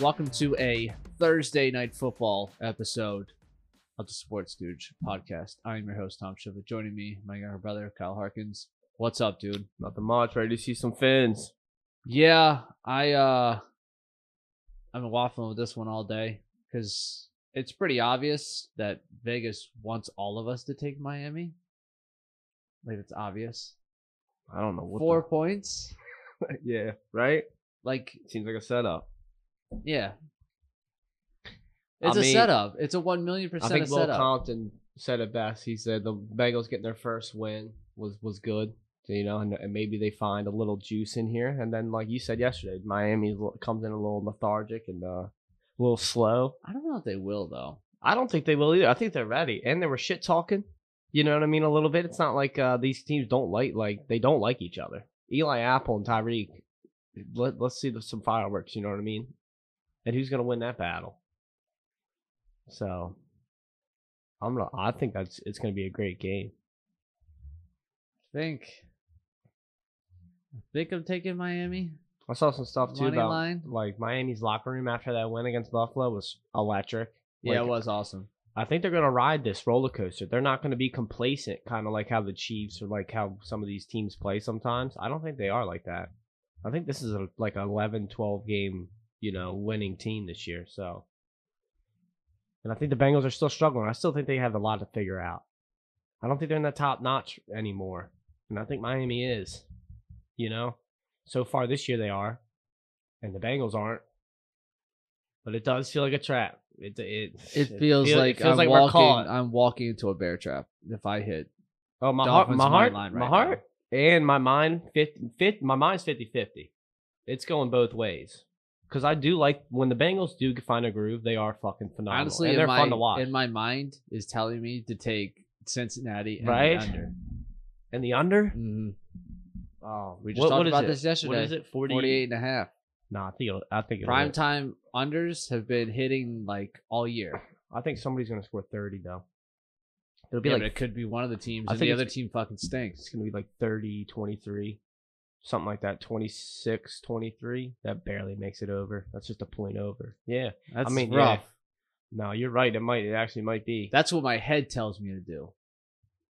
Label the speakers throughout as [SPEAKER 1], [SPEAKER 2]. [SPEAKER 1] Welcome to a Thursday night football episode of the Sports Stooge podcast. I am your host, Tom Shiva. Joining me, my younger brother, Kyle Harkins. What's up, dude?
[SPEAKER 2] Nothing much. Ready to see some fins.
[SPEAKER 1] Yeah, I uh I've been waffling with this one all day because it's pretty obvious that Vegas wants all of us to take Miami. Like it's obvious.
[SPEAKER 2] I don't know what.
[SPEAKER 1] Four points.
[SPEAKER 2] the- yeah. Right.
[SPEAKER 1] Like,
[SPEAKER 2] Seems like a setup.
[SPEAKER 1] yeah.
[SPEAKER 2] I
[SPEAKER 1] It's a
[SPEAKER 2] mean-
[SPEAKER 1] setup. It's a one million
[SPEAKER 3] I
[SPEAKER 1] percent a
[SPEAKER 3] think Will
[SPEAKER 1] setup.
[SPEAKER 3] Compton said it best. He said the Bengals getting their first win was was good, you know, and, and maybe they find a little juice in here. And then, like you said yesterday, Miami is a little- comes in a little lethargic and uh, a little slow.
[SPEAKER 1] I don't know if they will though.
[SPEAKER 3] I don't think they will either. I think they're ready, and they were shit talking. You know what I mean? A little bit. It's not like uh, these teams don't like like they don't like each other. Eli Apple and Tyreek. Let, let's see the, some fireworks. You know what I mean? And who's gonna win that battle? So, I'm gonna. I think that's it's gonna be a great game.
[SPEAKER 1] think. I think I'm taking Miami.
[SPEAKER 3] I saw some stuff too
[SPEAKER 1] Money
[SPEAKER 3] about
[SPEAKER 1] line?
[SPEAKER 3] like Miami's locker room after that win against Buffalo was electric.
[SPEAKER 1] Yeah,
[SPEAKER 3] Like,
[SPEAKER 1] it was awesome.
[SPEAKER 3] I think they're going to ride this roller coaster. They're not going to be complacent, kind of like how the Chiefs or like how some of these teams play sometimes. I don't think they are like that. I think this is a, like an 11, 12 game, you know, winning team this year. So, and I think the Bengals are still struggling. I still think they have a lot to figure out. I don't think they're in the top notch anymore. And I think Miami is, you know, so far this year they are, and the Bengals aren't. But it does feel like a trap. It it
[SPEAKER 1] It feels
[SPEAKER 3] feel- it
[SPEAKER 1] like
[SPEAKER 3] feels
[SPEAKER 1] I'm
[SPEAKER 3] we're
[SPEAKER 1] walking.
[SPEAKER 3] caught.
[SPEAKER 1] I'm walking into a bear trap if I hit.
[SPEAKER 3] Oh, my
[SPEAKER 1] Dolphins money
[SPEAKER 3] heart, my
[SPEAKER 1] line
[SPEAKER 3] heart,
[SPEAKER 1] right
[SPEAKER 3] my heart, and my mind 50, 50 my mind's 50-50. It's going both ways. Cuz I do like when the Bengals do find a groove, they are fucking phenomenal.
[SPEAKER 1] Honestly,
[SPEAKER 3] and
[SPEAKER 1] in
[SPEAKER 3] they're
[SPEAKER 1] my,
[SPEAKER 3] fun to watch.
[SPEAKER 1] in my mind is telling me to take Cincinnati and the
[SPEAKER 3] Right?
[SPEAKER 1] under.
[SPEAKER 3] and the under?
[SPEAKER 1] Mhm.
[SPEAKER 3] Oh,
[SPEAKER 1] We just talked about this yesterday.
[SPEAKER 3] What is it? 40,
[SPEAKER 1] 48 and a half.
[SPEAKER 3] Nah, I think it'll, I think it'll hit.
[SPEAKER 1] Primetime unders have been hitting like all year.
[SPEAKER 3] I think somebody's going to score 30 though. It'll be
[SPEAKER 1] Yeah, but
[SPEAKER 3] like
[SPEAKER 1] it could be one of the teams,
[SPEAKER 3] I
[SPEAKER 1] and
[SPEAKER 3] think
[SPEAKER 1] the
[SPEAKER 3] it's-
[SPEAKER 1] other team fucking
[SPEAKER 3] it's
[SPEAKER 1] stinks.
[SPEAKER 3] going to be like 30 23 something like that 26 23 that barely makes it over that's just a point over yeah
[SPEAKER 1] That's
[SPEAKER 3] mean, yeah.
[SPEAKER 1] rough.
[SPEAKER 3] no you're right it might it actually might be
[SPEAKER 1] That's what my head tells me to do.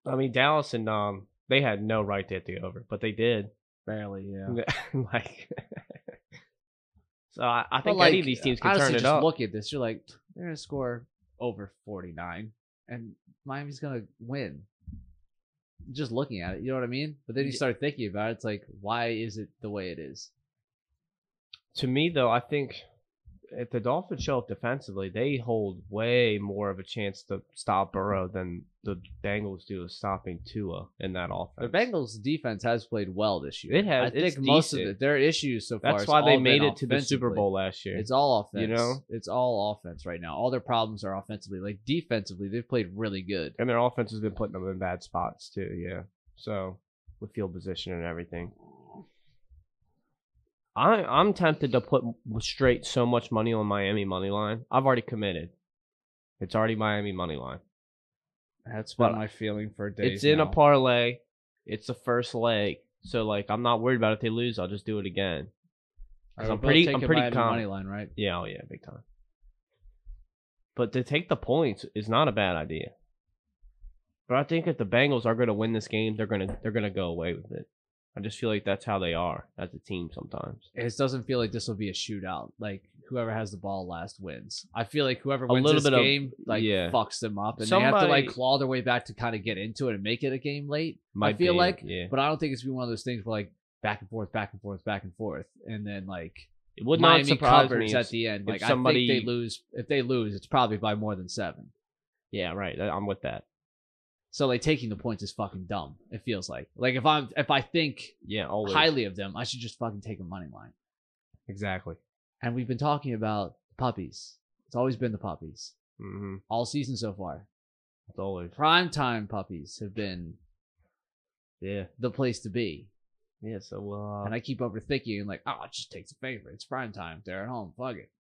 [SPEAKER 3] I mean, Dallas and um, they had no right to hit the over, but they did.
[SPEAKER 1] Barely, yeah.
[SPEAKER 3] like, so I, I
[SPEAKER 1] But,
[SPEAKER 3] think any
[SPEAKER 1] like,
[SPEAKER 3] of these teams can
[SPEAKER 1] honestly,
[SPEAKER 3] turn it
[SPEAKER 1] just
[SPEAKER 3] up.
[SPEAKER 1] look at this. You're like, they're gonna score over 49, and Miami's gonna win. Just looking at it, you know what I mean. But then you
[SPEAKER 3] Yeah.
[SPEAKER 1] start thinking about it. It's like, why is it the way it is?
[SPEAKER 3] to me, though, I think if the Dolphins show up defensively, they hold way more of a chance to stop Burrow than the Bengals do of stopping Tua in that
[SPEAKER 1] The
[SPEAKER 3] offense.
[SPEAKER 1] Bengals defense has played well this year.
[SPEAKER 3] It has-
[SPEAKER 1] I think
[SPEAKER 3] it's
[SPEAKER 1] most of
[SPEAKER 3] decent.
[SPEAKER 1] it, their issues so far.
[SPEAKER 3] That's
[SPEAKER 1] has
[SPEAKER 3] why they
[SPEAKER 1] all
[SPEAKER 3] made
[SPEAKER 1] been
[SPEAKER 3] it to the Super
[SPEAKER 1] offensively.
[SPEAKER 3] Bowl last year.
[SPEAKER 1] It's all offense.
[SPEAKER 3] You know?
[SPEAKER 1] it's all offense right now. All their problems are offensively. Like defensively, they've played really good.
[SPEAKER 3] and their offense has been putting them in bad spots too. Yeah, so with field position and everything, I I'm tempted to put straight so much money on Miami money line. I've already committed. It's already Miami money line.
[SPEAKER 1] That's
[SPEAKER 3] But
[SPEAKER 1] been my feeling for days.
[SPEAKER 3] it's in a
[SPEAKER 1] now.
[SPEAKER 3] parlay. It's the first leg, so like I'm not worried about if they lose. I'll just do it again.
[SPEAKER 1] Are
[SPEAKER 3] 'Cause
[SPEAKER 1] we
[SPEAKER 3] I'm
[SPEAKER 1] both
[SPEAKER 3] pretty- I'm
[SPEAKER 1] taking
[SPEAKER 3] pretty
[SPEAKER 1] Miami
[SPEAKER 3] calm.
[SPEAKER 1] money line, right?
[SPEAKER 3] Yeah, oh yeah, big time. But to take the points is not a bad idea. But I think if the Bengals are going to win this game, they're going to they're going to go away with it. I just feel like that's how they are as a team sometimes.
[SPEAKER 1] it just doesn't feel like this will be a shootout. Like whoever has the ball last wins. I feel like whoever wins
[SPEAKER 3] little
[SPEAKER 1] this
[SPEAKER 3] bit of-
[SPEAKER 1] game like
[SPEAKER 3] yeah.
[SPEAKER 1] fucks them up, and they have to like
[SPEAKER 3] Somebody-
[SPEAKER 1] claw their way back to kind of get into it and make it a game late. I
[SPEAKER 3] Might
[SPEAKER 1] feel
[SPEAKER 3] be,
[SPEAKER 1] like,
[SPEAKER 3] yeah.
[SPEAKER 1] but I don't think it's gonna be one of those things where like back and forth, back and forth, back and forth, and then like
[SPEAKER 3] It would not
[SPEAKER 1] Miami
[SPEAKER 3] surprise
[SPEAKER 1] covers
[SPEAKER 3] me. if-
[SPEAKER 1] at the end.
[SPEAKER 3] if
[SPEAKER 1] Like
[SPEAKER 3] somebody-
[SPEAKER 1] I think they lose. If they lose, it's probably by more than seven.
[SPEAKER 3] yeah, right. I- I'm with that.
[SPEAKER 1] So like taking the points is fucking dumb. It feels like like if I'm if I think
[SPEAKER 3] Yeah, always.
[SPEAKER 1] highly of them, I should just fucking take a money line.
[SPEAKER 3] Exactly.
[SPEAKER 1] and we've been talking about puppies. It's always been the puppies
[SPEAKER 3] Mm-hmm.
[SPEAKER 1] all season so far.
[SPEAKER 3] It's always.
[SPEAKER 1] Primetime puppies have been
[SPEAKER 3] Yeah.
[SPEAKER 1] the place to be.
[SPEAKER 3] Yeah. So uh,
[SPEAKER 1] And I keep overthinking, like, oh, it just takes a favor. It's primetime. They're at home. Fuck it.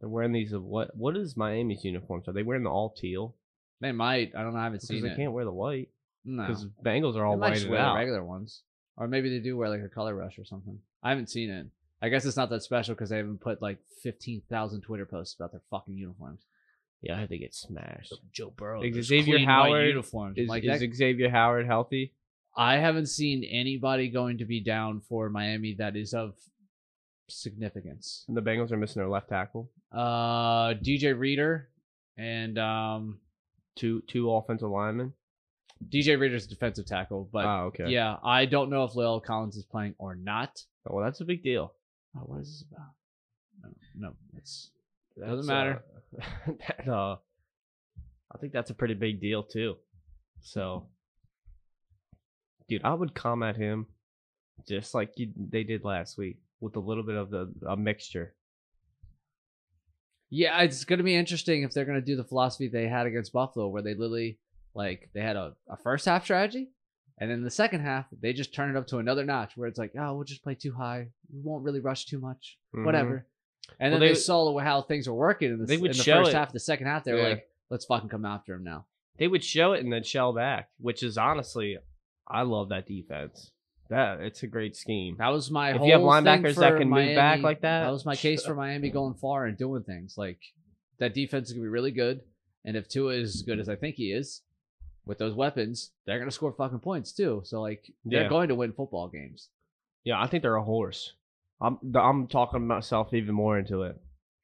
[SPEAKER 3] they're wearing these. uh, What What is Miami's uniforms? Are they wearing the all teal?
[SPEAKER 1] They might. I don't know. I haven't
[SPEAKER 3] Because
[SPEAKER 1] seen
[SPEAKER 3] they
[SPEAKER 1] it.
[SPEAKER 3] can't wear the white.
[SPEAKER 1] no.
[SPEAKER 3] Because Bengals
[SPEAKER 1] They
[SPEAKER 3] are all
[SPEAKER 1] might just
[SPEAKER 3] white
[SPEAKER 1] wear the
[SPEAKER 3] out.
[SPEAKER 1] regular ones. Or maybe they do wear like a color rush or something. I haven't seen it. I guess it's not that special because they haven't put like fifteen thousand Twitter posts about their fucking uniforms.
[SPEAKER 3] Yeah, I think it's smashed.
[SPEAKER 1] Joe Burrow,
[SPEAKER 3] Is
[SPEAKER 1] those
[SPEAKER 3] Xavier
[SPEAKER 1] clean white
[SPEAKER 3] Howard-
[SPEAKER 1] uniforms.
[SPEAKER 3] Is,
[SPEAKER 1] like
[SPEAKER 3] is
[SPEAKER 1] that-
[SPEAKER 3] Xavier Howard healthy?
[SPEAKER 1] I haven't seen anybody going to be down for Miami that is of significance.
[SPEAKER 3] The Bengals are missing their left tackle.
[SPEAKER 1] Uh, DJ Reader and um,
[SPEAKER 3] Two two offensive linemen.
[SPEAKER 1] DJ Reader's a defensive tackle, but
[SPEAKER 3] oh, okay.
[SPEAKER 1] yeah, I don't know if Lil Collins is playing or not.
[SPEAKER 3] Oh, well, that's a big deal.
[SPEAKER 1] Oh, what is this about? No, no, it's
[SPEAKER 3] That's,
[SPEAKER 1] Doesn't matter.
[SPEAKER 3] uh, that, uh, I think that's a pretty big deal too. So, dude, I would come at him just like you, they did last week with a little bit of the a mixture.
[SPEAKER 1] yeah, it's gonna be interesting if they're gonna do the philosophy they had against Buffalo, where they literally like they had a, a first half strategy, and then the second half they just turn it up to another notch, where it's like, oh, we'll just play too high, we won't really rush too much, whatever. And
[SPEAKER 3] Mm-hmm. Well,
[SPEAKER 1] then they,
[SPEAKER 3] they-
[SPEAKER 1] saw how things were working in the,
[SPEAKER 3] They would
[SPEAKER 1] in the
[SPEAKER 3] show
[SPEAKER 1] first
[SPEAKER 3] it.
[SPEAKER 1] half, the second half. They were
[SPEAKER 3] Yeah.
[SPEAKER 1] like, let's fucking come after him now.
[SPEAKER 3] They would show it and then shell back, which is honestly, I love that defense. That it's a great scheme.
[SPEAKER 1] That was my
[SPEAKER 3] If
[SPEAKER 1] whole
[SPEAKER 3] you have
[SPEAKER 1] thing
[SPEAKER 3] linebackers
[SPEAKER 1] for
[SPEAKER 3] that can
[SPEAKER 1] Miami.
[SPEAKER 3] move back like that,
[SPEAKER 1] That was my case for Miami going far and doing things like that. Defense is gonna be really good, and if Tua is as good as I think he is, with those weapons, they're gonna score fucking points too. So like they're
[SPEAKER 3] Yeah.
[SPEAKER 1] going to win football games.
[SPEAKER 3] Yeah, I think they're a horse. I'm I'm talking myself even more into it.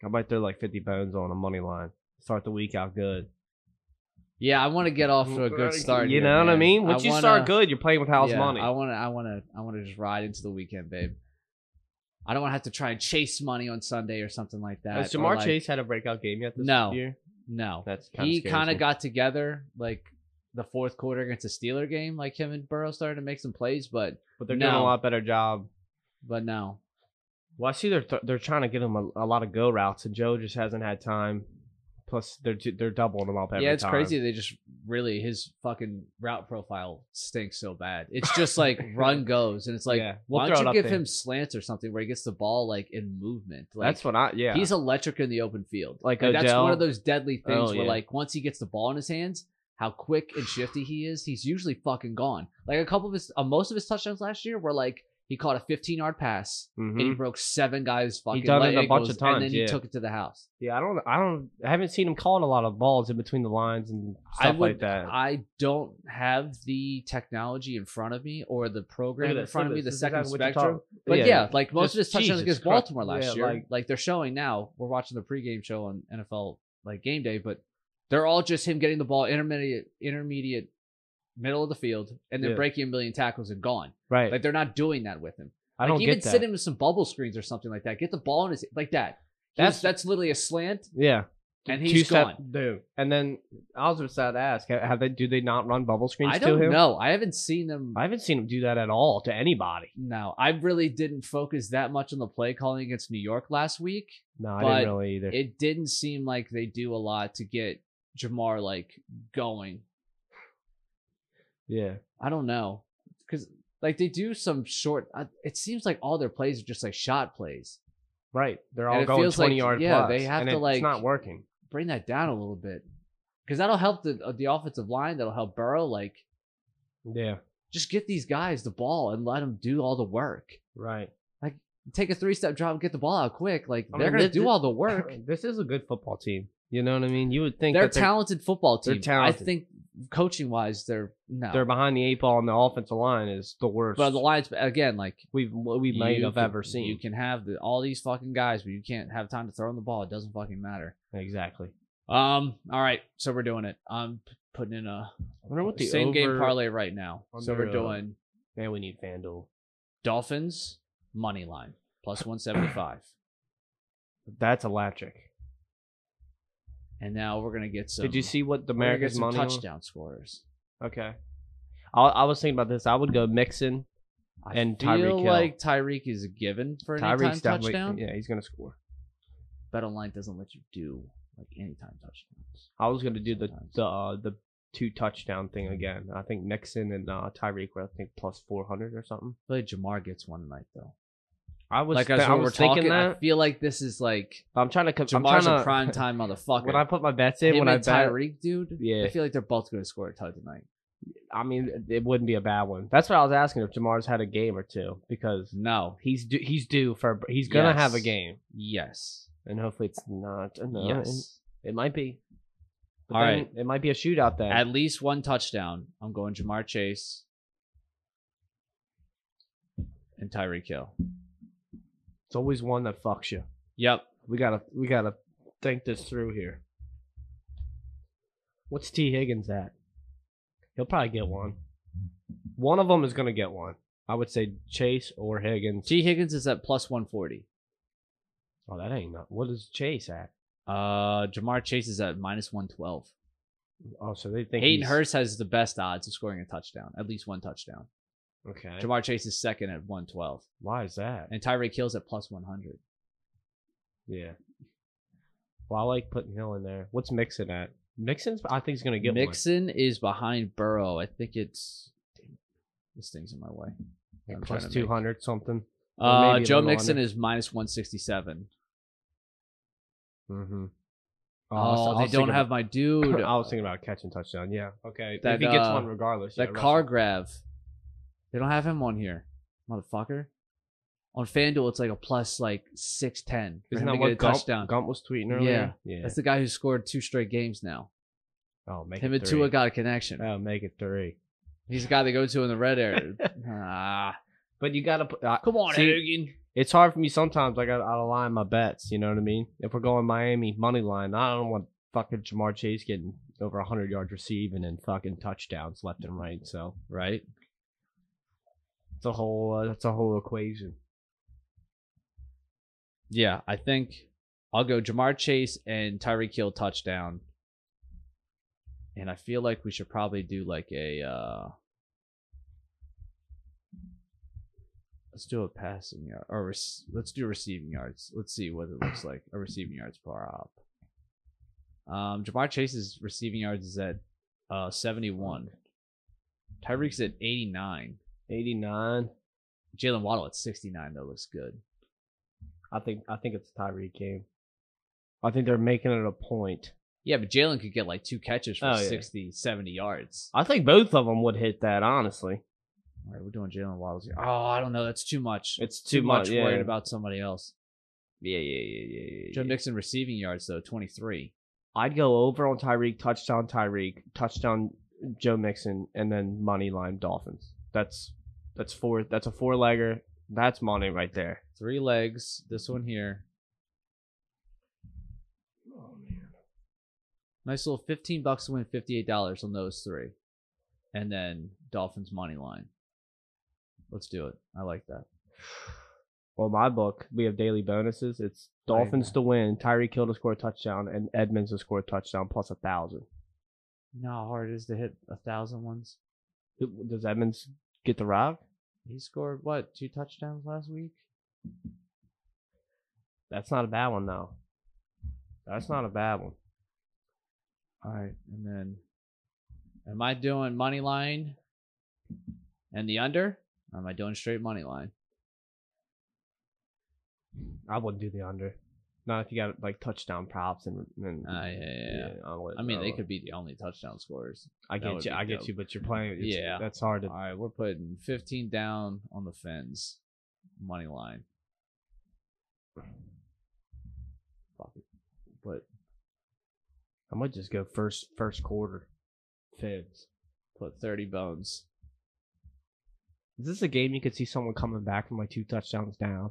[SPEAKER 3] I might throw like 50 bones on a money line. Start the week out good.
[SPEAKER 1] Yeah, I want to get off to a good start.
[SPEAKER 3] You
[SPEAKER 1] here,
[SPEAKER 3] know what I
[SPEAKER 1] man.
[SPEAKER 3] mean? Once you
[SPEAKER 1] wanna-
[SPEAKER 3] start good, you're playing with house
[SPEAKER 1] yeah,
[SPEAKER 3] money.
[SPEAKER 1] I want to. I want to. I want to just ride into the weekend, babe. I don't want to have to try and chase money on Sunday or something like that.
[SPEAKER 3] Has
[SPEAKER 1] or,
[SPEAKER 3] Jamar
[SPEAKER 1] like-
[SPEAKER 3] Chase had a breakout game yet this
[SPEAKER 1] No.
[SPEAKER 3] year?
[SPEAKER 1] No,
[SPEAKER 3] That's kinda
[SPEAKER 1] he
[SPEAKER 3] scares
[SPEAKER 1] kind
[SPEAKER 3] me.
[SPEAKER 1] of got together like the fourth quarter against the Steeler game. Like him and Burrow started to make some plays, but
[SPEAKER 3] but they're
[SPEAKER 1] No.
[SPEAKER 3] doing a lot better job.
[SPEAKER 1] but no,
[SPEAKER 3] Well, I see they're th- they're trying to get him a, a lot of go routes, and Joe just hasn't had time. Plus, they're ju- they're doubling him up every
[SPEAKER 1] yeah, it's
[SPEAKER 3] time.
[SPEAKER 1] crazy. They just really his fucking route profile stinks so bad. It's just like run goes, and it's like
[SPEAKER 3] Yeah, we'll
[SPEAKER 1] why
[SPEAKER 3] throw
[SPEAKER 1] don't
[SPEAKER 3] it
[SPEAKER 1] you
[SPEAKER 3] up
[SPEAKER 1] give
[SPEAKER 3] there.
[SPEAKER 1] him slants or something where he gets the ball like in movement? Like,
[SPEAKER 3] That's what I yeah.
[SPEAKER 1] he's electric in the open field. uh,
[SPEAKER 3] Like
[SPEAKER 1] that's
[SPEAKER 3] Odell?
[SPEAKER 1] one of those deadly things
[SPEAKER 3] Oh,
[SPEAKER 1] where
[SPEAKER 3] yeah.
[SPEAKER 1] like once he gets the ball in his hands, how quick and shifty he is, he's usually fucking gone. Like a couple of his, uh, most of his touchdowns last year were like he caught a 15 yard pass
[SPEAKER 3] Mhm.
[SPEAKER 1] and he broke seven guys fucking
[SPEAKER 3] done
[SPEAKER 1] leg
[SPEAKER 3] it a bunch
[SPEAKER 1] ankles,
[SPEAKER 3] of times,
[SPEAKER 1] and then he
[SPEAKER 3] yeah.
[SPEAKER 1] took it to the house.
[SPEAKER 3] Yeah, I don't, I don't, I haven't seen him calling a lot of balls in between the lines and
[SPEAKER 1] I
[SPEAKER 3] stuff
[SPEAKER 1] would,
[SPEAKER 3] like that.
[SPEAKER 1] I don't have the technology in front of me or the program
[SPEAKER 3] Look at
[SPEAKER 1] in
[SPEAKER 3] this,
[SPEAKER 1] front
[SPEAKER 3] look
[SPEAKER 1] of me,
[SPEAKER 3] at
[SPEAKER 1] the
[SPEAKER 3] this. This is
[SPEAKER 1] second
[SPEAKER 3] exactly what you're
[SPEAKER 1] spectrum.
[SPEAKER 3] talking-
[SPEAKER 1] But yeah, like most of his
[SPEAKER 3] Just
[SPEAKER 1] touchdowns
[SPEAKER 3] Jesus
[SPEAKER 1] against
[SPEAKER 3] Christ.
[SPEAKER 1] Baltimore last
[SPEAKER 3] Yeah,
[SPEAKER 1] year, like,
[SPEAKER 3] like-
[SPEAKER 1] they're showing now. We're watching the pregame show on NFL like game day, but they're all just him getting the ball intermediate, intermediate, middle of the field, and then
[SPEAKER 3] Yeah.
[SPEAKER 1] breaking a million tackles and gone.
[SPEAKER 3] right.
[SPEAKER 1] Like they're not doing that with him.
[SPEAKER 3] I
[SPEAKER 1] Like
[SPEAKER 3] don't
[SPEAKER 1] even
[SPEAKER 3] get that.
[SPEAKER 1] sit him with some bubble screens or something like that. Get the ball in his like that. That's
[SPEAKER 3] That's-
[SPEAKER 1] that's literally a slant,
[SPEAKER 3] yeah,
[SPEAKER 1] and he's gone.
[SPEAKER 3] dude. And then I was just about to ask, ha- have they? Do they not run bubble screens
[SPEAKER 1] I
[SPEAKER 3] to
[SPEAKER 1] don't
[SPEAKER 3] him?
[SPEAKER 1] know. I haven't seen them.
[SPEAKER 3] I haven't seen him do that at all to anybody.
[SPEAKER 1] No, I really didn't focus that much on the play calling against New York last week.
[SPEAKER 3] No, I
[SPEAKER 1] But
[SPEAKER 3] didn't really either.
[SPEAKER 1] It didn't seem like they do a lot to get Jamar like going.
[SPEAKER 3] yeah,
[SPEAKER 1] I don't know because like they do some short. I- It seems like all their plays are just like shot plays.
[SPEAKER 3] right. They're
[SPEAKER 1] And
[SPEAKER 3] all
[SPEAKER 1] it
[SPEAKER 3] going
[SPEAKER 1] feels like-
[SPEAKER 3] twenty yard
[SPEAKER 1] yeah,
[SPEAKER 3] plus,
[SPEAKER 1] they have
[SPEAKER 3] and
[SPEAKER 1] to,
[SPEAKER 3] it's
[SPEAKER 1] like-
[SPEAKER 3] not working.
[SPEAKER 1] Bring that down a little bit because that'll help the uh, the offensive line. That'll help Burrow. Like
[SPEAKER 3] Yeah,
[SPEAKER 1] just get these guys the ball and let them do all the work.
[SPEAKER 3] right.
[SPEAKER 1] Take a three step drop, get the ball out quick. Like
[SPEAKER 3] I
[SPEAKER 1] they're
[SPEAKER 3] mean,
[SPEAKER 1] gonna
[SPEAKER 3] this-
[SPEAKER 1] do
[SPEAKER 3] this-
[SPEAKER 1] all the work.
[SPEAKER 3] This is a good football team. You know what I mean? You would think
[SPEAKER 1] they're a
[SPEAKER 3] that they're,
[SPEAKER 1] talented football
[SPEAKER 3] they're
[SPEAKER 1] team. I
[SPEAKER 3] talented.
[SPEAKER 1] think coaching wise, they're no.
[SPEAKER 3] they're behind the eight ball, and the offensive line is the worst
[SPEAKER 1] but the Lions again, like
[SPEAKER 3] we've we
[SPEAKER 1] you
[SPEAKER 3] might have
[SPEAKER 1] can-
[SPEAKER 3] ever seen.
[SPEAKER 1] You can have the, all these fucking guys, but you can't have time to throw them the ball. It doesn't fucking matter.
[SPEAKER 3] Exactly.
[SPEAKER 1] Um. All right, so we're doing it. I'm p- putting in a
[SPEAKER 3] I wonder what the
[SPEAKER 1] same game
[SPEAKER 3] over-
[SPEAKER 1] parlay right now. So
[SPEAKER 3] under,
[SPEAKER 1] we're
[SPEAKER 3] uh,
[SPEAKER 1] doing
[SPEAKER 3] Man, we need FanDuel.
[SPEAKER 1] Dolphins money line plus one seventy five,
[SPEAKER 3] That's electric.
[SPEAKER 1] and now we're gonna get some.
[SPEAKER 3] Did you see what the
[SPEAKER 1] we're gonna get
[SPEAKER 3] America's
[SPEAKER 1] some
[SPEAKER 3] money?
[SPEAKER 1] touchdown scorers?
[SPEAKER 3] line- Okay. I, I was thinking about this. I would go Mixon.
[SPEAKER 1] I
[SPEAKER 3] And
[SPEAKER 1] feel
[SPEAKER 3] Tyreek Hill.
[SPEAKER 1] like Tyreek is a given for an anytime
[SPEAKER 3] Tyreek's definitely.
[SPEAKER 1] touchdown.
[SPEAKER 3] Yeah, he's gonna score.
[SPEAKER 1] Bet online doesn't let you do like anytime touchdowns.
[SPEAKER 3] I was gonna do the
[SPEAKER 1] Sometimes.
[SPEAKER 3] the uh, the two touchdown thing again. I think Mixon and uh, Tyreek were I think plus four hundred or something.
[SPEAKER 1] I feel like Jamar gets one tonight though.
[SPEAKER 3] I was
[SPEAKER 1] like
[SPEAKER 3] thi-
[SPEAKER 1] as
[SPEAKER 3] I
[SPEAKER 1] we're
[SPEAKER 3] was
[SPEAKER 1] talking,
[SPEAKER 3] thinking
[SPEAKER 1] I
[SPEAKER 3] that.
[SPEAKER 1] feel like this is like
[SPEAKER 3] I'm trying to. co- I'm
[SPEAKER 1] Jamar's
[SPEAKER 3] trying
[SPEAKER 1] a
[SPEAKER 3] to
[SPEAKER 1] prime time motherfucker.
[SPEAKER 3] When I put my bets in,
[SPEAKER 1] Him
[SPEAKER 3] when I
[SPEAKER 1] and
[SPEAKER 3] bet,
[SPEAKER 1] Tyreek, dude.
[SPEAKER 3] Yeah.
[SPEAKER 1] I feel like they're both going to score a touchdown tonight.
[SPEAKER 3] I mean, it wouldn't be a bad one. That's what I was asking if Jamar's had a game or two because
[SPEAKER 1] No.
[SPEAKER 3] he's due, he's due for a br- he's gonna have a
[SPEAKER 1] Yes.
[SPEAKER 3] game,
[SPEAKER 1] Yes.
[SPEAKER 3] and hopefully it's not. uh, No,
[SPEAKER 1] yes.
[SPEAKER 3] it, it might be. But
[SPEAKER 1] All
[SPEAKER 3] then
[SPEAKER 1] right.
[SPEAKER 3] it might be a shootout then.
[SPEAKER 1] At least one touchdown. I'm going Jamar Chase and Tyreek Hill.
[SPEAKER 3] it's always one that fucks you.
[SPEAKER 1] Yep.
[SPEAKER 3] We gotta we gotta think this through here. What's T Higgins at? He'll probably get one. One of them is gonna get one. I would say Chase or Higgins.
[SPEAKER 1] T. Higgins is at plus 140.
[SPEAKER 3] Oh, that ain't not. What is Chase at?
[SPEAKER 1] Uh, Jamar Chase is at minus 112.
[SPEAKER 3] Oh, so they think
[SPEAKER 1] Hayden
[SPEAKER 3] he's-
[SPEAKER 1] Hurst has the best odds of scoring a touchdown, at least one touchdown.
[SPEAKER 3] Okay.
[SPEAKER 1] Jamar Chase is second at 112.
[SPEAKER 3] Why is that?
[SPEAKER 1] And Tyreek Hill's at plus 100.
[SPEAKER 3] Yeah. Well, I like putting Hill in there. What's Mixon at? Mixon's. I think he's gonna get
[SPEAKER 1] Mixon is behind Burrow. I think it's. damn it, This thing's in my way.
[SPEAKER 3] one.
[SPEAKER 1] I'm
[SPEAKER 3] Like plus
[SPEAKER 1] trying to make-
[SPEAKER 3] two hundred something. Or
[SPEAKER 1] Uh,
[SPEAKER 3] maybe a
[SPEAKER 1] Joe
[SPEAKER 3] little
[SPEAKER 1] Mixon
[SPEAKER 3] under.
[SPEAKER 1] is minus 167.
[SPEAKER 3] Mm-hmm.
[SPEAKER 1] Oh, they don't have my dude.
[SPEAKER 3] I was thinking about catching touchdown. Yeah. Okay.
[SPEAKER 1] That,
[SPEAKER 3] if he gets
[SPEAKER 1] uh,
[SPEAKER 3] one, regardless.
[SPEAKER 1] that
[SPEAKER 3] yeah,
[SPEAKER 1] car
[SPEAKER 3] Russell.
[SPEAKER 1] grab. They don't have him on here, motherfucker. On FanDuel, it's like a plus like six ten.
[SPEAKER 3] Isn't that
[SPEAKER 1] get a
[SPEAKER 3] what Gump,
[SPEAKER 1] touchdown?
[SPEAKER 3] Gump was tweeting earlier? Yeah.
[SPEAKER 1] That's the guy who scored two straight games now.
[SPEAKER 3] oh, make
[SPEAKER 1] him
[SPEAKER 3] it
[SPEAKER 1] and
[SPEAKER 3] three.
[SPEAKER 1] Tua got a connection.
[SPEAKER 3] Oh, make it three.
[SPEAKER 1] He's the guy they go to in the red area. ah,
[SPEAKER 3] But you gotta. put- I-
[SPEAKER 1] come on,
[SPEAKER 3] See,
[SPEAKER 1] Hagen.
[SPEAKER 3] It's hard for me sometimes. I got out of line my bets. You know what I mean? If we're going Miami money line, I don't want fucking Jamar Chase getting over hundred yards receiving and fucking touchdowns left and right. So
[SPEAKER 1] Right?
[SPEAKER 3] it's a whole. Uh, that's a whole equation.
[SPEAKER 1] Yeah, I think I'll go Jamar Chase and Tyreek Hill touchdown. And I feel like we should probably do like a uh let's do a passing yard or rec- let's do receiving yards. Let's see what it looks like. A receiving yards per up. Um Jamar Chase's receiving yards is at uh 71. Tyreek's at 89.
[SPEAKER 3] Eighty nine.
[SPEAKER 1] Jalen Waddle at 69 though looks good.
[SPEAKER 3] I think. I think it's a Tyreek game. I think they're making it a point.
[SPEAKER 1] Yeah, but Jalen could get like two catches for
[SPEAKER 3] Oh, yeah. Uh,
[SPEAKER 1] 60, 70 yards.
[SPEAKER 3] I think both of them would hit that. Honestly,
[SPEAKER 1] All right, we're doing Jalen Waddles here. Oh, I don't know. That's too much.
[SPEAKER 3] it's
[SPEAKER 1] too, much
[SPEAKER 3] yeah.
[SPEAKER 1] worried about somebody else.
[SPEAKER 3] Yeah, yeah, yeah, yeah, yeah.
[SPEAKER 1] Joe
[SPEAKER 3] yeah.
[SPEAKER 1] Mixon receiving yards, though, 23.
[SPEAKER 3] I'd go over on Tyreek, touchdown Tyreek, touchdown Joe Mixon, and then money line Dolphins. That's that's four. That's a four legger. That's money right there.
[SPEAKER 1] Three legs. This one here.
[SPEAKER 3] Oh man.
[SPEAKER 1] Nice little 15 bucks to win $58 on those three. And then Dolphins money line. Let's do it. I like that.
[SPEAKER 3] Well, my book, we have daily bonuses. It's Dolphins to win, Tyreek Hill to score a touchdown, and Edmonds to score a touchdown plus a thousand.
[SPEAKER 1] You know how hard it is to hit a thousand ones?
[SPEAKER 3] Who- Does Edmonds get the rock?
[SPEAKER 1] He scored, what, two touchdowns last week?
[SPEAKER 3] That's not a bad one though. That's not a bad one.
[SPEAKER 1] All right, and then am I doing money line and the under? Or am I doing straight money line?
[SPEAKER 3] I wouldn't do the under. Not if you got like touchdown props and. and
[SPEAKER 1] Ah, yeah, yeah, yeah.
[SPEAKER 3] I, would,
[SPEAKER 1] I mean, they
[SPEAKER 3] would.
[SPEAKER 1] could be the only touchdown scorers.
[SPEAKER 3] I
[SPEAKER 1] That
[SPEAKER 3] get
[SPEAKER 1] would
[SPEAKER 3] you.
[SPEAKER 1] be
[SPEAKER 3] I get
[SPEAKER 1] dope.
[SPEAKER 3] you, but you're playing. It's,
[SPEAKER 1] Yeah.
[SPEAKER 3] yeah, that's hard to.
[SPEAKER 1] All right, we're putting 15 down on the fins, money line. Fuck it. Put
[SPEAKER 3] I might just go first first quarter.
[SPEAKER 1] fins. Put 30 bones.
[SPEAKER 3] Is this a game you could see someone coming back from like two touchdowns down?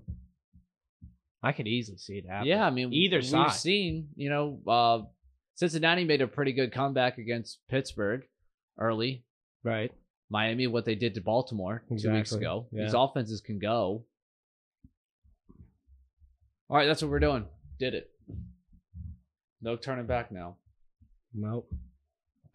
[SPEAKER 3] I could easily see it happen.
[SPEAKER 1] Yeah, I mean,
[SPEAKER 3] either
[SPEAKER 1] we've
[SPEAKER 3] side.
[SPEAKER 1] seen, you know, uh, Cincinnati made a pretty good comeback against Pittsburgh early.
[SPEAKER 3] right.
[SPEAKER 1] Miami what they did to Baltimore two weeks
[SPEAKER 3] Exactly.
[SPEAKER 1] ago.
[SPEAKER 3] Yeah.
[SPEAKER 1] These offenses can go. All right, that's what we're doing. Did it. No turning back now.
[SPEAKER 3] Nope.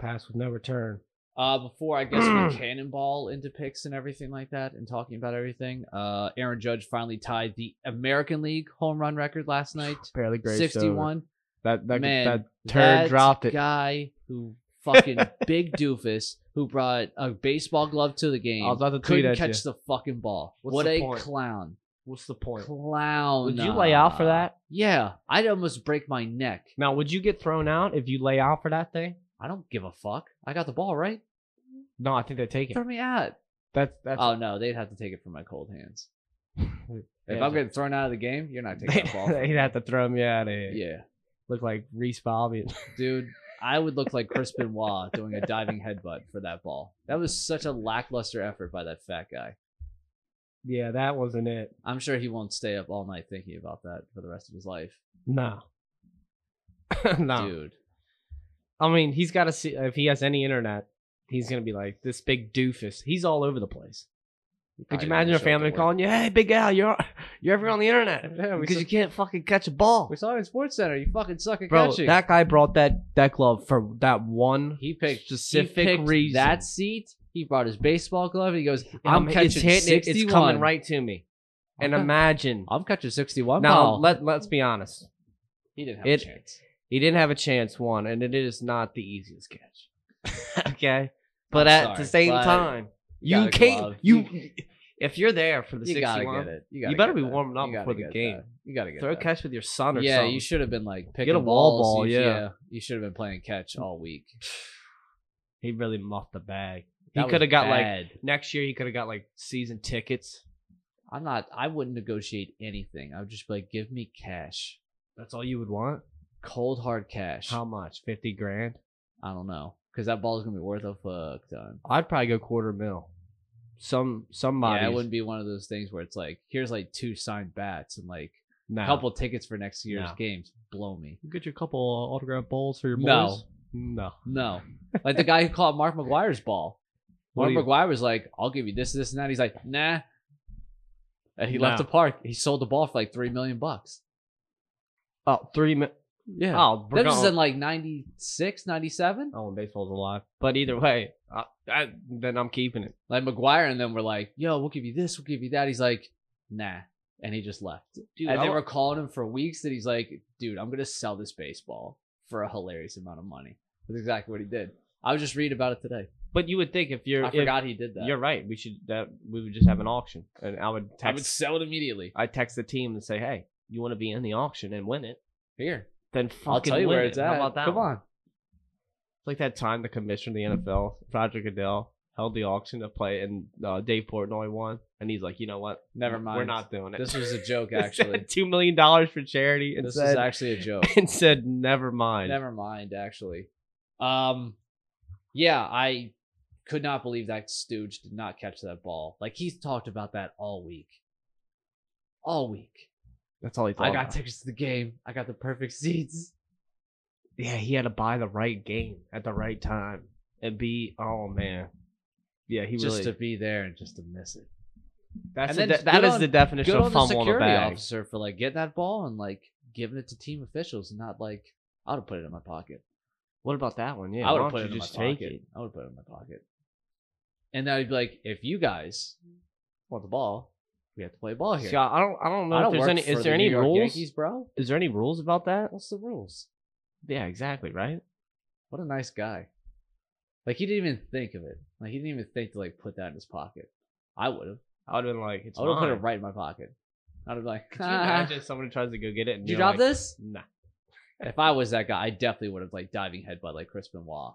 [SPEAKER 3] Pass with no return.
[SPEAKER 1] Uh, before I guess we cannonball into picks and everything like that, and talking about everything, uh, Aaron Judge finally tied the American League home run record last night,
[SPEAKER 3] Barely grazed over.
[SPEAKER 1] sixty-one.
[SPEAKER 3] That that
[SPEAKER 1] Man,
[SPEAKER 3] that turd
[SPEAKER 1] that
[SPEAKER 3] dropped it.
[SPEAKER 1] Guy who fucking big doofus who brought a baseball glove to the game
[SPEAKER 3] I was about to tweet
[SPEAKER 1] couldn't
[SPEAKER 3] at
[SPEAKER 1] catch
[SPEAKER 3] you.
[SPEAKER 1] the fucking ball.
[SPEAKER 3] What's
[SPEAKER 1] what
[SPEAKER 3] the
[SPEAKER 1] a
[SPEAKER 3] point?
[SPEAKER 1] clown!
[SPEAKER 3] What's the point?
[SPEAKER 1] Clown. uh,
[SPEAKER 3] Would you lay out for that?
[SPEAKER 1] Yeah, I'd almost break my neck.
[SPEAKER 3] Now, would you get thrown out if you lay out for that thing?
[SPEAKER 1] I don't give a fuck. I got the ball right.
[SPEAKER 3] No, I think they take it.
[SPEAKER 1] Throw me out.
[SPEAKER 3] That's that's.
[SPEAKER 1] Oh no, they'd have to take it from my cold hands. If
[SPEAKER 3] yeah,
[SPEAKER 1] I'm getting thrown out of the game, you're not taking that ball.
[SPEAKER 3] they'd have to throw me out of here.
[SPEAKER 1] yeah,
[SPEAKER 3] Look like Reese Bobby.
[SPEAKER 1] dude, I would look like Chris Benoit doing a diving headbutt for that ball. That was such a lackluster effort by that fat guy.
[SPEAKER 3] yeah, that wasn't it.
[SPEAKER 1] I'm sure he won't stay up all night thinking about that for the rest of his life,
[SPEAKER 3] No. no.
[SPEAKER 1] dude.
[SPEAKER 3] I mean, he's got to see if he has any internet. He's gonna be like this big doofus. He's all over the place. Could
[SPEAKER 1] Probably
[SPEAKER 3] you imagine a
[SPEAKER 1] doesn't show up
[SPEAKER 3] family
[SPEAKER 1] to work.
[SPEAKER 3] calling you, "Hey, Big Al, you're you're everywhere on the internet
[SPEAKER 1] Yeah, we
[SPEAKER 3] because
[SPEAKER 1] saw-
[SPEAKER 3] you can't fucking catch a ball,
[SPEAKER 1] We saw him in Sports Center. You fucking suck at
[SPEAKER 3] bro."
[SPEAKER 1] catching.
[SPEAKER 3] That guy brought that that glove for that one.
[SPEAKER 1] he picked
[SPEAKER 3] specific
[SPEAKER 1] he picked
[SPEAKER 3] reason.
[SPEAKER 1] That seat. He brought his baseball glove. And he goes,
[SPEAKER 3] I'm
[SPEAKER 1] "I'm
[SPEAKER 3] it's
[SPEAKER 1] catching
[SPEAKER 3] hitting it.
[SPEAKER 1] 61.
[SPEAKER 3] It's coming right to me. And
[SPEAKER 1] I'm, ca-
[SPEAKER 3] imagine
[SPEAKER 1] I'm catching 61.
[SPEAKER 3] now.
[SPEAKER 1] Now
[SPEAKER 3] Let let's be honest.
[SPEAKER 1] he didn't have
[SPEAKER 3] it-
[SPEAKER 1] a chance.
[SPEAKER 3] He didn't have a chance, one, and it is not the easiest catch. okay, but
[SPEAKER 1] I'm
[SPEAKER 3] at the
[SPEAKER 1] sorry,
[SPEAKER 3] same
[SPEAKER 1] but
[SPEAKER 3] time,
[SPEAKER 1] you
[SPEAKER 3] you
[SPEAKER 1] gotta
[SPEAKER 3] can't.
[SPEAKER 1] glove.
[SPEAKER 3] You if you're there for the
[SPEAKER 1] You gotta
[SPEAKER 3] sixty-one,
[SPEAKER 1] get it. You, gotta
[SPEAKER 3] you better
[SPEAKER 1] get
[SPEAKER 3] be
[SPEAKER 1] that.
[SPEAKER 3] warming up
[SPEAKER 1] You gotta
[SPEAKER 3] before the
[SPEAKER 1] get
[SPEAKER 3] game.
[SPEAKER 1] that. You gotta get
[SPEAKER 3] throw a
[SPEAKER 1] that.
[SPEAKER 3] catch with your son or
[SPEAKER 1] yeah,
[SPEAKER 3] something.
[SPEAKER 1] you should have been like picking
[SPEAKER 3] a wall
[SPEAKER 1] balls.
[SPEAKER 3] ball,
[SPEAKER 1] You-
[SPEAKER 3] yeah.
[SPEAKER 1] you should have been playing catch all week.
[SPEAKER 3] He really muffed the bag.
[SPEAKER 1] That
[SPEAKER 3] he
[SPEAKER 1] was
[SPEAKER 3] could have got like
[SPEAKER 1] bad.
[SPEAKER 3] next year. He could have got like season tickets.
[SPEAKER 1] I'm not. I wouldn't negotiate anything. I would just be like, give me cash,
[SPEAKER 3] That's all you would want.
[SPEAKER 1] cold hard cash.
[SPEAKER 3] How much? Fifty grand.
[SPEAKER 1] I don't know, because that ball is gonna be worth a fuck ton.
[SPEAKER 3] I'd probably go quarter mil. Some somebody.
[SPEAKER 1] Yeah, it wouldn't be one of those things where it's like, here's like two signed bats and like
[SPEAKER 3] no.
[SPEAKER 1] a couple tickets for next year's
[SPEAKER 3] No.
[SPEAKER 1] games. Blow me.
[SPEAKER 3] Get your couple uh, autograph balls for your
[SPEAKER 1] No.
[SPEAKER 3] No.
[SPEAKER 1] No, like the guy who caught Mark McGuire's ball.
[SPEAKER 3] What
[SPEAKER 1] Mark
[SPEAKER 3] do you-
[SPEAKER 1] McGuire was like, "I'll give you this, this, and that." He's like, "Nah," and he left
[SPEAKER 3] No.
[SPEAKER 1] the park. He sold the ball for like three million bucks.
[SPEAKER 3] Oh, three mi-
[SPEAKER 1] Yeah.
[SPEAKER 3] Oh, we're
[SPEAKER 1] That was
[SPEAKER 3] going-
[SPEAKER 1] in like 96, 97.
[SPEAKER 3] Oh, when baseball's alive. But either way, I, I, then I'm keeping it.
[SPEAKER 1] Like McGuire and them were like, yo, we'll give you this, we'll give you that. He's like, nah. And he just left.
[SPEAKER 3] Dude,
[SPEAKER 1] and
[SPEAKER 3] I
[SPEAKER 1] they
[SPEAKER 3] wa-
[SPEAKER 1] were calling him for weeks that he's like, dude, I'm going to sell this baseball for a hilarious amount of money. That's exactly what he did. I was just reading about it today.
[SPEAKER 3] but you would think if you're,
[SPEAKER 1] I
[SPEAKER 3] if-
[SPEAKER 1] forgot he did that.
[SPEAKER 3] you're right. We should that we would just have an auction, and I would
[SPEAKER 1] I would
[SPEAKER 3] text.
[SPEAKER 1] sell it immediately.
[SPEAKER 3] I text the team and say, hey, you want to be in the auction and win it?
[SPEAKER 1] Here.
[SPEAKER 3] Then fucking
[SPEAKER 1] I'll tell you
[SPEAKER 3] win
[SPEAKER 1] where
[SPEAKER 3] it.
[SPEAKER 1] it's at.
[SPEAKER 3] How about that?
[SPEAKER 1] Come
[SPEAKER 3] one?
[SPEAKER 1] on.
[SPEAKER 3] It's like that time the commissioner of the NFL, Roger Goodell, held the auction to play, and uh, Dave Portnoy won, and he's like, you know what?
[SPEAKER 1] Never
[SPEAKER 3] We're
[SPEAKER 1] mind.
[SPEAKER 3] not doing it.
[SPEAKER 1] This was a joke, actually.
[SPEAKER 3] two million dollars for charity, and
[SPEAKER 1] this is
[SPEAKER 3] said,
[SPEAKER 1] actually a joke.
[SPEAKER 3] and said, never mind.
[SPEAKER 1] Never mind, actually. Um, yeah, I could not believe that Stooge did not catch that ball. Like he's talked about that all week. All week.
[SPEAKER 3] That's all he thought.
[SPEAKER 1] I got
[SPEAKER 3] about.
[SPEAKER 1] tickets to the game. I got the perfect seats.
[SPEAKER 3] yeah, he had to buy the right game at the right time and be. Oh man, yeah, he
[SPEAKER 1] just
[SPEAKER 3] really.
[SPEAKER 1] to be there and just to miss it.
[SPEAKER 3] that's
[SPEAKER 1] and
[SPEAKER 3] the
[SPEAKER 1] then
[SPEAKER 3] de-
[SPEAKER 1] just
[SPEAKER 3] that
[SPEAKER 1] good
[SPEAKER 3] is
[SPEAKER 1] on-
[SPEAKER 3] the definition
[SPEAKER 1] Good
[SPEAKER 3] of
[SPEAKER 1] on the
[SPEAKER 3] fumble in a
[SPEAKER 1] security
[SPEAKER 3] bag.
[SPEAKER 1] officer for like getting that ball and like giving it to team officials and not like I would have put it in my pocket.
[SPEAKER 3] What about that one? Yeah,
[SPEAKER 1] I
[SPEAKER 3] why
[SPEAKER 1] would
[SPEAKER 3] don't
[SPEAKER 1] have put it
[SPEAKER 3] you
[SPEAKER 1] in
[SPEAKER 3] just
[SPEAKER 1] my
[SPEAKER 3] take
[SPEAKER 1] pocket.
[SPEAKER 3] it?
[SPEAKER 1] I would have put it in my pocket. And then I'd be like, if you guys want the ball, we have to play ball here.
[SPEAKER 3] See, I I don't. I don't know
[SPEAKER 1] I
[SPEAKER 3] if
[SPEAKER 1] don't
[SPEAKER 3] there's
[SPEAKER 1] work
[SPEAKER 3] any.
[SPEAKER 1] for
[SPEAKER 3] Is
[SPEAKER 1] the
[SPEAKER 3] there
[SPEAKER 1] New
[SPEAKER 3] any
[SPEAKER 1] York
[SPEAKER 3] rules?
[SPEAKER 1] Yankees, bro.
[SPEAKER 3] Is there any rules about that?
[SPEAKER 1] What's the rules?
[SPEAKER 3] Yeah, exactly. Right.
[SPEAKER 1] What a nice guy. Like he didn't even think of it. Like he didn't even think to like put that in his pocket. I would have.
[SPEAKER 3] I would have been like, it's
[SPEAKER 1] I would have put it
[SPEAKER 3] mine.
[SPEAKER 1] right in my pocket. I'd have been like,
[SPEAKER 3] Could you imagine someone tries to go get it and
[SPEAKER 1] Did you
[SPEAKER 3] you're
[SPEAKER 1] drop
[SPEAKER 3] like,
[SPEAKER 1] this?
[SPEAKER 3] Nah.
[SPEAKER 1] If I was that guy, I definitely would have like diving headbutt like Chris Benoit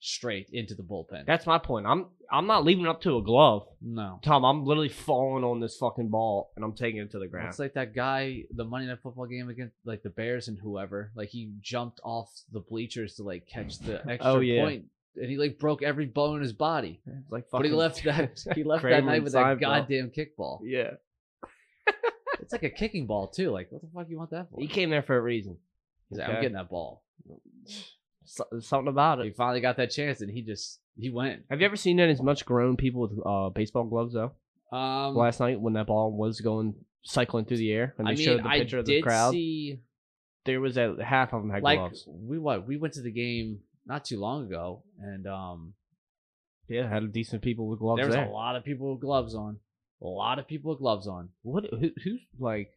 [SPEAKER 1] straight into the bullpen.
[SPEAKER 3] That's my point. I'm I'm not leaving it up to a glove.
[SPEAKER 1] no.
[SPEAKER 3] Tom, I'm literally falling on this fucking ball and I'm taking it to the ground.
[SPEAKER 1] It's like that guy, the Monday Night Football game against like the Bears and whoever. Like he jumped off the bleachers to like catch the extra
[SPEAKER 3] Oh, yeah.
[SPEAKER 1] point, and he like broke every bone in his body.
[SPEAKER 3] It's like
[SPEAKER 1] But he
[SPEAKER 3] fucking-
[SPEAKER 1] left that he left
[SPEAKER 3] Kramer
[SPEAKER 1] that night
[SPEAKER 3] and
[SPEAKER 1] with
[SPEAKER 3] Seinfeld.
[SPEAKER 1] that goddamn kickball.
[SPEAKER 3] Yeah.
[SPEAKER 1] It's like a kicking ball too. Like what the fuck you want that for?
[SPEAKER 3] He came there for a reason.
[SPEAKER 1] He's like, I'm
[SPEAKER 3] Okay.
[SPEAKER 1] getting that ball.
[SPEAKER 3] So- something about
[SPEAKER 1] He
[SPEAKER 3] it.
[SPEAKER 1] finally got that chance, and he just he went.
[SPEAKER 3] Have you ever seen that as much grown people with uh, baseball gloves though?
[SPEAKER 1] Um,
[SPEAKER 3] Last night when that ball was going cycling through the air and
[SPEAKER 1] I
[SPEAKER 3] they
[SPEAKER 1] mean,
[SPEAKER 3] showed the
[SPEAKER 1] I
[SPEAKER 3] picture of the
[SPEAKER 1] did
[SPEAKER 3] crowd,
[SPEAKER 1] see
[SPEAKER 3] there was a half of them had
[SPEAKER 1] like
[SPEAKER 3] gloves.
[SPEAKER 1] we what we went to the game not too long ago, and um,
[SPEAKER 3] Yeah, had decent people with gloves
[SPEAKER 1] there was
[SPEAKER 3] there.
[SPEAKER 1] a lot of people with gloves on. A lot of people with gloves on.
[SPEAKER 3] What? Who, who's like?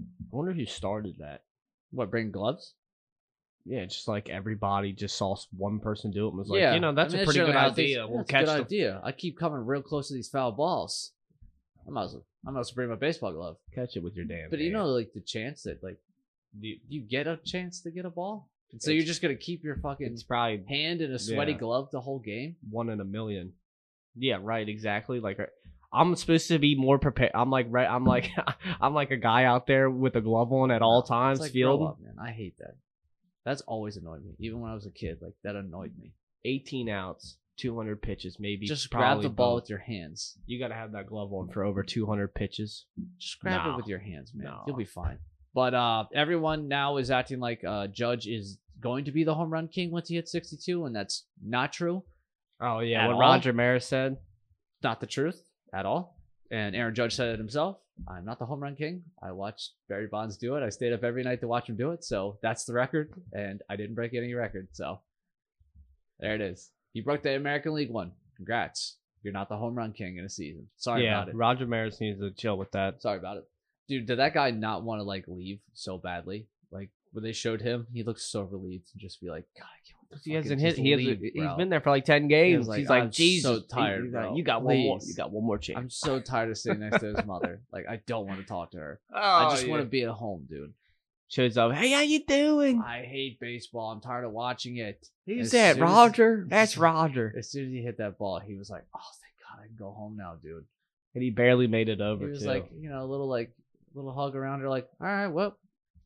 [SPEAKER 3] I wonder who started that.
[SPEAKER 1] What bring gloves?
[SPEAKER 3] Yeah, just like everybody just saw s- one person do it and was like,
[SPEAKER 1] Yeah,
[SPEAKER 3] you know, that's
[SPEAKER 1] I mean,
[SPEAKER 3] a
[SPEAKER 1] that
[SPEAKER 3] pretty
[SPEAKER 1] showed
[SPEAKER 3] good
[SPEAKER 1] how things-
[SPEAKER 3] idea. We'll
[SPEAKER 1] that's
[SPEAKER 3] catch
[SPEAKER 1] a good
[SPEAKER 3] the
[SPEAKER 1] idea. I keep coming real close to these foul balls. I might as well, I might as well bring my baseball glove.
[SPEAKER 3] catch it with your damn.
[SPEAKER 1] But you
[SPEAKER 3] hand.
[SPEAKER 1] know, like the chance that like you, you get a chance to get a ball. So you're just gonna keep your fucking
[SPEAKER 3] It's probably
[SPEAKER 1] hand in a sweaty
[SPEAKER 3] Yeah.
[SPEAKER 1] glove the whole game?
[SPEAKER 3] one in a million. Yeah, right. Exactly. Like uh, I'm supposed to be more prepared. I'm like right. I'm like I'm like a guy out there with a glove on at all times.
[SPEAKER 1] It's like, grow
[SPEAKER 3] field
[SPEAKER 1] up, man. I hate that. That's always annoyed me. Even when I was a kid, like that annoyed me.
[SPEAKER 3] 18 ounce, 200 pitches, maybe.
[SPEAKER 1] Just grab the
[SPEAKER 3] probably
[SPEAKER 1] ball
[SPEAKER 3] both.
[SPEAKER 1] with your hands.
[SPEAKER 3] You gotta have that glove on for over 200 pitches.
[SPEAKER 1] Just grab it
[SPEAKER 3] No.
[SPEAKER 1] with your hands, man.
[SPEAKER 3] No.
[SPEAKER 1] You'll be fine. But uh, everyone now is acting like uh, Judge is going to be the home run king once he hits 62, and that's not true.
[SPEAKER 3] Oh
[SPEAKER 1] At
[SPEAKER 3] yeah, what
[SPEAKER 1] all?
[SPEAKER 3] Roger Maris said.
[SPEAKER 1] Not the truth at all. And Aaron Judge said it himself. I'm not the home run king. I watched Barry Bonds do it. I stayed up every night to watch him do it. So that's the record, and I didn't break any record. So there it is. You broke the American League one. Congrats. You're not the home run king in a season. Sorry
[SPEAKER 3] yeah,
[SPEAKER 1] about it.
[SPEAKER 3] Roger Maris needs to chill with that.
[SPEAKER 1] Sorry about it. Dude, did that guy not want to like leave so badly? Like when they showed him, he looked so relieved and just be like, God, I can't wait to
[SPEAKER 3] He
[SPEAKER 1] fucking
[SPEAKER 3] hasn't
[SPEAKER 1] just
[SPEAKER 3] hit. He hasn't.
[SPEAKER 1] leave,
[SPEAKER 3] he's
[SPEAKER 1] bro.
[SPEAKER 3] been there for like ten games.
[SPEAKER 1] like,
[SPEAKER 3] he's like,
[SPEAKER 1] "I'm so
[SPEAKER 3] Jesus,
[SPEAKER 1] tired,
[SPEAKER 3] you got,
[SPEAKER 1] bro.
[SPEAKER 3] you got one more.
[SPEAKER 1] Please."
[SPEAKER 3] You got one more chance.
[SPEAKER 1] I'm so tired of sitting next to his mother. Like I don't want to talk to her.
[SPEAKER 3] oh,
[SPEAKER 1] I just want to be at home, dude.
[SPEAKER 3] Shows up. Hey, how you doing?
[SPEAKER 1] I hate baseball. I'm tired of watching it.
[SPEAKER 3] Who's
[SPEAKER 1] as
[SPEAKER 3] that?
[SPEAKER 1] soon as-
[SPEAKER 3] Roger. That's Roger.
[SPEAKER 1] As soon as he hit that ball, he was like, "Oh, thank God, I can go home now, dude."
[SPEAKER 3] And he barely made it
[SPEAKER 1] He
[SPEAKER 3] over.
[SPEAKER 1] was
[SPEAKER 3] too.
[SPEAKER 1] like, you know, a little like little hug around her, like, "All right, well,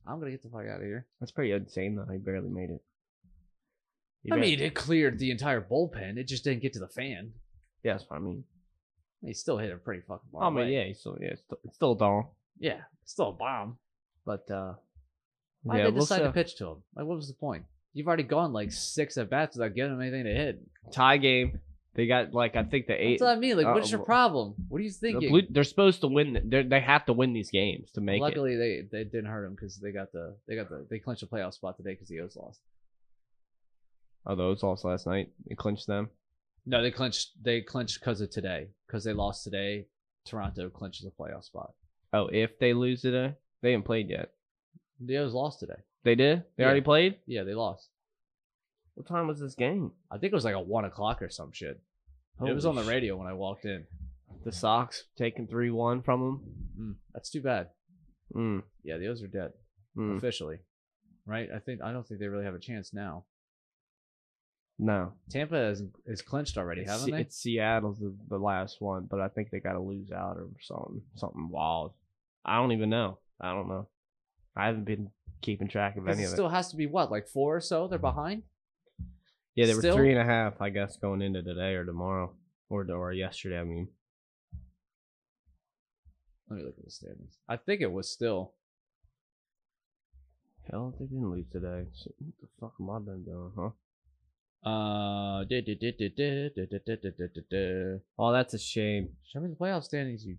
[SPEAKER 1] I'm gonna get the fuck out of here."
[SPEAKER 3] that's pretty insane though. He barely made it. He
[SPEAKER 1] I
[SPEAKER 3] bar-
[SPEAKER 1] mean, it cleared the entire bullpen. It just didn't get to the fan.
[SPEAKER 3] yeah, that's what I mean.
[SPEAKER 1] He still hit a pretty fucking bomb.
[SPEAKER 3] Oh, I mean, yeah, he's still, yeah, it's still, it's still Dawn.
[SPEAKER 1] yeah, still a bomb. But uh, why
[SPEAKER 3] yeah,
[SPEAKER 1] did they
[SPEAKER 3] we'll
[SPEAKER 1] decide to
[SPEAKER 3] see.
[SPEAKER 1] pitch to him? Like, what was the point? You've already gone like six at bats without giving him anything to hit.
[SPEAKER 3] tie game. They got like I think the eight.
[SPEAKER 1] That's what I mean. Like,
[SPEAKER 3] uh,
[SPEAKER 1] what's your
[SPEAKER 3] well,
[SPEAKER 1] problem? What are you
[SPEAKER 3] the
[SPEAKER 1] thinking?
[SPEAKER 3] Blue, they're supposed to win. They they have to win these games to make it.
[SPEAKER 1] Luckily, they they didn't hurt him because they got the they got the they clinched the playoff spot today because the O's lost.
[SPEAKER 3] Oh, those lost last night. It clinched them.
[SPEAKER 1] No, they clinched they clinched because of today because they lost today. Toronto clinches the playoff spot.
[SPEAKER 3] Oh, if they lose today, they haven't played yet.
[SPEAKER 1] The O's lost today.
[SPEAKER 3] They did. They
[SPEAKER 1] Yeah.
[SPEAKER 3] already played.
[SPEAKER 1] Yeah, they lost.
[SPEAKER 3] What time was this game?
[SPEAKER 1] I think it was like a one o'clock or some shit. it was on
[SPEAKER 3] Holy
[SPEAKER 1] the
[SPEAKER 3] sh-
[SPEAKER 1] radio when I walked in.
[SPEAKER 3] The Sox taking three one from
[SPEAKER 1] Mm, that's too bad.
[SPEAKER 3] them.
[SPEAKER 1] Yeah, the O's are dead
[SPEAKER 3] Mm, mm.
[SPEAKER 1] officially, right? I think I don't think they really have a chance now.
[SPEAKER 3] No,
[SPEAKER 1] Tampa is is clinched already,
[SPEAKER 3] it's,
[SPEAKER 1] haven't they?
[SPEAKER 3] it's Seattle's the, the last one, but I think they got to lose out or something, something wild. I don't even know. I don't know. I haven't been keeping track of
[SPEAKER 1] 'Cause
[SPEAKER 3] any
[SPEAKER 1] it
[SPEAKER 3] of it. Mm-hmm.
[SPEAKER 1] still has to be what, like four or so? They're behind.
[SPEAKER 3] Yeah, they were
[SPEAKER 1] Still-
[SPEAKER 3] three and a half, I guess, going into today or tomorrow or or yesterday. I mean,
[SPEAKER 1] Let me look at the standings. I think it was still.
[SPEAKER 3] hell, they didn't lose today. Shit, what the fuck am I been doing, huh?
[SPEAKER 1] Uh, duh, duh, duh, duh, duh, duh, duh, duh, duh, duh, duh, duh.
[SPEAKER 3] Oh, that's a shame.
[SPEAKER 1] show me the playoff standings, you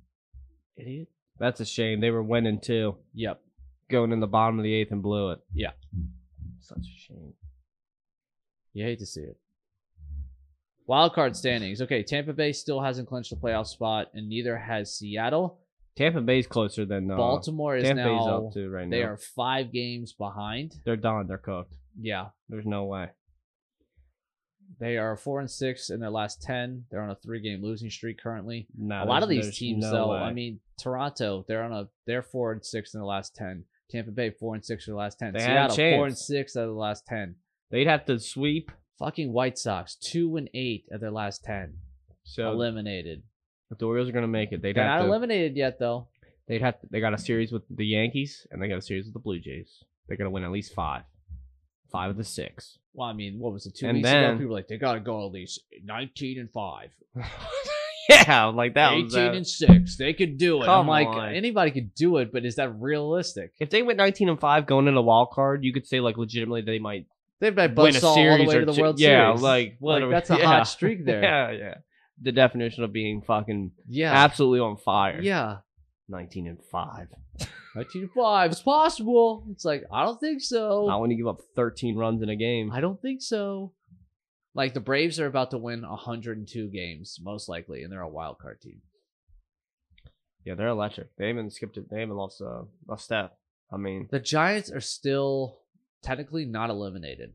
[SPEAKER 1] idiot.
[SPEAKER 3] That's a shame. They were winning too,
[SPEAKER 1] Yep.
[SPEAKER 3] going in the bottom of the eighth and blew it.
[SPEAKER 1] Yeah.
[SPEAKER 3] such a shame.
[SPEAKER 1] You hate to see it. Wild card standings. Okay, Tampa Bay still hasn't clinched the playoff spot, and neither has Seattle.
[SPEAKER 3] Tampa Bay's closer than uh,
[SPEAKER 1] Baltimore is
[SPEAKER 3] Tampa Bay's
[SPEAKER 1] now
[SPEAKER 3] up to right
[SPEAKER 1] They
[SPEAKER 3] now.
[SPEAKER 1] are five games behind.
[SPEAKER 3] They're done. They're cooked.
[SPEAKER 1] Yeah.
[SPEAKER 3] There's no way.
[SPEAKER 1] They are four and six in their last ten. They're on a three game losing streak currently.
[SPEAKER 3] No,
[SPEAKER 1] a lot of these
[SPEAKER 3] there's- there's
[SPEAKER 1] teams
[SPEAKER 3] no
[SPEAKER 1] though,
[SPEAKER 3] way.
[SPEAKER 1] I mean Toronto, they're on a they're four and six in the last ten. Tampa Bay four and six in the last ten.
[SPEAKER 3] They had a
[SPEAKER 1] Seattle four and
[SPEAKER 3] chance.
[SPEAKER 1] six out of the last ten.
[SPEAKER 3] they'd have to sweep.
[SPEAKER 1] Fucking White Sox, two and eight at their last ten.
[SPEAKER 3] So
[SPEAKER 1] eliminated.
[SPEAKER 3] if the Orioles are gonna make it, they'd
[SPEAKER 1] They're
[SPEAKER 3] have
[SPEAKER 1] not
[SPEAKER 3] to.
[SPEAKER 1] eliminated yet though.
[SPEAKER 3] they'd have. To, they got a series with the Yankees, and they got a series with the Blue Jays. They're gonna win at least five, five of the six.
[SPEAKER 1] Well, I mean, what was it? Two
[SPEAKER 3] And
[SPEAKER 1] weeks ago,
[SPEAKER 3] then-
[SPEAKER 1] people were like they gotta go at least nineteen and five,
[SPEAKER 3] yeah, like that. was,
[SPEAKER 1] 18
[SPEAKER 3] uh,
[SPEAKER 1] and six. They could do it. I'm
[SPEAKER 3] Come
[SPEAKER 1] like,
[SPEAKER 3] on.
[SPEAKER 1] anybody could do it, but is that realistic?
[SPEAKER 3] if they went 19 and five going into wild card, you could say like legitimately they might
[SPEAKER 1] They've been
[SPEAKER 3] win a
[SPEAKER 1] buzzsaw all the
[SPEAKER 3] series
[SPEAKER 1] way
[SPEAKER 3] or
[SPEAKER 1] to the
[SPEAKER 3] two-
[SPEAKER 1] World
[SPEAKER 3] yeah,
[SPEAKER 1] Series.
[SPEAKER 3] like what?
[SPEAKER 1] like
[SPEAKER 3] a-
[SPEAKER 1] that's a
[SPEAKER 3] yeah.
[SPEAKER 1] hot streak there.
[SPEAKER 3] Yeah, yeah. The definition of being fucking
[SPEAKER 1] Yeah.
[SPEAKER 3] absolutely on fire.
[SPEAKER 1] Yeah.
[SPEAKER 3] 19 and five.
[SPEAKER 1] 19 to 5 is possible. It's like, I don't think so.
[SPEAKER 3] Not when you give up 13 runs in a game.
[SPEAKER 1] I don't think so. Like, the Braves are about to win 102 games, most likely, and they're a wild card team.
[SPEAKER 3] Yeah, they're electric. They haven't skipped it. They haven't lost a, a step. I mean,
[SPEAKER 1] The Giants are still technically not eliminated.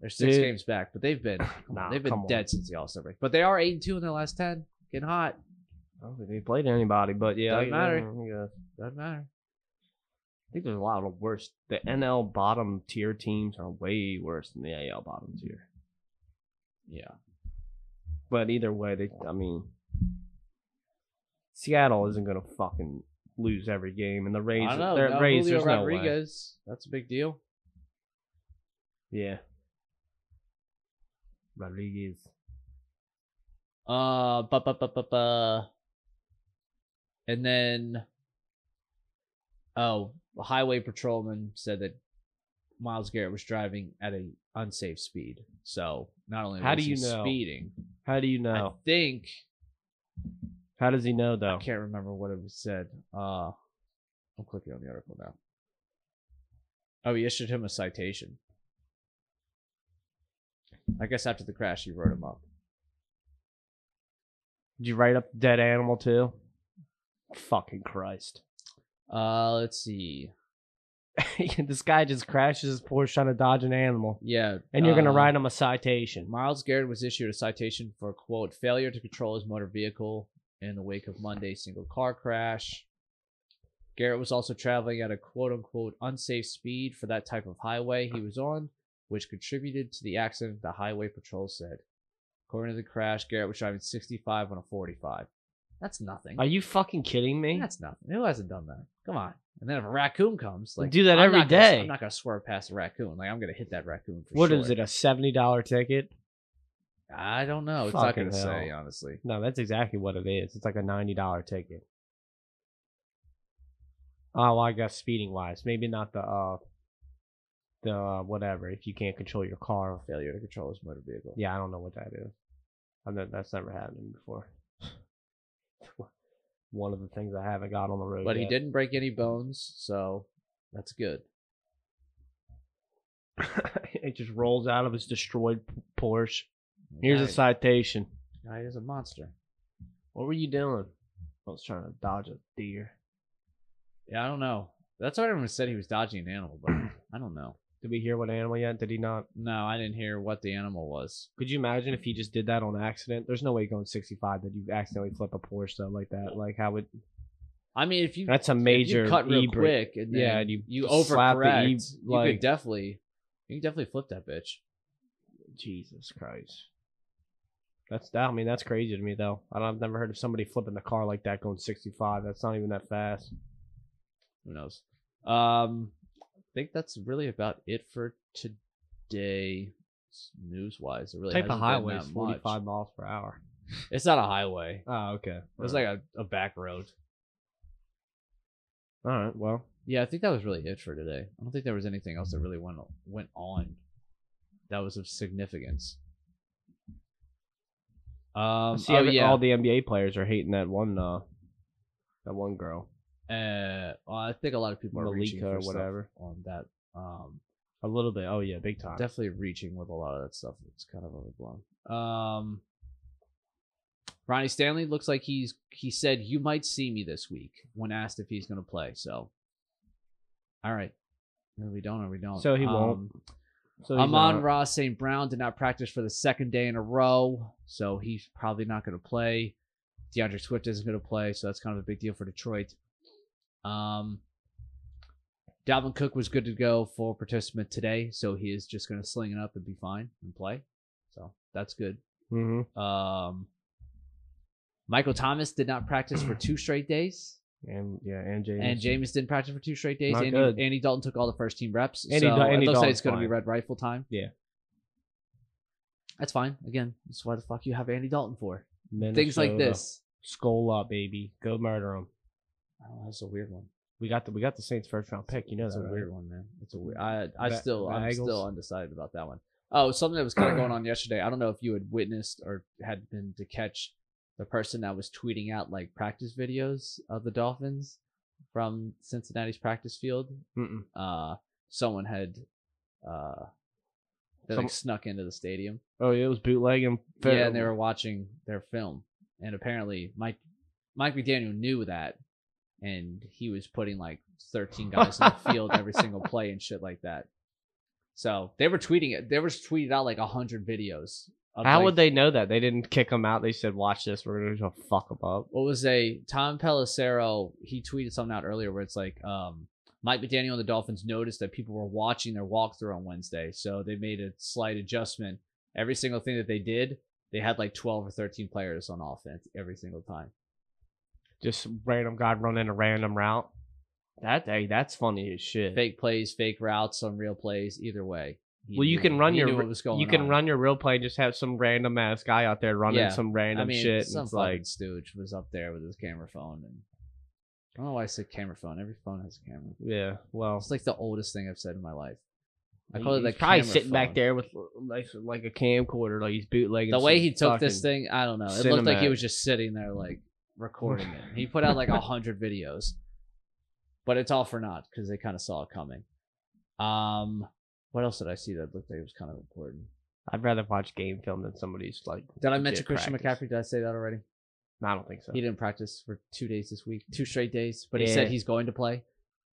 [SPEAKER 1] They're six
[SPEAKER 3] Dude.
[SPEAKER 1] games back, but they've been
[SPEAKER 3] Nah,
[SPEAKER 1] they've been
[SPEAKER 3] come
[SPEAKER 1] dead
[SPEAKER 3] on.
[SPEAKER 1] since the All Star break. But they are eight and two in their last ten. Getting hot.
[SPEAKER 3] I don't think they played anybody, but yeah,
[SPEAKER 1] Doesn't
[SPEAKER 3] I-
[SPEAKER 1] matter.
[SPEAKER 3] yeah,
[SPEAKER 1] Doesn't matter.
[SPEAKER 3] I think there's a lot of worse. The NL bottom tier teams are way worse than the AL bottom tier.
[SPEAKER 1] Yeah.
[SPEAKER 3] But either way, they, I mean, Seattle isn't gonna fucking lose every game, and the Rays,
[SPEAKER 1] I know.
[SPEAKER 3] they're-
[SPEAKER 1] now
[SPEAKER 3] Rays,
[SPEAKER 1] Julio
[SPEAKER 3] there's no way.
[SPEAKER 1] Rodriguez. That's a big deal.
[SPEAKER 3] Yeah. Rodriguez.
[SPEAKER 1] Uh, ba ba ba ba ba. And then, oh, a highway patrolman said that Miles Garrett was driving at an unsafe speed. So not only
[SPEAKER 3] How
[SPEAKER 1] was
[SPEAKER 3] do you
[SPEAKER 1] he
[SPEAKER 3] know?
[SPEAKER 1] speeding,
[SPEAKER 3] How do you
[SPEAKER 1] I
[SPEAKER 3] know?
[SPEAKER 1] think
[SPEAKER 3] How does he know though?
[SPEAKER 1] I can't remember what it was said. Uh, I'm clicking on the article now. Oh, he issued him a citation. I guess after the crash, he wrote him up.
[SPEAKER 3] Did you write up dead animal too? Fucking Christ.
[SPEAKER 1] Uh, let's see.
[SPEAKER 3] this guy just crashes his Porsche trying to dodge an animal.
[SPEAKER 1] Yeah,
[SPEAKER 3] And you're gonna
[SPEAKER 1] uh,
[SPEAKER 3] write him a citation.
[SPEAKER 1] Miles Garrett was issued a citation for quote failure to control his motor vehicle in the wake of Monday's single car crash. Garrett was also traveling at a quote unquote unsafe speed for that type of highway he was on, which contributed to the accident, the highway patrol said. According to the crash, Garrett was driving 65 on a 45. That's nothing.
[SPEAKER 3] Are you fucking kidding me?
[SPEAKER 1] That's nothing. Who hasn't done that? Come on. And then if a raccoon comes, like
[SPEAKER 3] do that every
[SPEAKER 1] not gonna-
[SPEAKER 3] day.
[SPEAKER 1] I'm not gonna swerve past a raccoon. Like I'm gonna hit that raccoon for
[SPEAKER 3] What
[SPEAKER 1] sure.
[SPEAKER 3] is it? A seventy dollar ticket?
[SPEAKER 1] I don't know. It's
[SPEAKER 3] Fucking
[SPEAKER 1] not gonna say
[SPEAKER 3] hell.
[SPEAKER 1] honestly.
[SPEAKER 3] No, that's exactly what it is. It's like a ninety dollar ticket. Oh, well, I guess speeding wise, maybe not the uh, the uh, whatever. If you can't control your car,
[SPEAKER 1] failure to control his motor vehicle.
[SPEAKER 3] yeah, I don't know what that is. I've ne- that's never happened before. One of the things I haven't got on the road.
[SPEAKER 1] But he
[SPEAKER 3] yet.
[SPEAKER 1] didn't break any bones, so that's good.
[SPEAKER 3] it just rolls out of his destroyed P- Porsche. Here's a citation.
[SPEAKER 1] guy is a monster.
[SPEAKER 3] What were you doing? I was trying to dodge a deer.
[SPEAKER 1] Yeah, I don't know. That's what everyone said he was dodging an animal, but I don't know.
[SPEAKER 3] Did we hear what animal yet? Did he not?
[SPEAKER 1] No, I didn't hear what the animal was.
[SPEAKER 3] Could you imagine if he just did that on accident? There's no way going 65 that you accidentally flip a Porsche though like that. Like how would
[SPEAKER 1] I mean, if you
[SPEAKER 3] that's a
[SPEAKER 1] if
[SPEAKER 3] major
[SPEAKER 1] you cut real
[SPEAKER 3] e-brake.
[SPEAKER 1] quick and then
[SPEAKER 3] Yeah,
[SPEAKER 1] yeah,
[SPEAKER 3] and you
[SPEAKER 1] you you
[SPEAKER 3] slap the
[SPEAKER 1] overcorrect,
[SPEAKER 3] e-
[SPEAKER 1] you
[SPEAKER 3] like-
[SPEAKER 1] could definitely you could definitely flip that bitch.
[SPEAKER 3] Jesus Christ. That's that. I mean, that's crazy to me though. I don't, I've never heard of somebody flipping the car like that going 65. That's not even that fast.
[SPEAKER 1] Who knows? Um, I think that's really about it for today, news wise. It really
[SPEAKER 3] Type
[SPEAKER 1] hasn't
[SPEAKER 3] of
[SPEAKER 1] been
[SPEAKER 3] highway is
[SPEAKER 1] that much.
[SPEAKER 3] 45 miles per hour.
[SPEAKER 1] It's not a highway.
[SPEAKER 3] Oh, okay.
[SPEAKER 1] It was like a, a back road.
[SPEAKER 3] all right. Well,
[SPEAKER 1] Yeah, I think that was really it for today. I don't think there was anything else that really went went on that was of significance. Um,
[SPEAKER 3] see,
[SPEAKER 1] oh
[SPEAKER 3] every-
[SPEAKER 1] yeah,
[SPEAKER 3] all the NBA players are hating that one. Uh, that one girl.
[SPEAKER 1] uh, well, I think a lot of people are reaching
[SPEAKER 3] Malika or
[SPEAKER 1] for stuff
[SPEAKER 3] whatever.
[SPEAKER 1] on that. Um,
[SPEAKER 3] A little bit. Oh yeah, big time.
[SPEAKER 1] definitely reaching with a lot of that stuff. It's kind of overblown. Um, Ronnie Stanley looks like he's he said you might see me this week when asked if he's going to play. So, all right, No, we don't or we don't.
[SPEAKER 3] So he won't.
[SPEAKER 1] Um,
[SPEAKER 3] so he's
[SPEAKER 1] Amon
[SPEAKER 3] not-
[SPEAKER 1] Ross St. Brown did not practice for the second day in a row, so he's probably not going to play. DeAndre Swift isn't going to play, so that's kind of a big deal for Detroit. Um, Dalvin Cook was good to go for participant today, so he is just going to sling it up and be fine and play. So that's good.
[SPEAKER 3] Mhm.
[SPEAKER 1] Um, Michael Thomas did not practice for two straight days,
[SPEAKER 3] And yeah, and James.
[SPEAKER 1] and James didn't practice for two straight days.
[SPEAKER 3] Not
[SPEAKER 1] Andy,
[SPEAKER 3] good.
[SPEAKER 1] Andy Dalton took all the first team reps,
[SPEAKER 3] Andy
[SPEAKER 1] so
[SPEAKER 3] Dal- Andy
[SPEAKER 1] it looks like
[SPEAKER 3] Dalton's
[SPEAKER 1] it's going to be
[SPEAKER 3] fine.
[SPEAKER 1] red rifle time.
[SPEAKER 3] Yeah.
[SPEAKER 1] That's fine. Again, that's why the fuck you have Andy Dalton for
[SPEAKER 3] Minnesota.
[SPEAKER 1] things like this.
[SPEAKER 3] Skull up, baby. Go murder him.
[SPEAKER 1] Oh, that's a weird one.
[SPEAKER 3] We got the we got the Saints first round pick. You know
[SPEAKER 1] That's
[SPEAKER 3] that.
[SPEAKER 1] a
[SPEAKER 3] right?
[SPEAKER 1] weird one, man. It's a weird. I I
[SPEAKER 3] Va-
[SPEAKER 1] still I'm
[SPEAKER 3] Vagels?
[SPEAKER 1] still undecided about that one. Oh, something that was kind of going on yesterday. I don't know if you had witnessed or had been to catch the person that was tweeting out like practice videos of the Dolphins from Cincinnati's practice field.
[SPEAKER 3] Mm-mm.
[SPEAKER 1] Uh, someone had uh, they
[SPEAKER 3] Some-
[SPEAKER 1] like snuck into the stadium.
[SPEAKER 3] Oh yeah, it was bootlegging.
[SPEAKER 1] Yeah, and they were watching their film, and apparently Mike Mike McDaniel knew that, and he was putting like 13 guys in the field every single play and shit like that. So they were tweeting it. They were tweeted out like hundred videos. Of
[SPEAKER 3] How
[SPEAKER 1] like,
[SPEAKER 3] would they know that? They didn't kick him out. They said, "Watch this. We're gonna just fuck him up."
[SPEAKER 1] What was a Tom Pelissero? He tweeted something out earlier where it's like, um, Mike McDaniel and the Dolphins noticed that people were watching their walkthrough on Wednesday, so they made a slight adjustment. Every single thing that they did, they had like 12 or 13 players on offense every single time.
[SPEAKER 3] Just random guy running a random route. That hey, that's funny as shit.
[SPEAKER 1] Fake plays, fake routes on real plays, either way. He
[SPEAKER 3] Well, you
[SPEAKER 1] knew-
[SPEAKER 3] can run
[SPEAKER 1] he
[SPEAKER 3] your
[SPEAKER 1] knew
[SPEAKER 3] re-
[SPEAKER 1] what was going
[SPEAKER 3] you can
[SPEAKER 1] on.
[SPEAKER 3] run your real play and just have some random ass guy out there running
[SPEAKER 1] Yeah.
[SPEAKER 3] some
[SPEAKER 1] I
[SPEAKER 3] random
[SPEAKER 1] mean,
[SPEAKER 3] shit. And
[SPEAKER 1] some
[SPEAKER 3] it's
[SPEAKER 1] fucking
[SPEAKER 3] like
[SPEAKER 1] stooge was up there with his camera phone, and I don't know why I said camera phone. Every phone has a camera.
[SPEAKER 3] yeah, well,
[SPEAKER 1] It's like the oldest thing I've said in my life. I
[SPEAKER 3] he-
[SPEAKER 1] call it
[SPEAKER 3] he's
[SPEAKER 1] the
[SPEAKER 3] probably
[SPEAKER 1] camera
[SPEAKER 3] sitting back
[SPEAKER 1] phone.
[SPEAKER 3] there with like like a camcorder, like he's bootlegging.
[SPEAKER 1] The way
[SPEAKER 3] some
[SPEAKER 1] he took this
[SPEAKER 3] fucking-
[SPEAKER 1] thing, I don't know. It looked like he
[SPEAKER 3] cinematic.
[SPEAKER 1] was just sitting there, like recording it. He put out like a hundred videos, but it's all for naught because they kind of saw it coming. Um, what else did I see that looked like it was kind of important?
[SPEAKER 3] I'd rather watch game film than somebody's like.
[SPEAKER 1] Did I
[SPEAKER 3] legit
[SPEAKER 1] mention Christian
[SPEAKER 3] practice.
[SPEAKER 1] McCaffrey? Did I say that already?
[SPEAKER 3] No, I don't think so.
[SPEAKER 1] He didn't practice for two days this week, two straight days, but he said
[SPEAKER 3] Yeah.
[SPEAKER 1] he's going to play.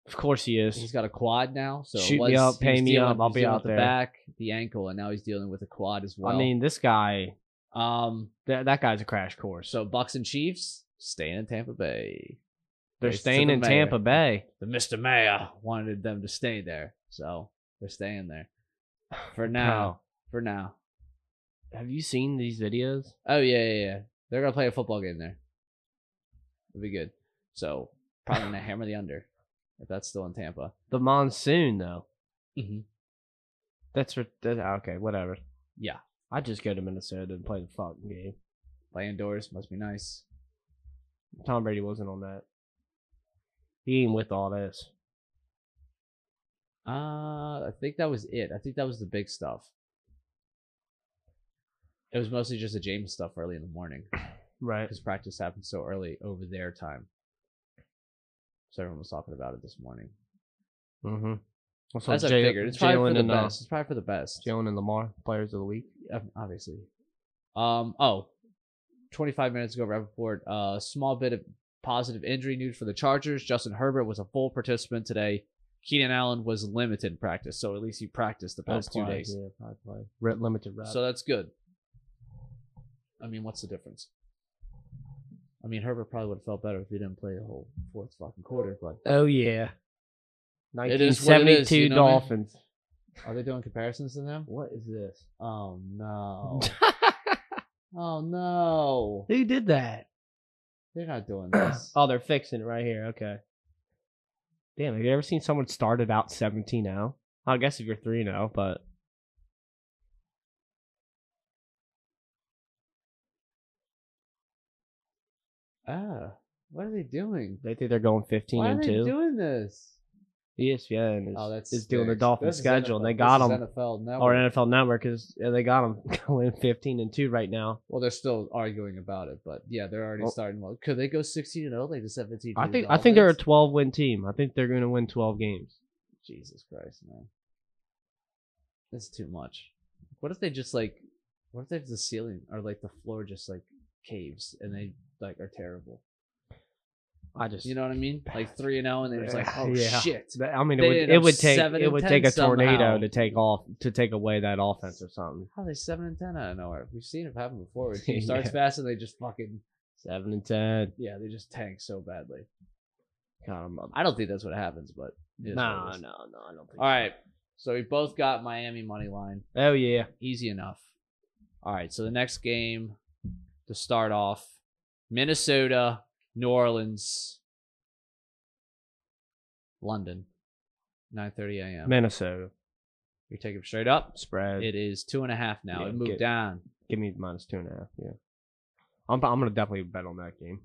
[SPEAKER 3] Of course he is.
[SPEAKER 1] He's got a quad now, so it
[SPEAKER 3] Shoot me
[SPEAKER 1] was-
[SPEAKER 3] up,
[SPEAKER 1] he was
[SPEAKER 3] pay me
[SPEAKER 1] dealing-
[SPEAKER 3] up,
[SPEAKER 1] he
[SPEAKER 3] I'll
[SPEAKER 1] was
[SPEAKER 3] be
[SPEAKER 1] dealing with
[SPEAKER 3] out
[SPEAKER 1] the
[SPEAKER 3] there.
[SPEAKER 1] back, the ankle, and now he's dealing with a quad as well.
[SPEAKER 3] I mean, this guy,
[SPEAKER 1] um,
[SPEAKER 3] that that guy's a crash course.
[SPEAKER 1] so Bucks and Chiefs staying in Tampa Bay.
[SPEAKER 3] They're
[SPEAKER 1] Race to
[SPEAKER 3] staying
[SPEAKER 1] the
[SPEAKER 3] in
[SPEAKER 1] mayor.
[SPEAKER 3] Tampa Bay.
[SPEAKER 1] the Mr. Mayor wanted them to stay there, so they're staying there for now. For now.
[SPEAKER 3] Bro, have you seen these videos?
[SPEAKER 1] Oh yeah, yeah, yeah. They're gonna play a football game there. It'll be good. So probably gonna hammer the under if that's still in Tampa.
[SPEAKER 3] The monsoon though.
[SPEAKER 1] Mm-hmm.
[SPEAKER 3] That's for that, ah, okay. Whatever.
[SPEAKER 1] Yeah.
[SPEAKER 3] I just go to Minnesota and play the fucking game.
[SPEAKER 1] Play indoors must be nice.
[SPEAKER 3] Tom Brady wasn't on that. He ain't with all this.
[SPEAKER 1] Uh, I think that was it. I think that was the big stuff. It was mostly just the James stuff early in the morning
[SPEAKER 3] Right.
[SPEAKER 1] because practice happened so early over their time. So everyone was talking about it this morning.
[SPEAKER 3] Mm-hmm. Also,
[SPEAKER 1] That's what I figured. It's probably for the best. It's probably for the best.
[SPEAKER 3] uh, Jalen and Lamar, players of the week.
[SPEAKER 1] Yeah, Obviously. Um. Oh, 25 minutes ago, Rappaport. A uh, small bit of positive injury news for the Chargers. Justin Herbert was a full participant today. Keenan Allen was limited in practice, so at least he practiced the past two days.
[SPEAKER 3] Yeah, probably play. Red limited route.
[SPEAKER 1] So that's good. I mean, what's the difference? I mean, Herbert probably would have felt better if he didn't play the whole fourth fucking quarter. But
[SPEAKER 3] oh yeah.
[SPEAKER 1] It is what it is,
[SPEAKER 3] 1972
[SPEAKER 1] you know what I mean?
[SPEAKER 3] Dolphins.
[SPEAKER 1] are they doing comparisons to them?
[SPEAKER 3] What is this?
[SPEAKER 1] Oh no! oh no!
[SPEAKER 3] Who did that?
[SPEAKER 1] They're not doing this.
[SPEAKER 3] Oh, they're fixing it right here. Okay. Damn, have you ever seen someone started out 17 0? I guess if you're 3 0, but.
[SPEAKER 1] Ah, what are they doing?
[SPEAKER 3] They think they're going 15
[SPEAKER 1] Why are
[SPEAKER 3] and E
[SPEAKER 1] they
[SPEAKER 3] 2.
[SPEAKER 1] doing this?
[SPEAKER 3] ESPN is,
[SPEAKER 1] Oh, that's
[SPEAKER 3] is doing the
[SPEAKER 1] sticks.
[SPEAKER 3] Dolphin
[SPEAKER 1] This is
[SPEAKER 3] schedule, and they
[SPEAKER 1] NFL
[SPEAKER 3] got
[SPEAKER 1] this
[SPEAKER 3] them.
[SPEAKER 1] is NFL now.
[SPEAKER 3] Or NFL Network is yeah, they got them going 15 and 2 right now.
[SPEAKER 1] well, they're still arguing about it, but yeah, they're already
[SPEAKER 3] Well-
[SPEAKER 1] starting. Well, could they go sixteen and zero like the seventeen?
[SPEAKER 3] I
[SPEAKER 1] to the
[SPEAKER 3] think I think they're a
[SPEAKER 1] Dolphins?
[SPEAKER 3] 12 win team. I think they're going to win 12 games.
[SPEAKER 1] Jesus Christ, man, that's too much. What if they just like? What if they have the ceiling or like the floor just like caves and they like are terrible?
[SPEAKER 3] I just
[SPEAKER 1] You know what I mean? Like three and zero, and they're just like, oh
[SPEAKER 3] Yeah.
[SPEAKER 1] shit.
[SPEAKER 3] that- I mean it
[SPEAKER 1] They
[SPEAKER 3] would
[SPEAKER 1] ended
[SPEAKER 3] it
[SPEAKER 1] up
[SPEAKER 3] would take
[SPEAKER 1] seven
[SPEAKER 3] it
[SPEAKER 1] and
[SPEAKER 3] would
[SPEAKER 1] 10
[SPEAKER 3] take a tornado
[SPEAKER 1] somehow.
[SPEAKER 3] to take off to take away that offense or something.
[SPEAKER 1] How are they seven and ten out of nowhere? We've seen it happen before. Where a team
[SPEAKER 3] Yeah.
[SPEAKER 1] starts fast and they just fucking
[SPEAKER 3] 7 and 10.
[SPEAKER 1] yeah, they just tank so badly.
[SPEAKER 3] God, I'm
[SPEAKER 1] I don't think that's what happens, but it is what
[SPEAKER 3] No,
[SPEAKER 1] it is.
[SPEAKER 3] no, no, I don't think.
[SPEAKER 1] All right, so we both got Miami money line,
[SPEAKER 3] Oh yeah.
[SPEAKER 1] easy enough. All right, so the next game to start off, Minnesota, New Orleans, London, nine thirty a.m.
[SPEAKER 3] Minnesota
[SPEAKER 1] You take them straight up.
[SPEAKER 3] spread.
[SPEAKER 1] It is two and a half now.
[SPEAKER 3] Uh, Yeah,
[SPEAKER 1] it moved
[SPEAKER 3] get-
[SPEAKER 1] down.
[SPEAKER 3] Give me minus two and a half. Yeah. I'm, I'm gonna definitely bet on that game.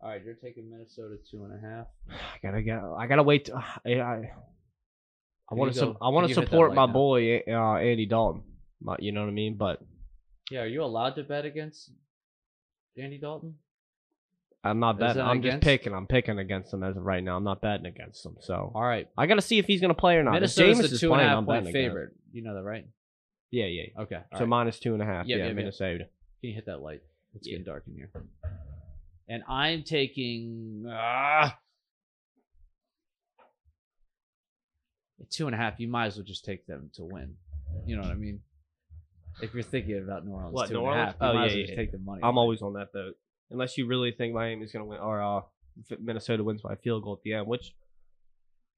[SPEAKER 1] All right, you're taking Minnesota two and a half.
[SPEAKER 3] I gotta get. I gotta wait. To, I. I, I
[SPEAKER 1] Can
[SPEAKER 3] want
[SPEAKER 1] you
[SPEAKER 3] to.
[SPEAKER 1] go-
[SPEAKER 3] I
[SPEAKER 1] can
[SPEAKER 3] want to
[SPEAKER 1] you hit that
[SPEAKER 3] support
[SPEAKER 1] right
[SPEAKER 3] my
[SPEAKER 1] now?
[SPEAKER 3] boy uh, Andy Dalton. My, you know what I mean? But
[SPEAKER 1] Yeah, are you allowed to bet against Andy Dalton?
[SPEAKER 3] I'm not
[SPEAKER 1] Is
[SPEAKER 3] betting.
[SPEAKER 1] that
[SPEAKER 3] I'm just
[SPEAKER 1] against?
[SPEAKER 3] picking. I'm picking against him as of right now. I'm not betting against him. So
[SPEAKER 1] All right,
[SPEAKER 3] I gotta see if he's gonna play or not. If
[SPEAKER 1] Minnesota's
[SPEAKER 3] Jameis
[SPEAKER 1] the
[SPEAKER 3] is
[SPEAKER 1] two and a
[SPEAKER 3] playing,
[SPEAKER 1] half
[SPEAKER 3] I'm
[SPEAKER 1] point
[SPEAKER 3] betting against him.
[SPEAKER 1] favorite. You know that, right?
[SPEAKER 3] Yeah, yeah. yeah.
[SPEAKER 1] Okay.
[SPEAKER 3] So
[SPEAKER 1] so
[SPEAKER 3] minus two and a half.
[SPEAKER 1] Yeah,
[SPEAKER 3] Yeah,
[SPEAKER 1] yeah, yeah.
[SPEAKER 3] Minnesota.
[SPEAKER 1] can you hit that light? It's
[SPEAKER 3] Yeah.
[SPEAKER 1] getting dark in here. And I'm taking uh, two and a half. You might as well just take them to win. You know what I mean? If you're thinking about New Orleans,
[SPEAKER 3] What,
[SPEAKER 1] two
[SPEAKER 3] New
[SPEAKER 1] and a
[SPEAKER 3] Orleans?
[SPEAKER 1] half, you
[SPEAKER 3] Oh,
[SPEAKER 1] might
[SPEAKER 3] yeah,
[SPEAKER 1] as well
[SPEAKER 3] yeah,
[SPEAKER 1] just
[SPEAKER 3] yeah.
[SPEAKER 1] take the money.
[SPEAKER 3] I'm
[SPEAKER 1] line.
[SPEAKER 3] always on that though, unless you really think Miami's gonna win or uh, Minnesota wins by a field goal at the end, which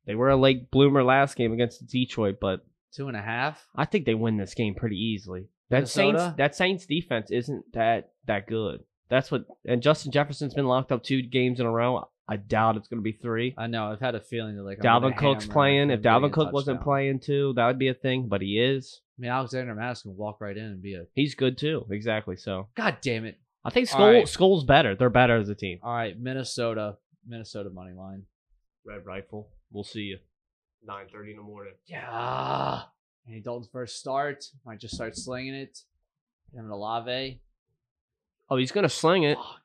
[SPEAKER 3] They were a late bloomer last game against Detroit, but
[SPEAKER 1] Two and a half.
[SPEAKER 3] I think they win this game pretty easily. That
[SPEAKER 1] Minnesota?
[SPEAKER 3] Saints that Saints defense isn't that that good. That's what and Justin Jefferson's been locked up two games in a row. I doubt it's going to be three.
[SPEAKER 1] I know. I've had a feeling that like I'm gonna
[SPEAKER 3] Dalvin Cook's
[SPEAKER 1] hammer
[SPEAKER 3] playing.
[SPEAKER 1] him
[SPEAKER 3] If
[SPEAKER 1] to get a
[SPEAKER 3] Dalvin Cook wasn't
[SPEAKER 1] touchdown.
[SPEAKER 3] playing too, that would be a thing. But he is.
[SPEAKER 1] I mean, Alexander Madison can walk right in and be a.
[SPEAKER 3] He's good too. Exactly. So
[SPEAKER 1] God damn it!
[SPEAKER 3] I think
[SPEAKER 1] All
[SPEAKER 3] Skull
[SPEAKER 1] right.
[SPEAKER 3] Skull's better. They're better as a team.
[SPEAKER 1] All right, Minnesota, Minnesota money line.
[SPEAKER 3] Red Rifle. We'll see you. Nine thirty in the morning.
[SPEAKER 1] Yeah. Andy Dalton's first start might just start slinging it. Him and Olave.
[SPEAKER 3] Oh, he's gonna sling it.
[SPEAKER 1] Fuck.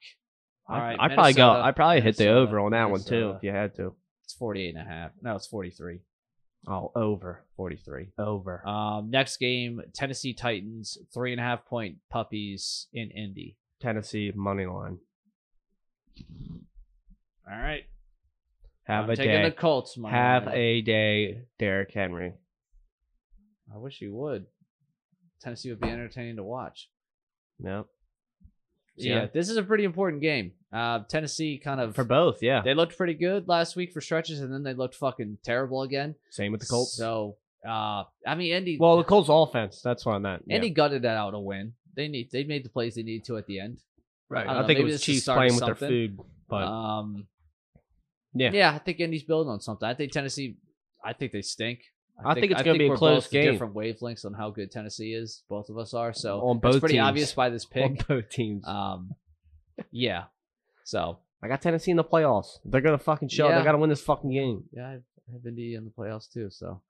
[SPEAKER 3] I,
[SPEAKER 1] All right,
[SPEAKER 3] I'd probably go.
[SPEAKER 1] Minnesota,
[SPEAKER 3] I probably hit the
[SPEAKER 1] Minnesota,
[SPEAKER 3] over on that one too
[SPEAKER 1] Minnesota.
[SPEAKER 3] if you had to.
[SPEAKER 1] It's 48 and a half. No, it's 43.
[SPEAKER 3] Oh, over,
[SPEAKER 1] 43.
[SPEAKER 3] over.
[SPEAKER 1] Um, next game, Tennessee Titans, three and a half point puppies in Indy.
[SPEAKER 3] Tennessee money line.
[SPEAKER 1] All right.
[SPEAKER 3] Have
[SPEAKER 1] I'm
[SPEAKER 3] a
[SPEAKER 1] taking
[SPEAKER 3] day.
[SPEAKER 1] the Colts. money
[SPEAKER 3] Have
[SPEAKER 1] line.
[SPEAKER 3] a day, Derrick Henry.
[SPEAKER 1] I wish you would. Tennessee would be entertaining to watch.
[SPEAKER 3] Yep.
[SPEAKER 1] Yeah, this is a pretty important game. Uh, Tennessee kind of
[SPEAKER 3] For both, yeah.
[SPEAKER 1] they looked pretty good last week for stretches, and then they looked fucking terrible again.
[SPEAKER 3] Same with the Colts.
[SPEAKER 1] So, uh, I mean, Indy.
[SPEAKER 3] well, the Colts offense. That's what I meant.
[SPEAKER 1] Indy gutted that out a win. They need they made the plays they needed to at the end.
[SPEAKER 3] Right.
[SPEAKER 1] I
[SPEAKER 3] I,
[SPEAKER 1] don't know,
[SPEAKER 3] think it
[SPEAKER 1] maybe
[SPEAKER 3] was
[SPEAKER 1] it's the
[SPEAKER 3] Chiefs
[SPEAKER 1] start of
[SPEAKER 3] playing with their
[SPEAKER 1] something.
[SPEAKER 3] food, but
[SPEAKER 1] um,
[SPEAKER 3] yeah.
[SPEAKER 1] yeah, I think Indy's building on something. I think Tennessee. I think they stink.
[SPEAKER 3] I think it's gonna be a
[SPEAKER 1] we're
[SPEAKER 3] close
[SPEAKER 1] both
[SPEAKER 3] game.
[SPEAKER 1] Different wavelengths on how good Tennessee is. Both of us are. So
[SPEAKER 3] On
[SPEAKER 1] it's
[SPEAKER 3] both
[SPEAKER 1] pretty
[SPEAKER 3] teams.
[SPEAKER 1] obvious by this
[SPEAKER 3] On
[SPEAKER 1] pick.
[SPEAKER 3] both teams.
[SPEAKER 1] Um, yeah. So
[SPEAKER 3] I got Tennessee in the playoffs. They're gonna fucking show.
[SPEAKER 1] Yeah.
[SPEAKER 3] They gotta win this fucking game.
[SPEAKER 1] yeah, I have Indy E in the playoffs too. So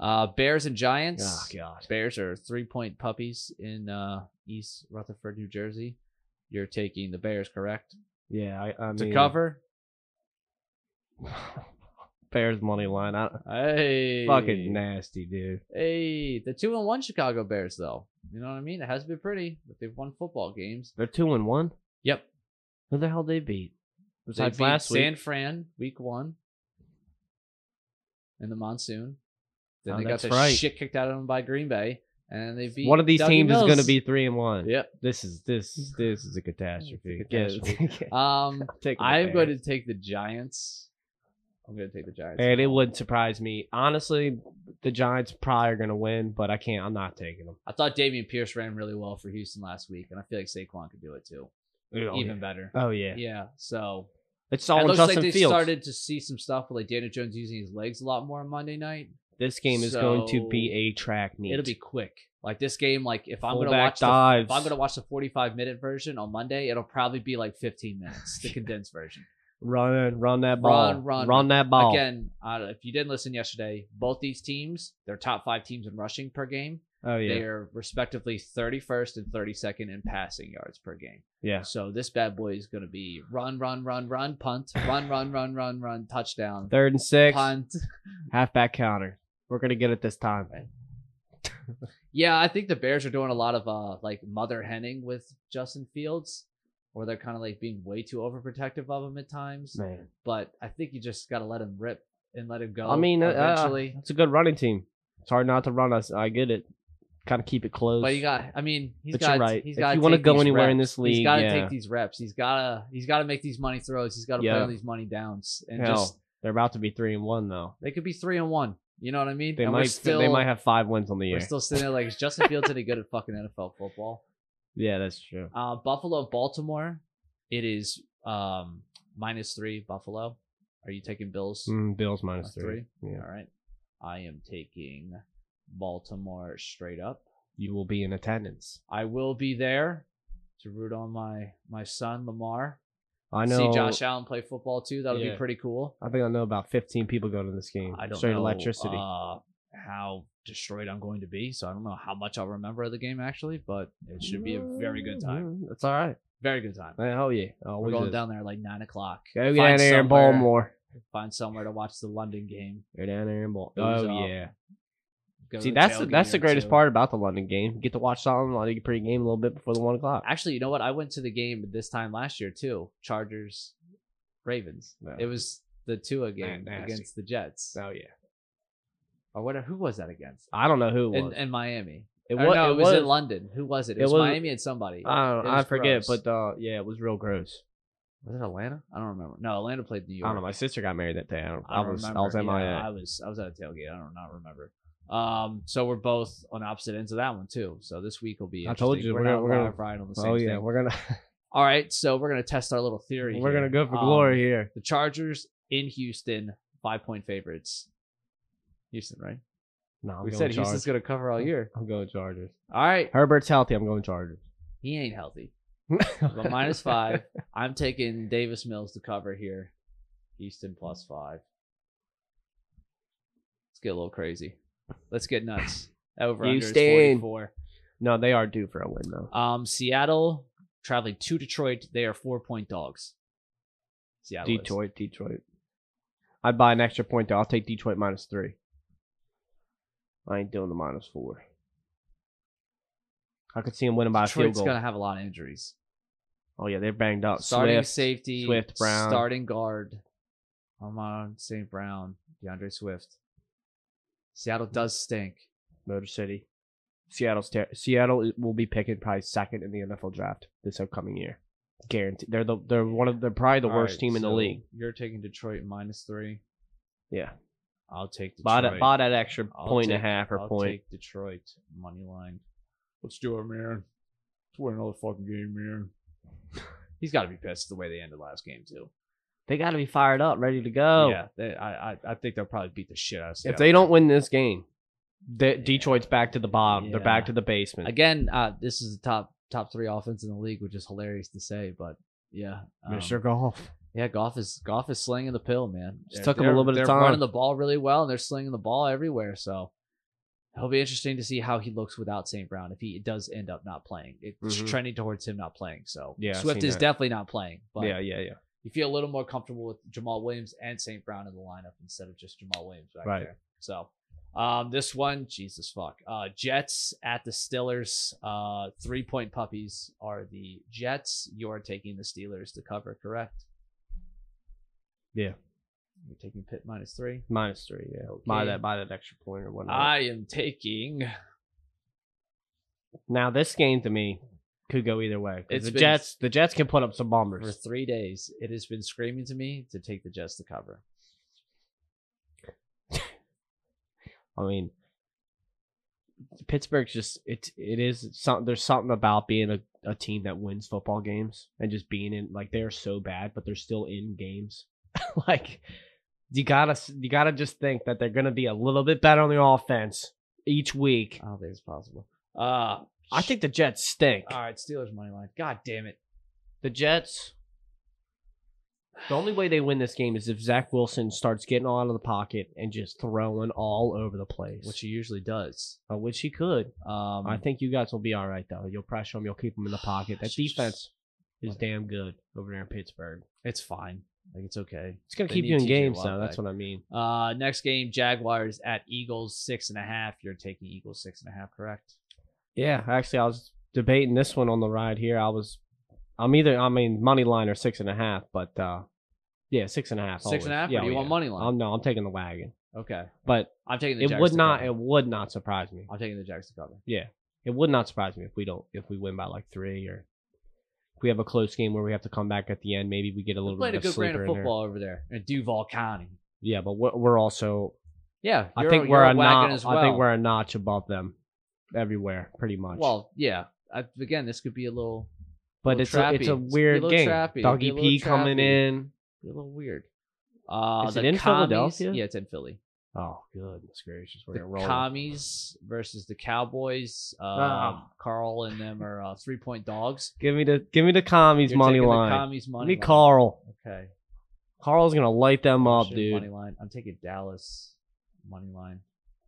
[SPEAKER 1] uh, Bears and Giants.
[SPEAKER 3] Oh, Ah, God.
[SPEAKER 1] Bears are three point puppies in uh, East Rutherford, New Jersey. You're taking the Bears, correct?
[SPEAKER 3] Yeah, I, I mean,
[SPEAKER 1] to cover.
[SPEAKER 3] Bears money line. I,
[SPEAKER 1] Hey,
[SPEAKER 3] Fucking nasty, dude.
[SPEAKER 1] Hey, the two and one Chicago Bears, though. You know what I mean? It has been pretty, but they've won football games.
[SPEAKER 3] They're two and one.
[SPEAKER 1] Yep.
[SPEAKER 3] Who the hell they beat?
[SPEAKER 1] They
[SPEAKER 3] Besides
[SPEAKER 1] beat
[SPEAKER 3] last week.
[SPEAKER 1] San Fran week one in the monsoon. Then
[SPEAKER 3] Oh,
[SPEAKER 1] they got
[SPEAKER 3] that's
[SPEAKER 1] the
[SPEAKER 3] right.
[SPEAKER 1] shit kicked out of them by Green Bay, and they beat
[SPEAKER 3] One of these
[SPEAKER 1] Dougie
[SPEAKER 3] teams is
[SPEAKER 1] Mills.
[SPEAKER 3] going to be three and one.
[SPEAKER 1] Yep.
[SPEAKER 3] This is this this is a catastrophe.
[SPEAKER 1] catastrophe.
[SPEAKER 3] Yeah.
[SPEAKER 1] Um,
[SPEAKER 3] Take
[SPEAKER 1] I'm
[SPEAKER 3] the
[SPEAKER 1] going to
[SPEAKER 3] Bears.
[SPEAKER 1] take the Giants. I'm going to take the Giants.
[SPEAKER 3] And it wouldn't surprise me. Honestly, the Giants probably are going to win, but I can't. I'm not taking them.
[SPEAKER 1] I thought Damian Pierce ran really well for Houston last week, and I feel like Saquon could do it too, even better.
[SPEAKER 3] Oh
[SPEAKER 1] Yeah.
[SPEAKER 3] yeah.
[SPEAKER 1] so
[SPEAKER 3] It's
[SPEAKER 1] it
[SPEAKER 3] all on
[SPEAKER 1] looks
[SPEAKER 3] Justin
[SPEAKER 1] like they
[SPEAKER 3] Fields.
[SPEAKER 1] started to see some stuff with like Daniel Jones using his legs a lot more on Monday night.
[SPEAKER 3] this game is going to be
[SPEAKER 1] So,
[SPEAKER 3] a track meet.
[SPEAKER 1] It'll be quick. Like this game, like if I'm gonna
[SPEAKER 3] Fullback
[SPEAKER 1] watch the,
[SPEAKER 3] dives.
[SPEAKER 1] if I'm gonna watch the 45 minute version on Monday, it'll probably be like 15 minutes, the condensed version.
[SPEAKER 3] run run that ball.
[SPEAKER 1] Run, run,
[SPEAKER 3] that ball.
[SPEAKER 1] Again, uh, if you didn't listen yesterday, both these teams, they're top five teams in rushing per game.
[SPEAKER 3] oh yeah.
[SPEAKER 1] They're respectively 31st and 32nd in passing yards per game.
[SPEAKER 3] Yeah.
[SPEAKER 1] So this bad boy is going to be run, run, run, run, punt, run, run, run, run, run, touchdown,
[SPEAKER 3] Third and six.
[SPEAKER 1] punt.
[SPEAKER 3] Halfback counter. We're gonna get it this time.
[SPEAKER 1] Yeah, I think the Bears are doing a lot of uh like mother henning with Justin Fields, or they're kind of like being way too overprotective of him at times.
[SPEAKER 3] Man.
[SPEAKER 1] But I think you just got to let him rip and let him go.
[SPEAKER 3] I mean, uh, uh,
[SPEAKER 1] eventually.
[SPEAKER 3] it's a good running team. It's hard not to run us. I get it. Kind of keep it close.
[SPEAKER 1] but you got, I mean, he's
[SPEAKER 3] But you're
[SPEAKER 1] got.
[SPEAKER 3] right.
[SPEAKER 1] He's
[SPEAKER 3] If
[SPEAKER 1] got.
[SPEAKER 3] you wanna go anywhere in this
[SPEAKER 1] he's
[SPEAKER 3] league,
[SPEAKER 1] got to
[SPEAKER 3] yeah.
[SPEAKER 1] take these reps. He's got to. He's got to make these money throws. He's got to play
[SPEAKER 3] Yeah.
[SPEAKER 1] on these money downs, and
[SPEAKER 3] Hell,
[SPEAKER 1] just
[SPEAKER 3] they're about to be three and one though.
[SPEAKER 1] they could be three and one. You know what I mean?
[SPEAKER 3] They
[SPEAKER 1] And we're
[SPEAKER 3] might.
[SPEAKER 1] still,
[SPEAKER 3] they might have five wins on the
[SPEAKER 1] We're
[SPEAKER 3] year.
[SPEAKER 1] still sitting there like, is Justin Fields any good at fucking NFL football?
[SPEAKER 3] yeah, that's true.
[SPEAKER 1] Uh, Buffalo, Baltimore. It is um, minus three. Buffalo. Are you taking Bills?
[SPEAKER 3] Mm, Bills minus
[SPEAKER 1] Uh,
[SPEAKER 3] three. Yeah.
[SPEAKER 1] All right. I am taking Baltimore straight up.
[SPEAKER 3] You will be in attendance.
[SPEAKER 1] I will be there to root on my my son Lamar.
[SPEAKER 3] I know.
[SPEAKER 1] See Josh Allen play football too. That'll
[SPEAKER 3] Yeah.
[SPEAKER 1] be pretty cool.
[SPEAKER 3] I think I know about 15 people go to this game.
[SPEAKER 1] I don't
[SPEAKER 3] Straight
[SPEAKER 1] know
[SPEAKER 3] electricity.
[SPEAKER 1] uh, how destroyed I'm going to be, so I don't know how much I'll remember of the game actually, but it should be a very good time.
[SPEAKER 3] That's Mm, all right.
[SPEAKER 1] Very good time.
[SPEAKER 3] Man, hell yeah. Oh,
[SPEAKER 1] We're
[SPEAKER 3] we
[SPEAKER 1] going
[SPEAKER 3] just-
[SPEAKER 1] down there at like nine o'clock.
[SPEAKER 3] Go get down
[SPEAKER 1] find
[SPEAKER 3] there in
[SPEAKER 1] somewhere.
[SPEAKER 3] Baltimore.
[SPEAKER 1] Find somewhere to watch the London game.
[SPEAKER 3] Go down there in Baltimore.
[SPEAKER 1] Who's
[SPEAKER 3] Oh
[SPEAKER 1] up?
[SPEAKER 3] yeah.
[SPEAKER 1] Go to
[SPEAKER 3] See,
[SPEAKER 1] the
[SPEAKER 3] that's the,
[SPEAKER 1] tailgate
[SPEAKER 3] that's the
[SPEAKER 1] or
[SPEAKER 3] greatest
[SPEAKER 1] two.
[SPEAKER 3] part about the London game. You get to watch something like a pretty game a little bit before the one o'clock.
[SPEAKER 1] Actually, you know what? I went to the game this time last year too. Chargers, Ravens.
[SPEAKER 3] Yeah.
[SPEAKER 1] It was the Tua game
[SPEAKER 3] nasty.
[SPEAKER 1] against the Jets.
[SPEAKER 3] Oh yeah.
[SPEAKER 1] Or what? Who was that against?
[SPEAKER 3] I don't know who it
[SPEAKER 1] In,
[SPEAKER 3] was.
[SPEAKER 1] in Miami.
[SPEAKER 3] it
[SPEAKER 1] Or
[SPEAKER 3] wa-
[SPEAKER 1] Uh, no, it was, in London. Who was Uh, it? It,
[SPEAKER 3] it
[SPEAKER 1] was,
[SPEAKER 3] was-
[SPEAKER 1] Miami and somebody.
[SPEAKER 3] I don't
[SPEAKER 1] It
[SPEAKER 3] know. I
[SPEAKER 1] was
[SPEAKER 3] forget,
[SPEAKER 1] gross.
[SPEAKER 3] but uh, yeah, it was real gross.
[SPEAKER 1] Was it Atlanta? I don't remember. No, Atlanta played New York.
[SPEAKER 3] I don't know. My sister got married that day. I, don't, I,
[SPEAKER 1] don't
[SPEAKER 3] was I
[SPEAKER 1] remember.
[SPEAKER 3] was
[SPEAKER 1] Yeah,
[SPEAKER 3] MIA.
[SPEAKER 1] I was I was at a tailgate. I don't not remember. Um, so we're both on opposite ends of that one too. So this week will be.
[SPEAKER 3] I told
[SPEAKER 1] interesting.
[SPEAKER 3] you,
[SPEAKER 1] we're,
[SPEAKER 3] we're
[SPEAKER 1] not
[SPEAKER 3] gonna- we're gonna-
[SPEAKER 1] live riding on the same
[SPEAKER 3] oh yeah,
[SPEAKER 1] thing.
[SPEAKER 3] we're gonna
[SPEAKER 1] All right, so we're gonna test our little theory.
[SPEAKER 3] we're
[SPEAKER 1] here.
[SPEAKER 3] gonna go for
[SPEAKER 1] Um,
[SPEAKER 3] glory here.
[SPEAKER 1] The Chargers in Houston, five point favorites. Houston, right?
[SPEAKER 3] No, I'm
[SPEAKER 1] we
[SPEAKER 3] going
[SPEAKER 1] said
[SPEAKER 3] Chargers.
[SPEAKER 1] Houston's gonna cover all year.
[SPEAKER 3] I'm going Chargers.
[SPEAKER 1] All right,
[SPEAKER 3] Herbert's healthy. I'm going Chargers.
[SPEAKER 1] he ain't healthy. But minus five, I'm taking Davis Mills to cover here. Houston plus five. Let's get a little crazy. Let's get nuts. Over under is
[SPEAKER 3] Houston.
[SPEAKER 1] 44.
[SPEAKER 3] No, they are due for a win though.
[SPEAKER 1] Um, Seattle traveling to Detroit. They are four point dogs. Seattle. is.
[SPEAKER 3] Detroit, Detroit. I'd buy an extra point there. I'll take Detroit minus three. I ain't doing the minus four. I could see him winning by a field
[SPEAKER 1] Detroit's
[SPEAKER 3] goal.
[SPEAKER 1] going to have a lot of injuries.
[SPEAKER 3] Oh yeah, they're banged up.
[SPEAKER 1] starting
[SPEAKER 3] Swift,
[SPEAKER 1] safety,
[SPEAKER 3] Swift, Brown.
[SPEAKER 1] starting guard. I'm on St. Brown, DeAndre Swift. Seattle does stink.
[SPEAKER 3] Motor City, Seattle's ter- Seattle will be picking probably second in the NFL draft this upcoming year. Guaranteed. They're the they're one of they're probably the
[SPEAKER 1] All
[SPEAKER 3] worst
[SPEAKER 1] right,
[SPEAKER 3] team in the
[SPEAKER 1] so
[SPEAKER 3] league.
[SPEAKER 1] You're taking Detroit minus three.
[SPEAKER 3] Yeah,
[SPEAKER 1] I'll take
[SPEAKER 3] buy
[SPEAKER 1] Detroit.
[SPEAKER 3] that buy that extra
[SPEAKER 1] I'll
[SPEAKER 3] point and
[SPEAKER 1] take-
[SPEAKER 3] a half or
[SPEAKER 1] I'll
[SPEAKER 3] point.
[SPEAKER 1] take Detroit money line. Let's do it, man. Let's win another fucking game, man. He's got to be pissed the way they ended last game too.
[SPEAKER 3] They got to be fired up, ready to go.
[SPEAKER 1] yeah, they, I, I I think they'll probably beat the shit out of Seattle.
[SPEAKER 3] Oh. If they don't win this game, De-
[SPEAKER 1] Yeah.
[SPEAKER 3] Detroit's back to the bottom. They're
[SPEAKER 1] Yeah.
[SPEAKER 3] back to the basement.
[SPEAKER 1] again, uh, this is the top top three offense in the league, which is hilarious to say, but yeah, um,
[SPEAKER 3] Mr. Golf.
[SPEAKER 1] Yeah, golf is golf is slinging the pill, man. They're-
[SPEAKER 3] Just took 'em a
[SPEAKER 1] they're-
[SPEAKER 3] little bit of
[SPEAKER 1] they're
[SPEAKER 3] time.
[SPEAKER 1] running the ball really well, and they're slinging the ball everywhere. So it'll be interesting to see how he looks without St. Brown if he does end up not playing. It's
[SPEAKER 3] Mhm.
[SPEAKER 1] trending towards him not playing. So
[SPEAKER 3] Yeah, I've
[SPEAKER 1] Swift
[SPEAKER 3] seen
[SPEAKER 1] is
[SPEAKER 3] that.
[SPEAKER 1] definitely not playing. But
[SPEAKER 3] Yeah, yeah, yeah.
[SPEAKER 1] you feel a little more comfortable with Jamal Williams and St. Brown in the lineup instead of just Jamal Williams back
[SPEAKER 3] Right.
[SPEAKER 1] there. So um, this one, Jesus fuck. Uh, Jets at the Steelers. Uh, three point puppies are the Jets. You are taking the Steelers to cover, correct?
[SPEAKER 3] Yeah.
[SPEAKER 1] You're taking Pitt minus three.
[SPEAKER 3] Minus three, yeah. Buy
[SPEAKER 1] Okay.
[SPEAKER 3] that buy that extra point or whatnot.
[SPEAKER 1] I am taking.
[SPEAKER 3] now this game to me could go either way. 'cause
[SPEAKER 1] It's
[SPEAKER 3] the
[SPEAKER 1] been-
[SPEAKER 3] Jets the Jets can put up some
[SPEAKER 1] For
[SPEAKER 3] bombers.
[SPEAKER 1] three days, it has been screaming to me to take the Jets to cover.
[SPEAKER 3] I mean Pittsburgh's just it's it is something there's something about being a, a team that wins football games and just being in like they're so bad, but they're still in games. like you gotta s- you gotta just think that they're gonna be a little bit better on the offense each week.
[SPEAKER 1] I don't think it's possible. Uh,
[SPEAKER 3] I think the Jets stink.
[SPEAKER 1] All right, Steelers money line. God damn it.
[SPEAKER 3] The Jets. The only way they win this game is if Zach Wilson starts getting all out of the pocket and just throwing all over the place,
[SPEAKER 1] Which he usually does.
[SPEAKER 3] uh, which he could.
[SPEAKER 1] Um,
[SPEAKER 3] I think you guys will be all right though. You'll pressure him. You'll keep him in the pocket. That
[SPEAKER 1] It's just-
[SPEAKER 3] defense is damn good over there in Pittsburgh.
[SPEAKER 1] It's fine. Like it's okay.
[SPEAKER 3] It's gonna
[SPEAKER 1] They
[SPEAKER 3] keep
[SPEAKER 1] need
[SPEAKER 3] you in
[SPEAKER 1] TJ
[SPEAKER 3] games
[SPEAKER 1] Watt
[SPEAKER 3] though. That's
[SPEAKER 1] back.
[SPEAKER 3] what I mean.
[SPEAKER 1] Uh, next game, Jaguars at Eagles six and a half. You're taking Eagles six and a half, correct?
[SPEAKER 3] Yeah, actually, I was debating this one on the ride here. I was, I'm either, I mean, money line or six and a half, but uh yeah, six and a half.
[SPEAKER 1] Six and a half.
[SPEAKER 3] always. oh,
[SPEAKER 1] Or do you want money line?
[SPEAKER 3] I'm, no, I'm taking the wagon,
[SPEAKER 1] okay,
[SPEAKER 3] but
[SPEAKER 1] I'm taking the.
[SPEAKER 3] Um, it
[SPEAKER 1] Jags
[SPEAKER 3] would
[SPEAKER 1] to
[SPEAKER 3] not,
[SPEAKER 1] cover.
[SPEAKER 3] it would not surprise me.
[SPEAKER 1] I'm taking the Jags to cover.
[SPEAKER 3] it would not surprise me if we don't if we win by like three or if we have a close game where we have to come back at the end. Maybe we get a
[SPEAKER 1] They're
[SPEAKER 3] little
[SPEAKER 1] playing
[SPEAKER 3] bit
[SPEAKER 1] a
[SPEAKER 3] of
[SPEAKER 1] good brand
[SPEAKER 3] sleeper
[SPEAKER 1] of
[SPEAKER 3] in there.
[SPEAKER 1] football over there in Duval County.
[SPEAKER 3] Yeah, but we're, we're also
[SPEAKER 1] Yeah,
[SPEAKER 3] I
[SPEAKER 1] you're-
[SPEAKER 3] think we're
[SPEAKER 1] you're
[SPEAKER 3] a,
[SPEAKER 1] wagon
[SPEAKER 3] notch.
[SPEAKER 1] as well.
[SPEAKER 3] I think we're a notch above them everywhere, pretty much.
[SPEAKER 1] Well, yeah. I, again, this could be a little,
[SPEAKER 3] but
[SPEAKER 1] little
[SPEAKER 3] it's a, it's a
[SPEAKER 1] trappy. It's
[SPEAKER 3] weird
[SPEAKER 1] a little
[SPEAKER 3] game.
[SPEAKER 1] trappy.
[SPEAKER 3] Doggy
[SPEAKER 1] Be a little
[SPEAKER 3] P coming
[SPEAKER 1] trappy.
[SPEAKER 3] in.
[SPEAKER 1] be a little weird. Uh,
[SPEAKER 3] Is
[SPEAKER 1] the
[SPEAKER 3] it in
[SPEAKER 1] commies-
[SPEAKER 3] Philadelphia?
[SPEAKER 1] Yeah, it's in Philly.
[SPEAKER 3] Oh goodness gracious, we're
[SPEAKER 1] the
[SPEAKER 3] gonna roll.
[SPEAKER 1] commies versus the Cowboys. Uh,
[SPEAKER 3] Ah.
[SPEAKER 1] Carl and them are uh, three point dogs.
[SPEAKER 3] give me the give me the commies
[SPEAKER 1] You're
[SPEAKER 3] money
[SPEAKER 1] taking the
[SPEAKER 3] line.
[SPEAKER 1] Commies money
[SPEAKER 3] give
[SPEAKER 1] line.
[SPEAKER 3] me Carl.
[SPEAKER 1] Okay.
[SPEAKER 3] Carl's gonna light them up,
[SPEAKER 1] Shit, Money
[SPEAKER 3] dude.
[SPEAKER 1] line. I'm taking Dallas money line.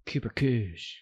[SPEAKER 3] Cooper Coosh.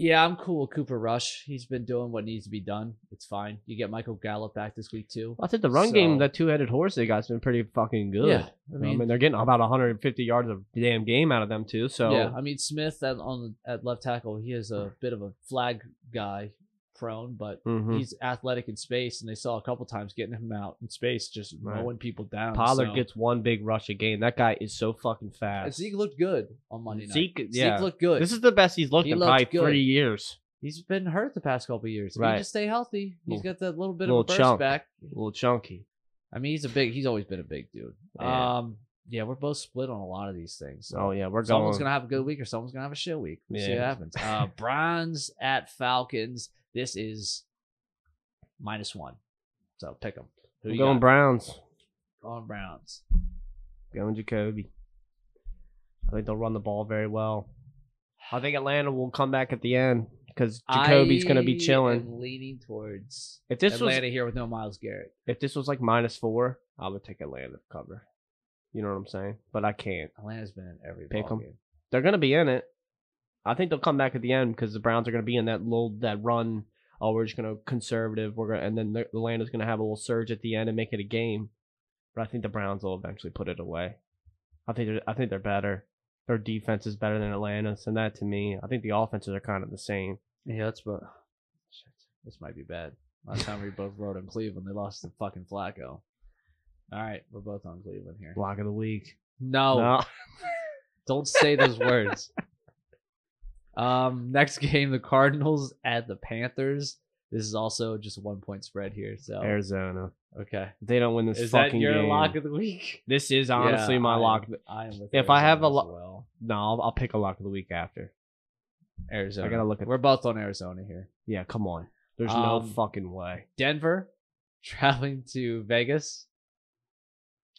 [SPEAKER 1] Yeah, I'm cool with Cooper Rush. He's been doing what needs to be done. It's fine. You get Michael Gallup back this week too.
[SPEAKER 3] I think the run game,
[SPEAKER 1] So-
[SPEAKER 3] that two-headed horse they got's been pretty fucking good.
[SPEAKER 1] Yeah, I
[SPEAKER 3] I mean,
[SPEAKER 1] mean-
[SPEAKER 3] they're getting about 150 yards of damn game out of them too. So
[SPEAKER 1] yeah, I mean Smith at on at left tackle, he is a bit of a flag guy prone, but
[SPEAKER 3] Mhm.
[SPEAKER 1] he's athletic in space, and they saw a couple times getting him out in space, just
[SPEAKER 3] Right.
[SPEAKER 1] mowing people down.
[SPEAKER 3] Pollard
[SPEAKER 1] so-
[SPEAKER 3] gets one big rush a game. That guy is so fucking
[SPEAKER 1] And
[SPEAKER 3] fast.
[SPEAKER 1] Zeke looked good on Monday night.
[SPEAKER 3] Zeke- yeah.
[SPEAKER 1] Zeke looked good.
[SPEAKER 3] this is the best he's looked
[SPEAKER 1] He
[SPEAKER 3] in
[SPEAKER 1] looked
[SPEAKER 3] probably
[SPEAKER 1] good.
[SPEAKER 3] three years.
[SPEAKER 1] he's been hurt the past couple of years. If
[SPEAKER 3] Right.
[SPEAKER 1] he just stay healthy, he's
[SPEAKER 3] Little-
[SPEAKER 1] got that little bit of
[SPEAKER 3] little
[SPEAKER 1] a burst
[SPEAKER 3] chunk.
[SPEAKER 1] back.
[SPEAKER 3] A little chunky.
[SPEAKER 1] I mean, he's a big. He's always been a big dude.
[SPEAKER 3] Yeah.
[SPEAKER 1] Um, yeah, we're both split on a lot of these things. So
[SPEAKER 3] Oh yeah, we're going.
[SPEAKER 1] someone's gonna have a good week or someone's gonna have a shit week. We'll see what
[SPEAKER 3] Yeah.
[SPEAKER 1] happens. Uh, Browns at Falcons. This is minus one. So pick them.
[SPEAKER 3] we're going Browns.
[SPEAKER 1] on Browns.
[SPEAKER 3] Going Jacoby. I think they'll run the ball very well. I think Atlanta will come back at the end because Jacoby's gonna be
[SPEAKER 1] I
[SPEAKER 3] chilling.
[SPEAKER 1] am leaning towards
[SPEAKER 3] If this was
[SPEAKER 1] Atlanta here with no Miles Garrett.
[SPEAKER 3] if this was like minus four, I would take Atlanta to cover. You know what I'm saying? But I can't.
[SPEAKER 1] Atlanta's been in every
[SPEAKER 3] Pick
[SPEAKER 1] pick
[SPEAKER 3] 'em.
[SPEAKER 1] game.
[SPEAKER 3] They're gonna be in it. I think they'll come back at the end because the Browns are gonna be in that little that run. Oh, we're just gonna conservative. We're gonna and then the- Atlanta's gonna have a little surge at the end and make it a game. But I think the Browns will eventually put it away. I think they're, I think they're better. Their defense is better than Atlanta's, and that to me, I think the offenses are kind of the same.
[SPEAKER 1] Yeah, that's but shit. This might be bad. Last time we both rode in Cleveland, they lost to fucking Flacco. All right, we're both on Cleveland here.
[SPEAKER 3] Block of the week.
[SPEAKER 1] No,
[SPEAKER 3] No.
[SPEAKER 1] don't say those words. Um, next game, the Cardinals at the Panthers. This is also just a one point spread here. So
[SPEAKER 3] Arizona.
[SPEAKER 1] okay,
[SPEAKER 3] If they don't win this
[SPEAKER 1] is that
[SPEAKER 3] fucking
[SPEAKER 1] your
[SPEAKER 3] game.
[SPEAKER 1] lock of the week?
[SPEAKER 3] this is honestly
[SPEAKER 1] Yeah,
[SPEAKER 3] my
[SPEAKER 1] I am-
[SPEAKER 3] lock.
[SPEAKER 1] I am with
[SPEAKER 3] If I have a
[SPEAKER 1] Arizona as
[SPEAKER 3] lo-
[SPEAKER 1] well.
[SPEAKER 3] No, I'll, I'll pick a lock of the week after.
[SPEAKER 1] Arizona.
[SPEAKER 3] I gotta look at-
[SPEAKER 1] We're both on Arizona here.
[SPEAKER 3] Yeah, come on. There's no
[SPEAKER 1] Um,
[SPEAKER 3] fucking way.
[SPEAKER 1] Denver traveling to Vegas.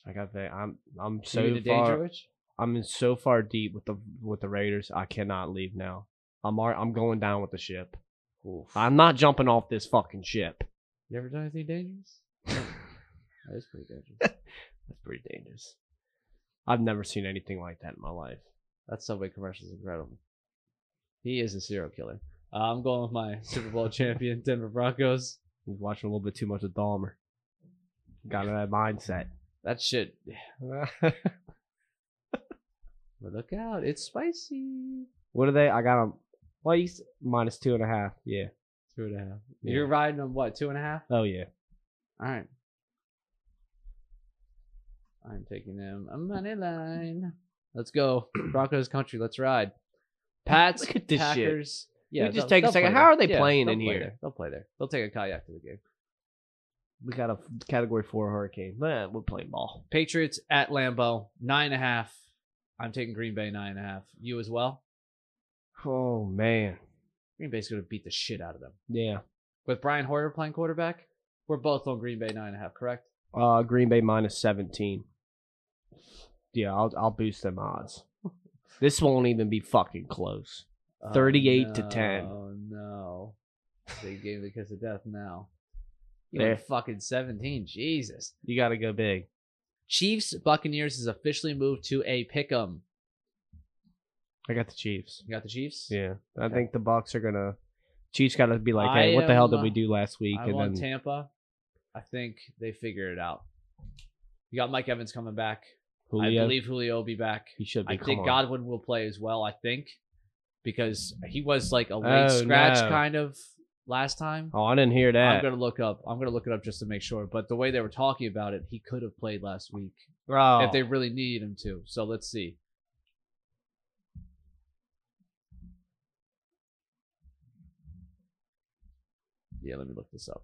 [SPEAKER 3] I got that. I'm I'm
[SPEAKER 1] So you
[SPEAKER 3] so
[SPEAKER 1] the danger
[SPEAKER 3] far.
[SPEAKER 1] witch?
[SPEAKER 3] I'm in so far deep with the with the Raiders. I cannot leave now. I'm al- I'm going down with the ship. I'm not jumping off this fucking ship.
[SPEAKER 1] You ever done anything dangerous? That is pretty dangerous.
[SPEAKER 3] That's pretty dangerous. I've never seen anything like that in my life.
[SPEAKER 1] That Subway commercial is incredible. He is a serial killer. Uh, I'm going with my Super Bowl champion, Denver Broncos.
[SPEAKER 3] I was watching a little bit too much of Dahmer. Got in that mindset.
[SPEAKER 1] That shit. But look out, it's spicy.
[SPEAKER 3] what are they? I got them. Well, you s- minus two and a half. Yeah.
[SPEAKER 1] Two and a half.
[SPEAKER 3] Yeah.
[SPEAKER 1] You're riding on what, two and a half?
[SPEAKER 3] Oh yeah.
[SPEAKER 1] All right. I'm taking them a money line. Let's go. Broncos country, let's ride. Pats,
[SPEAKER 3] Look at this shit.
[SPEAKER 1] Packers. Yeah,
[SPEAKER 3] just
[SPEAKER 1] they'll-
[SPEAKER 3] take a
[SPEAKER 1] they'll
[SPEAKER 3] second.
[SPEAKER 1] play
[SPEAKER 3] How
[SPEAKER 1] there.
[SPEAKER 3] are they playing
[SPEAKER 1] they'll
[SPEAKER 3] in
[SPEAKER 1] play
[SPEAKER 3] here?
[SPEAKER 1] there. They'll play there. They'll take a kayak to the game.
[SPEAKER 3] We got a f- category four hurricane. Man, we're playing ball.
[SPEAKER 1] Patriots at Lambeau, nine and a half. I'm taking Green Bay nine and a half. You as well?
[SPEAKER 3] Oh man.
[SPEAKER 1] Green Bay's gonna beat the shit out of them.
[SPEAKER 3] Yeah.
[SPEAKER 1] With Brian Hoyer playing quarterback, we're both on Green Bay nine and a half, correct?
[SPEAKER 3] Uh, Green Bay minus seventeen. Yeah, I'll I'll boost them odds. This won't even be fucking close. 38 Uh, to 10.
[SPEAKER 1] Oh no. Big game because of death now. You
[SPEAKER 3] There.
[SPEAKER 1] went fucking 17. Jesus.
[SPEAKER 3] You got to go big.
[SPEAKER 1] Chiefs Buccaneers has officially moved to a pick'em.
[SPEAKER 3] I got the Chiefs.
[SPEAKER 1] You got the Chiefs?
[SPEAKER 3] Yeah, I
[SPEAKER 1] Okay.
[SPEAKER 3] think the Bucks are gonna. Chiefs got to be like,
[SPEAKER 1] I
[SPEAKER 3] hey, what the hell
[SPEAKER 1] am,
[SPEAKER 3] did
[SPEAKER 1] uh,
[SPEAKER 3] we do last week?
[SPEAKER 1] I
[SPEAKER 3] and
[SPEAKER 1] want
[SPEAKER 3] then
[SPEAKER 1] Tampa. I think they figure it out. You got Mike Evans coming back.
[SPEAKER 3] Julio,
[SPEAKER 1] I believe Julio will be back.
[SPEAKER 3] he should be.
[SPEAKER 1] I
[SPEAKER 3] come
[SPEAKER 1] think
[SPEAKER 3] on.
[SPEAKER 1] Godwin will play as well, I think. Because he was like a late
[SPEAKER 3] Oh,
[SPEAKER 1] scratch
[SPEAKER 3] no.
[SPEAKER 1] kind of last time.
[SPEAKER 3] Oh, I didn't hear
[SPEAKER 1] I'm
[SPEAKER 3] that.
[SPEAKER 1] gonna look up. I'm gonna look it up just to make sure. But the way they were talking about it, he could have played last week
[SPEAKER 3] Bro,
[SPEAKER 1] if they really needed him to. So let's see. Yeah, let me look this up.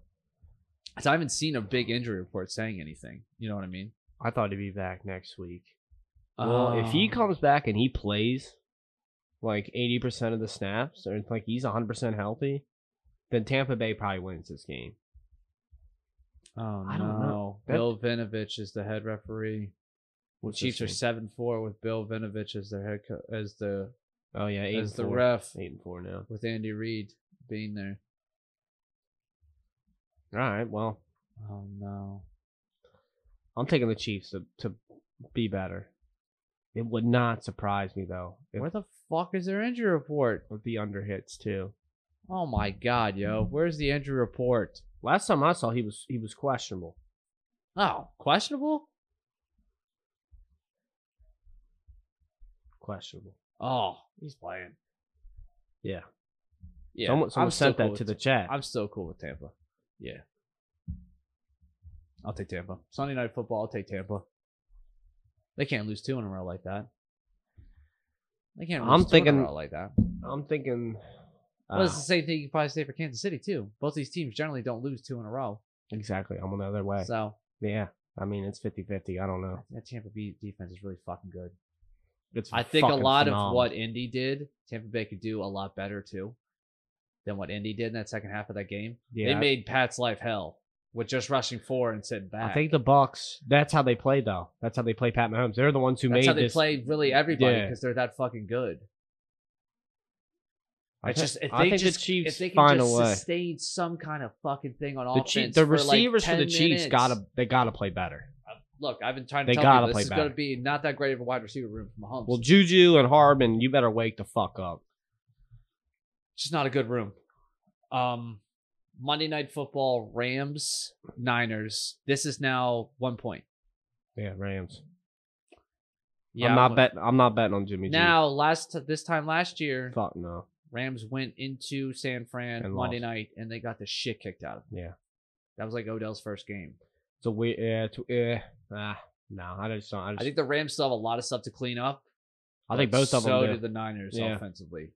[SPEAKER 1] 'Cause I haven't seen a big injury report saying anything. You know what I mean?
[SPEAKER 3] I thought he'd be back next week. Well, if he
[SPEAKER 1] Um,
[SPEAKER 3] comes back and he plays like 80% of the snaps or it's like he's 100% healthy, then Tampa Bay probably wins this game.
[SPEAKER 1] oh
[SPEAKER 3] I don't know.
[SPEAKER 1] no,
[SPEAKER 3] That-
[SPEAKER 1] Bill Vinovich is the head referee. The
[SPEAKER 3] What's
[SPEAKER 1] Chiefs are
[SPEAKER 3] this
[SPEAKER 1] seven four with Bill Vinovich as their head co- as the
[SPEAKER 3] game? Oh yeah, 8
[SPEAKER 1] as
[SPEAKER 3] and
[SPEAKER 1] the
[SPEAKER 3] 4.
[SPEAKER 1] ref
[SPEAKER 3] 8 and 4 now.
[SPEAKER 1] with Andy Reid being there.
[SPEAKER 3] All right, well,
[SPEAKER 1] Oh no.
[SPEAKER 3] I'm taking the Chiefs to, to be better. It would not surprise me though if
[SPEAKER 1] Where the fuck is their injury report?
[SPEAKER 3] if the under hits too.
[SPEAKER 1] Oh my god, yo. Where's the injury report?
[SPEAKER 3] Last time I saw he was he was questionable.
[SPEAKER 1] Oh, questionable?
[SPEAKER 3] Questionable.
[SPEAKER 1] Oh, he's playing.
[SPEAKER 3] Yeah.
[SPEAKER 1] Yeah.
[SPEAKER 3] someone someone
[SPEAKER 1] still
[SPEAKER 3] sent
[SPEAKER 1] cool
[SPEAKER 3] that
[SPEAKER 1] with
[SPEAKER 3] to the chat.
[SPEAKER 1] I'm still cool with Tampa. Yeah. I'll take Tampa. Sunday night football, I'll take Tampa. They can't lose two in a row like that. They can't lose
[SPEAKER 3] I'm
[SPEAKER 1] two in
[SPEAKER 3] thinking-
[SPEAKER 1] a row like that.
[SPEAKER 3] I'm thinking
[SPEAKER 1] Well, it's
[SPEAKER 3] Ah,
[SPEAKER 1] the same thing you can probably say for Kansas City too. Both these teams generally don't lose two in a row.
[SPEAKER 3] exactly. I'm another way.
[SPEAKER 1] So
[SPEAKER 3] Yeah. I mean, it's 50-50. I don't know.
[SPEAKER 1] That Tampa Bay defense is really fucking good.
[SPEAKER 3] It's
[SPEAKER 1] I think a
[SPEAKER 3] fucking
[SPEAKER 1] lot of
[SPEAKER 3] phenomenal.
[SPEAKER 1] what Indy did, Tampa Bay could do a lot better too than what Indy did in that second half of that game.
[SPEAKER 3] yeah,
[SPEAKER 1] They made Pat's life hell with just rushing four and sitting back.
[SPEAKER 3] I think the Bucks. That's how they play, though. That's how they play Pat Mahomes. They're the ones who
[SPEAKER 1] that's
[SPEAKER 3] made
[SPEAKER 1] how they
[SPEAKER 3] this.
[SPEAKER 1] play really everybody
[SPEAKER 3] Yeah.
[SPEAKER 1] because they're that fucking good.
[SPEAKER 3] I
[SPEAKER 1] It's
[SPEAKER 3] thi-
[SPEAKER 1] just if
[SPEAKER 3] I
[SPEAKER 1] they
[SPEAKER 3] think
[SPEAKER 1] just
[SPEAKER 3] the Chiefs
[SPEAKER 1] if they can
[SPEAKER 3] find
[SPEAKER 1] just
[SPEAKER 3] a way.
[SPEAKER 1] sustain some kind of fucking thing on
[SPEAKER 3] The,
[SPEAKER 1] offense,
[SPEAKER 3] Chief, the
[SPEAKER 1] for, like,
[SPEAKER 3] receivers for, the
[SPEAKER 1] 10
[SPEAKER 3] Chiefs
[SPEAKER 1] minutes.
[SPEAKER 3] gotta they gotta play better.
[SPEAKER 1] look. I've been trying to
[SPEAKER 3] They
[SPEAKER 1] tell you
[SPEAKER 3] gotta
[SPEAKER 1] this
[SPEAKER 3] play
[SPEAKER 1] is going
[SPEAKER 3] better.
[SPEAKER 1] to be not that great of a wide receiver room for Mahomes.
[SPEAKER 3] Well, Juju and Harbin, you better wake the fuck up.
[SPEAKER 1] just not a good room. Um, Monday Night Football, Rams, Niners. This is now one point.
[SPEAKER 3] Yeah, Rams.
[SPEAKER 1] Yeah,
[SPEAKER 3] I'm not
[SPEAKER 1] one-
[SPEAKER 3] betting. I'm not betting on Jimmy. G.
[SPEAKER 1] Now, last this time last year,
[SPEAKER 3] fuck no.
[SPEAKER 1] Rams went into San Fran
[SPEAKER 3] And
[SPEAKER 1] Monday
[SPEAKER 3] lost.
[SPEAKER 1] night and they got the shit kicked out of them.
[SPEAKER 3] Yeah.
[SPEAKER 1] That was like Odell's first game.
[SPEAKER 3] It's a weird. Yeah, it's, yeah. Ah, no, I just don't. I, just,
[SPEAKER 1] I think the Rams still have a lot of stuff to clean up. but
[SPEAKER 3] both of them.
[SPEAKER 1] So
[SPEAKER 3] do.
[SPEAKER 1] did the Niners
[SPEAKER 3] Yeah.
[SPEAKER 1] offensively.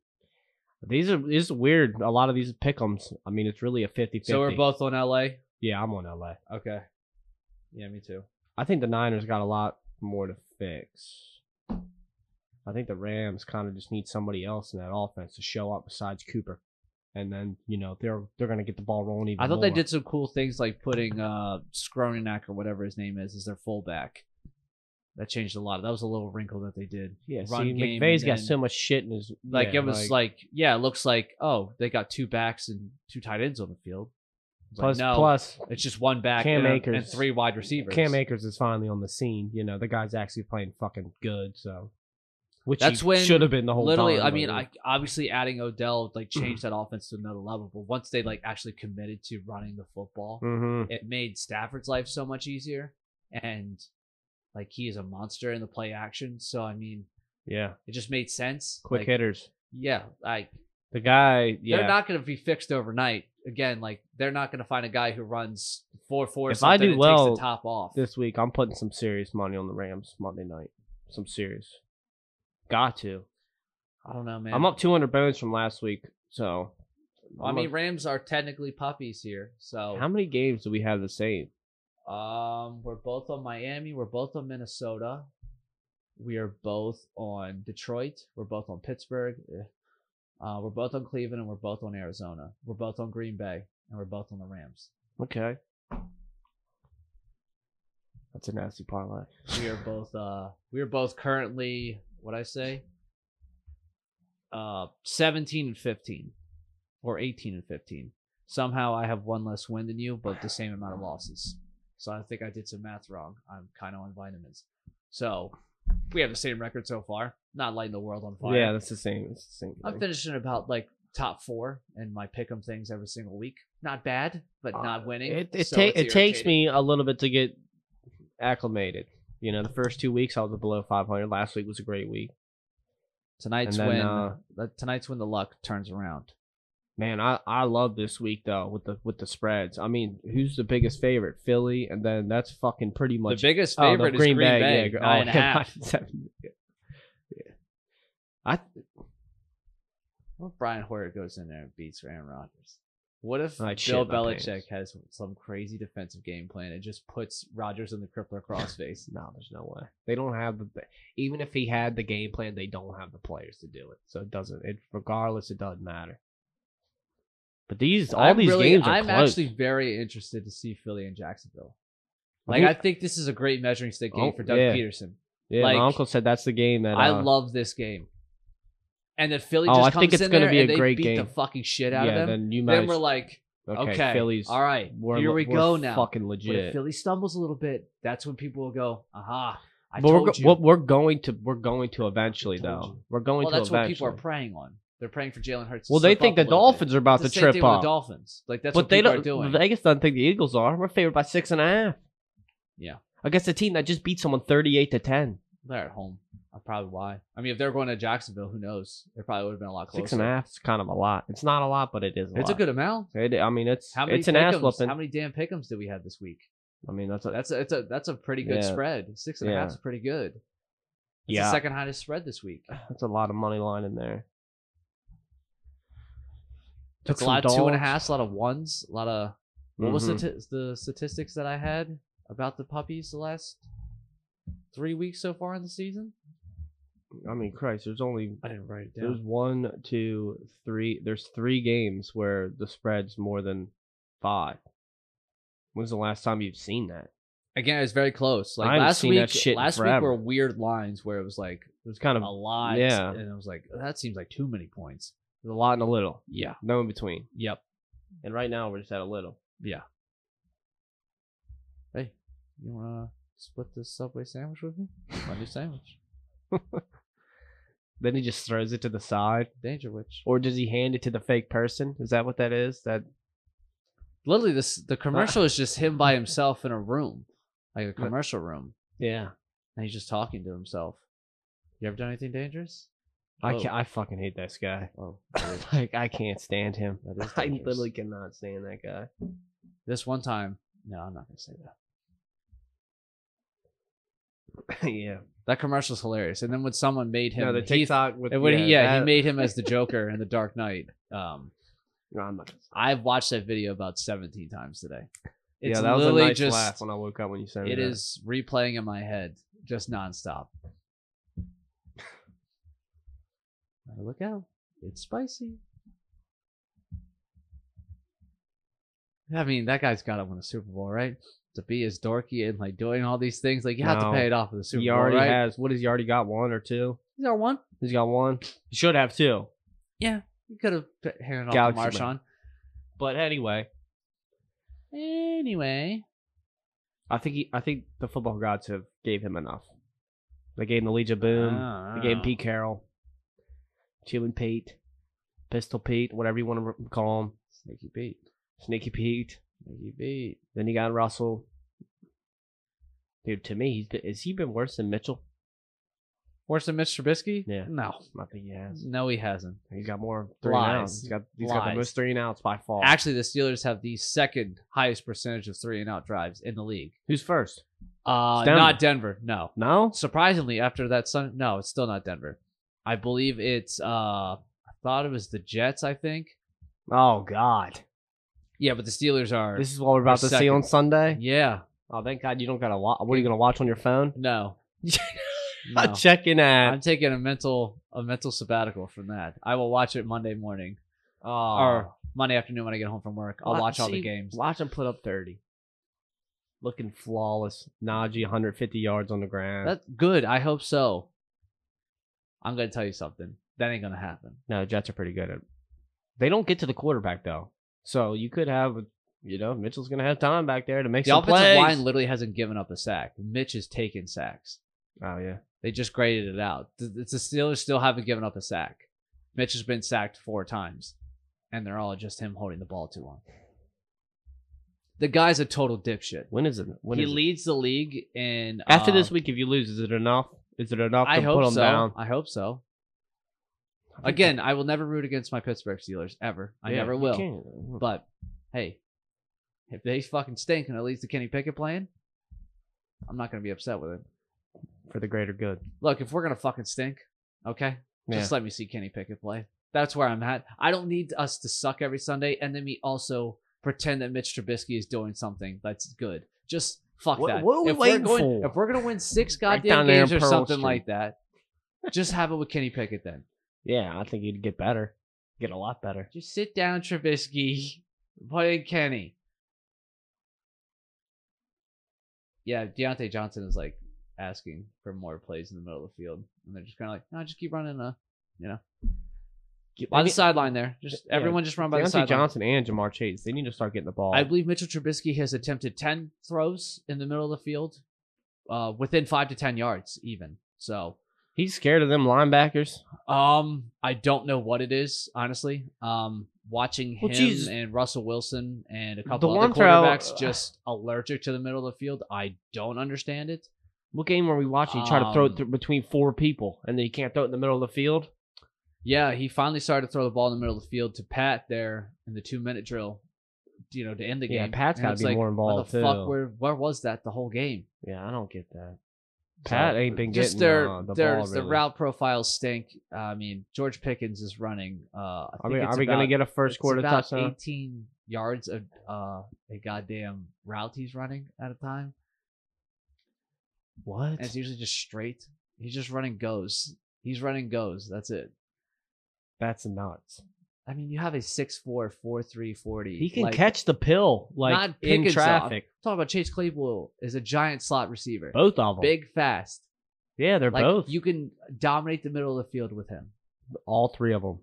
[SPEAKER 3] These are this is weird. A lot of these pickums. I mean, it's really a 50-50.
[SPEAKER 1] So we're both on LA.
[SPEAKER 3] Yeah, I'm on LA.
[SPEAKER 1] Okay. Yeah, me too.
[SPEAKER 3] I think the Niners got a lot more to fix. I think the Rams kind of just need somebody else in that offense to show up besides Cooper, and then you know they're they're gonna get the ball rolling. Even
[SPEAKER 1] I thought they
[SPEAKER 3] more.
[SPEAKER 1] did some cool things like putting uh Skronenak or whatever his name is as their fullback. That changed a lot. That was a little wrinkle that they did.
[SPEAKER 3] Yeah, see,
[SPEAKER 1] run game
[SPEAKER 3] McVay's
[SPEAKER 1] and
[SPEAKER 3] got
[SPEAKER 1] then-
[SPEAKER 3] so much shit in his
[SPEAKER 1] Like
[SPEAKER 3] yeah,
[SPEAKER 1] it was like, yeah, it looks like oh they got two backs and two tight ends on the field. It's like,
[SPEAKER 3] plus
[SPEAKER 1] no,
[SPEAKER 3] plus
[SPEAKER 1] it's just one back
[SPEAKER 3] Cam
[SPEAKER 1] and, a-
[SPEAKER 3] Akers-
[SPEAKER 1] and three wide receivers.
[SPEAKER 3] Cam Akers is finally on the scene. You know the guy's actually playing fucking good. So which
[SPEAKER 1] That's
[SPEAKER 3] he
[SPEAKER 1] when
[SPEAKER 3] should have been the whole
[SPEAKER 1] Literally,
[SPEAKER 3] time,
[SPEAKER 1] I
[SPEAKER 3] but
[SPEAKER 1] mean,
[SPEAKER 3] he-
[SPEAKER 1] I, obviously adding Odell like
[SPEAKER 3] Mm-hmm.
[SPEAKER 1] changed that offense to another level. But once they like actually committed to running the football,
[SPEAKER 3] Mhm.
[SPEAKER 1] it made Stafford's life so much easier. And like he is a monster in the play action, so I mean,
[SPEAKER 3] yeah
[SPEAKER 1] it just made sense.
[SPEAKER 3] quick
[SPEAKER 1] Like,
[SPEAKER 3] hitters.
[SPEAKER 1] yeah. Like
[SPEAKER 3] The guy
[SPEAKER 1] they're
[SPEAKER 3] yeah
[SPEAKER 1] not going to be fixed overnight. Again, like they're not going to find a guy who runs four four.
[SPEAKER 3] If I do well,
[SPEAKER 1] takes the top off.
[SPEAKER 3] this week I'm putting some serious money on the Rams Monday night. Some serious. Got to.
[SPEAKER 1] I don't know, man.
[SPEAKER 3] I'm up 200 bones from last week, so.
[SPEAKER 1] Well, I
[SPEAKER 3] I'm
[SPEAKER 1] mean,
[SPEAKER 3] up-
[SPEAKER 1] Rams are technically puppies here, so
[SPEAKER 3] how many games do we have the same?
[SPEAKER 1] Um, we're both on Miami. We're both on Minnesota. We are both on Detroit. We're both on Pittsburgh. Eh. Uh, we're both on Cleveland, and we're both on Arizona. We're both on Green Bay, and we're both on the Rams.
[SPEAKER 3] Okay. That's a nasty parlay.
[SPEAKER 1] We are both. Uh, we are both currently what I say. Uh, seventeen and fifteen, or eighteen and fifteen. Somehow I have one less win than you, but the same amount of losses. So I think I did some math wrong. I'm kind of on vitamins. So we have the same record so far. Not lighting the world on fire.
[SPEAKER 3] Yeah, that's the same. It's the same.
[SPEAKER 1] I'm
[SPEAKER 3] thing.
[SPEAKER 1] finishing about like top four in my pick'em things every single week. Not bad, but not winning.
[SPEAKER 3] Uh, It it,
[SPEAKER 1] so
[SPEAKER 3] ta-
[SPEAKER 1] it's
[SPEAKER 3] it takes
[SPEAKER 1] irritating.
[SPEAKER 3] me a little bit to get acclimated. You know, the first two weeks I was below 500. Last week was a great week.
[SPEAKER 1] Tonight's
[SPEAKER 3] and then,
[SPEAKER 1] when
[SPEAKER 3] uh,
[SPEAKER 1] the- tonight's when the luck turns around.
[SPEAKER 3] Man, I, I love this week though with the with the spreads. I mean, who's the biggest favorite? Philly, and then that's fucking pretty much
[SPEAKER 1] the biggest
[SPEAKER 3] Oh, no,
[SPEAKER 1] favorite is Green Bay,
[SPEAKER 3] yeah, gr-
[SPEAKER 1] nine and a
[SPEAKER 3] yeah,
[SPEAKER 1] half.
[SPEAKER 3] nine, seven, yeah. Yeah. I
[SPEAKER 1] What if Brian Hoyer goes in there and beats Aaron Rodgers? What if
[SPEAKER 3] I'd shit
[SPEAKER 1] Bill
[SPEAKER 3] my pants.
[SPEAKER 1] Belichick has some crazy defensive game plan and just puts Rodgers in the crippler crossface?
[SPEAKER 3] no, there's no way they don't have the even if he had the game plan, they don't have the players to do it. So it doesn't. It regardless, it doesn't matter. But these all
[SPEAKER 1] I'm
[SPEAKER 3] these
[SPEAKER 1] really-
[SPEAKER 3] games are
[SPEAKER 1] I'm
[SPEAKER 3] close.
[SPEAKER 1] actually very interested to see Philly and Jacksonville.
[SPEAKER 3] I
[SPEAKER 1] Like
[SPEAKER 3] think-
[SPEAKER 1] I think this is a great measuring stick game
[SPEAKER 3] Oh,
[SPEAKER 1] for Doug
[SPEAKER 3] yeah.
[SPEAKER 1] Peterson.
[SPEAKER 3] yeah,
[SPEAKER 1] like,
[SPEAKER 3] my uncle said that's the game that
[SPEAKER 1] I
[SPEAKER 3] uh,
[SPEAKER 1] love this game, and that Philly
[SPEAKER 3] Oh,
[SPEAKER 1] just
[SPEAKER 3] I
[SPEAKER 1] comes
[SPEAKER 3] think it's
[SPEAKER 1] in
[SPEAKER 3] gonna
[SPEAKER 1] there
[SPEAKER 3] be
[SPEAKER 1] and
[SPEAKER 3] a
[SPEAKER 1] they
[SPEAKER 3] great
[SPEAKER 1] beat the
[SPEAKER 3] game.
[SPEAKER 1] fucking shit out
[SPEAKER 3] Yeah,
[SPEAKER 1] of them.
[SPEAKER 3] then you
[SPEAKER 1] then
[SPEAKER 3] managed.
[SPEAKER 1] we're like,
[SPEAKER 3] okay,
[SPEAKER 1] okay,
[SPEAKER 3] Philly's.
[SPEAKER 1] all right,
[SPEAKER 3] we're-
[SPEAKER 1] here we
[SPEAKER 3] we're
[SPEAKER 1] go now.
[SPEAKER 3] Fucking
[SPEAKER 1] But if
[SPEAKER 3] legit.
[SPEAKER 1] Philly stumbles a little bit, that's when people will go, aha, I
[SPEAKER 3] but we're,
[SPEAKER 1] told
[SPEAKER 3] go-
[SPEAKER 1] you.
[SPEAKER 3] what we're going to we're going to eventually
[SPEAKER 1] told
[SPEAKER 3] though.
[SPEAKER 1] you.
[SPEAKER 3] We're going
[SPEAKER 1] well,
[SPEAKER 3] to
[SPEAKER 1] that's what
[SPEAKER 3] eventually.
[SPEAKER 1] people are praying on. They're praying for Jalen Hurts. to
[SPEAKER 3] well, they
[SPEAKER 1] slip up
[SPEAKER 3] think
[SPEAKER 1] a
[SPEAKER 3] the
[SPEAKER 1] little
[SPEAKER 3] Dolphins
[SPEAKER 1] bit.
[SPEAKER 3] are about
[SPEAKER 1] It's the
[SPEAKER 3] to
[SPEAKER 1] same
[SPEAKER 3] trip
[SPEAKER 1] thing with
[SPEAKER 3] up.
[SPEAKER 1] The Dolphins, like that's
[SPEAKER 3] but
[SPEAKER 1] what
[SPEAKER 3] they
[SPEAKER 1] people
[SPEAKER 3] don't.
[SPEAKER 1] are doing.
[SPEAKER 3] Vegas doesn't think the Eagles are. We're favored by six and a half.
[SPEAKER 1] Yeah.
[SPEAKER 3] against a team that just beat someone thirty-eight to ten.
[SPEAKER 1] They're at home. That's probably why. I mean, if they're going to Jacksonville, who knows? It probably would have been a lot closer.
[SPEAKER 3] Six and a half is kind of a lot. It's not a lot, but it is. A
[SPEAKER 1] It's a
[SPEAKER 3] lot.
[SPEAKER 1] good amount.
[SPEAKER 3] It, I mean, it's
[SPEAKER 1] How many
[SPEAKER 3] it's an ass
[SPEAKER 1] pick'ems-
[SPEAKER 3] whooping.
[SPEAKER 1] How many damn pickums did we have this week?
[SPEAKER 3] I mean, that's a,
[SPEAKER 1] That's a, it's a that's a pretty good
[SPEAKER 3] Yeah.
[SPEAKER 1] spread. Six and a half
[SPEAKER 3] Yeah.
[SPEAKER 1] is pretty good. It's the
[SPEAKER 3] yeah,
[SPEAKER 1] second highest spread this week.
[SPEAKER 3] that's a lot of money line in there. Took
[SPEAKER 1] It's a
[SPEAKER 3] some
[SPEAKER 1] lot of two and a
[SPEAKER 3] dogs.
[SPEAKER 1] half, a lot of ones, a lot of what was
[SPEAKER 3] Mhm.
[SPEAKER 1] the, t- the statistics that I had? about the puppies the last three weeks so far in the season?
[SPEAKER 3] Mm-hmm. I mean, Christ, there's only
[SPEAKER 1] I didn't write it
[SPEAKER 3] there's one, two, three. There's three games where the spread's more than five. When's the last time you've seen that?
[SPEAKER 1] Again, it was very close. Like
[SPEAKER 3] I haven't
[SPEAKER 1] last
[SPEAKER 3] seen
[SPEAKER 1] week,
[SPEAKER 3] that shit in
[SPEAKER 1] last week
[SPEAKER 3] forever.
[SPEAKER 1] were weird lines where it was like
[SPEAKER 3] It was kind of
[SPEAKER 1] a lot,
[SPEAKER 3] yeah.
[SPEAKER 1] and I was like, that seems like too many points.
[SPEAKER 3] a lot and a little,
[SPEAKER 1] Yeah.
[SPEAKER 3] no in between.
[SPEAKER 1] Yep.
[SPEAKER 3] And right now we're just at a little.
[SPEAKER 1] Yeah. Hey, you wanna split this Subway sandwich with me? My new sandwich,
[SPEAKER 3] Then he just throws it to the side,
[SPEAKER 1] Danger Witch.
[SPEAKER 3] or does he hand it to the fake person? Is that what that is? That
[SPEAKER 1] Literally, this the commercial is just him by himself in a room, like a commercial room,
[SPEAKER 3] yeah.
[SPEAKER 1] and he's just talking to himself. You ever done anything dangerous?
[SPEAKER 3] I
[SPEAKER 1] Oh.
[SPEAKER 3] can I fucking hate this guy.
[SPEAKER 1] Oh,
[SPEAKER 3] like I can't stand him.
[SPEAKER 1] That is
[SPEAKER 3] I
[SPEAKER 1] dangerous.
[SPEAKER 3] literally cannot stand that guy.
[SPEAKER 1] this one time. No, I'm not gonna say that.
[SPEAKER 3] yeah.
[SPEAKER 1] That commercial's hilarious. And then when someone made him,
[SPEAKER 3] No, the
[SPEAKER 1] Heath-
[SPEAKER 3] TikTok with
[SPEAKER 1] and when he, yeah, he
[SPEAKER 3] that-
[SPEAKER 1] made him as the Joker in the Dark Knight. Um,
[SPEAKER 3] No, I'm not gonna-
[SPEAKER 1] I've watched that video about 17 times today. It's
[SPEAKER 3] yeah, that was a
[SPEAKER 1] literally
[SPEAKER 3] nice
[SPEAKER 1] just
[SPEAKER 3] laugh when I woke up when you said
[SPEAKER 1] it
[SPEAKER 3] that.
[SPEAKER 1] is replaying in my head just nonstop. Better Look out! It's spicy. I mean, that guy's got to win a Super Bowl, right? To be as dorky and like doing all these things, like you have to
[SPEAKER 3] No.
[SPEAKER 1] pay it off with the Super
[SPEAKER 3] He
[SPEAKER 1] Bowl,
[SPEAKER 3] already
[SPEAKER 1] right?
[SPEAKER 3] has. What has he already got? One or two?
[SPEAKER 1] He's our one.
[SPEAKER 3] He's got one. He should have two.
[SPEAKER 1] You could have handed off
[SPEAKER 3] Galaxy
[SPEAKER 1] to Marshawn.
[SPEAKER 3] Man. But anyway,
[SPEAKER 1] Anyway,
[SPEAKER 3] I think he, I think the football gods have gave him enough. They gave him the Legion of Boom.
[SPEAKER 1] Ah,
[SPEAKER 3] They gave him Pete Carroll, Chewin Pete, Pistol Pete, whatever you want to call him,
[SPEAKER 1] Sneaky beat.
[SPEAKER 3] Sneaky Pete.
[SPEAKER 1] Sneaky beat.
[SPEAKER 3] Then you got Russell. Dude, to me, he's been, has he been worse than Mitchell?
[SPEAKER 1] Worse than Mitch Trubisky?
[SPEAKER 3] Yeah.
[SPEAKER 1] No.
[SPEAKER 3] I think he has.
[SPEAKER 1] No, he hasn't.
[SPEAKER 3] He's got more three
[SPEAKER 1] Lies.
[SPEAKER 3] and outs. He's got he's got
[SPEAKER 1] Lies.
[SPEAKER 3] the most three and outs by far.
[SPEAKER 1] Actually, the Steelers have the second highest percentage of three and out drives in the league.
[SPEAKER 3] Who's first?
[SPEAKER 1] Uh,
[SPEAKER 3] It's Denver.
[SPEAKER 1] not Denver. No.
[SPEAKER 3] No.
[SPEAKER 1] Surprisingly, after that Sun, no, it's still not Denver. I believe it's. uh I thought it was the Jets. I think.
[SPEAKER 3] Oh God.
[SPEAKER 1] Yeah, but the Steelers are.
[SPEAKER 3] This is what we're about to
[SPEAKER 1] Or
[SPEAKER 3] see on
[SPEAKER 1] second.
[SPEAKER 3] Sunday.
[SPEAKER 1] yeah.
[SPEAKER 3] Oh, thank God you don't got a lot. What are you gonna watch on your phone?
[SPEAKER 1] No.
[SPEAKER 3] I'm
[SPEAKER 1] no.
[SPEAKER 3] checking at.
[SPEAKER 1] I'm taking a mental a mental sabbatical from that. I will watch it Monday morning.
[SPEAKER 3] Oh,
[SPEAKER 1] or Monday afternoon when I get home from work. I'll
[SPEAKER 3] Wa-
[SPEAKER 1] watch all the
[SPEAKER 3] see,
[SPEAKER 1] games.
[SPEAKER 3] Watch him put up thirty, looking flawless. Najee 150 yards on the ground.
[SPEAKER 1] That's good. I hope so. I'm gonna tell you something. That ain't gonna happen.
[SPEAKER 3] no, Jets are pretty good at. They don't get to the quarterback though, so you could have, you know, Mitchell's gonna have time back there to make
[SPEAKER 1] The
[SPEAKER 3] some
[SPEAKER 1] offensive
[SPEAKER 3] plays.
[SPEAKER 1] line literally hasn't given up a sack. Mitch is taking sacks.
[SPEAKER 3] oh yeah,
[SPEAKER 1] They just graded it out. The, the Steelers still haven't given up a sack. Mitch has been sacked four times, and they're all just him holding the ball too long. The guy's a total dipshit.
[SPEAKER 3] when is it? When
[SPEAKER 1] he
[SPEAKER 3] is it?
[SPEAKER 1] leads the league in
[SPEAKER 3] After
[SPEAKER 1] uh,
[SPEAKER 3] this week, if you lose, is it enough? Is it enough
[SPEAKER 1] I
[SPEAKER 3] to put
[SPEAKER 1] hope
[SPEAKER 3] them
[SPEAKER 1] so.
[SPEAKER 3] down?
[SPEAKER 1] I hope so.
[SPEAKER 3] I think
[SPEAKER 1] Again, I will never root against my Pittsburgh Steelers ever. I
[SPEAKER 3] Yeah,
[SPEAKER 1] never
[SPEAKER 3] you
[SPEAKER 1] will.
[SPEAKER 3] can't.
[SPEAKER 1] But hey, if they fucking stink and it leads to Kenny Pickett playing, I'm not gonna be upset with it.
[SPEAKER 3] for the greater good.
[SPEAKER 1] Look, if we're gonna fucking stink, okay, just let me see Kenny Pickett play. That's where I'm at. I don't need us to suck every Sunday and then me also pretend that Mitch Trubisky is doing something that's good. Just fuck
[SPEAKER 3] What-
[SPEAKER 1] that.
[SPEAKER 3] what are we
[SPEAKER 1] if
[SPEAKER 3] waiting
[SPEAKER 1] are going,
[SPEAKER 3] for?
[SPEAKER 1] If we're gonna win six
[SPEAKER 3] Right
[SPEAKER 1] goddamn
[SPEAKER 3] down there
[SPEAKER 1] games
[SPEAKER 3] in
[SPEAKER 1] or
[SPEAKER 3] Pearl
[SPEAKER 1] something
[SPEAKER 3] Street.
[SPEAKER 1] like that, just have it with Kenny Pickett then.
[SPEAKER 3] yeah, I think he'd get better, get a lot better.
[SPEAKER 1] Just sit down, Trubisky. Put in Kenny. Yeah, Deontay Johnson is like asking for more plays in the middle of the field, and they're just kind of like, no, just keep running uh by the
[SPEAKER 3] Maybe-
[SPEAKER 1] sideline there. Just
[SPEAKER 3] Yeah,
[SPEAKER 1] everyone just run by the
[SPEAKER 3] Deontay
[SPEAKER 1] sideline.
[SPEAKER 3] Johnson and Jamar Chase, they need to start getting the ball.
[SPEAKER 1] I believe Mitchell Trubisky has attempted ten throws in the middle of the field, uh, within five to ten yards, even. So,
[SPEAKER 3] He's scared of them linebackers.
[SPEAKER 1] um, I don't know what it is, honestly. Um, watching
[SPEAKER 3] Well,
[SPEAKER 1] him
[SPEAKER 3] Jesus.
[SPEAKER 1] and Russell Wilson and a
[SPEAKER 3] The
[SPEAKER 1] couple other
[SPEAKER 3] one uh, throw-
[SPEAKER 1] quarterbacks just allergic to the middle of the field. I don't understand it.
[SPEAKER 3] What game were we watching? He tried to throw
[SPEAKER 1] Um,
[SPEAKER 3] it th- between four people, and then he can't throw it in the middle of the field.
[SPEAKER 1] Yeah, he finally started to throw the ball in the middle of the field to Pat there in the two minute drill, you know, to end the
[SPEAKER 3] Yeah,
[SPEAKER 1] game.
[SPEAKER 3] Pat's
[SPEAKER 1] And
[SPEAKER 3] gotta
[SPEAKER 1] it's
[SPEAKER 3] be more involved,
[SPEAKER 1] Where the fuck
[SPEAKER 3] too.
[SPEAKER 1] where where was that the whole game?
[SPEAKER 3] Yeah, I don't get that. Pat
[SPEAKER 1] So,
[SPEAKER 3] ain't been
[SPEAKER 1] just
[SPEAKER 3] getting
[SPEAKER 1] their
[SPEAKER 3] uh, the
[SPEAKER 1] their
[SPEAKER 3] ball.
[SPEAKER 1] the
[SPEAKER 3] really.
[SPEAKER 1] route profiles stink. I mean, George Pickens is running. Uh, I
[SPEAKER 3] Are
[SPEAKER 1] think
[SPEAKER 3] we,
[SPEAKER 1] it's
[SPEAKER 3] are we
[SPEAKER 1] about,
[SPEAKER 3] gonna get a
[SPEAKER 1] it's
[SPEAKER 3] first quarter
[SPEAKER 1] about
[SPEAKER 3] touchdown?
[SPEAKER 1] Eighteen yards of uh, a goddamn route he's running at a time.
[SPEAKER 3] What?
[SPEAKER 1] and it's usually just straight. He's just running goes. He's running goes. That's it.
[SPEAKER 3] That's nuts.
[SPEAKER 1] I mean, you have a six four four three forty.
[SPEAKER 3] He can
[SPEAKER 1] like,
[SPEAKER 3] catch the pill like
[SPEAKER 1] Not
[SPEAKER 3] in
[SPEAKER 1] Pickens off.
[SPEAKER 3] traffic.
[SPEAKER 1] Talk about Chase Claypool is a giant slot receiver,
[SPEAKER 3] Both of them.
[SPEAKER 1] big, fast.
[SPEAKER 3] Yeah, they're
[SPEAKER 1] Like
[SPEAKER 3] both.
[SPEAKER 1] you can dominate the middle of the field with him.
[SPEAKER 3] All three of them.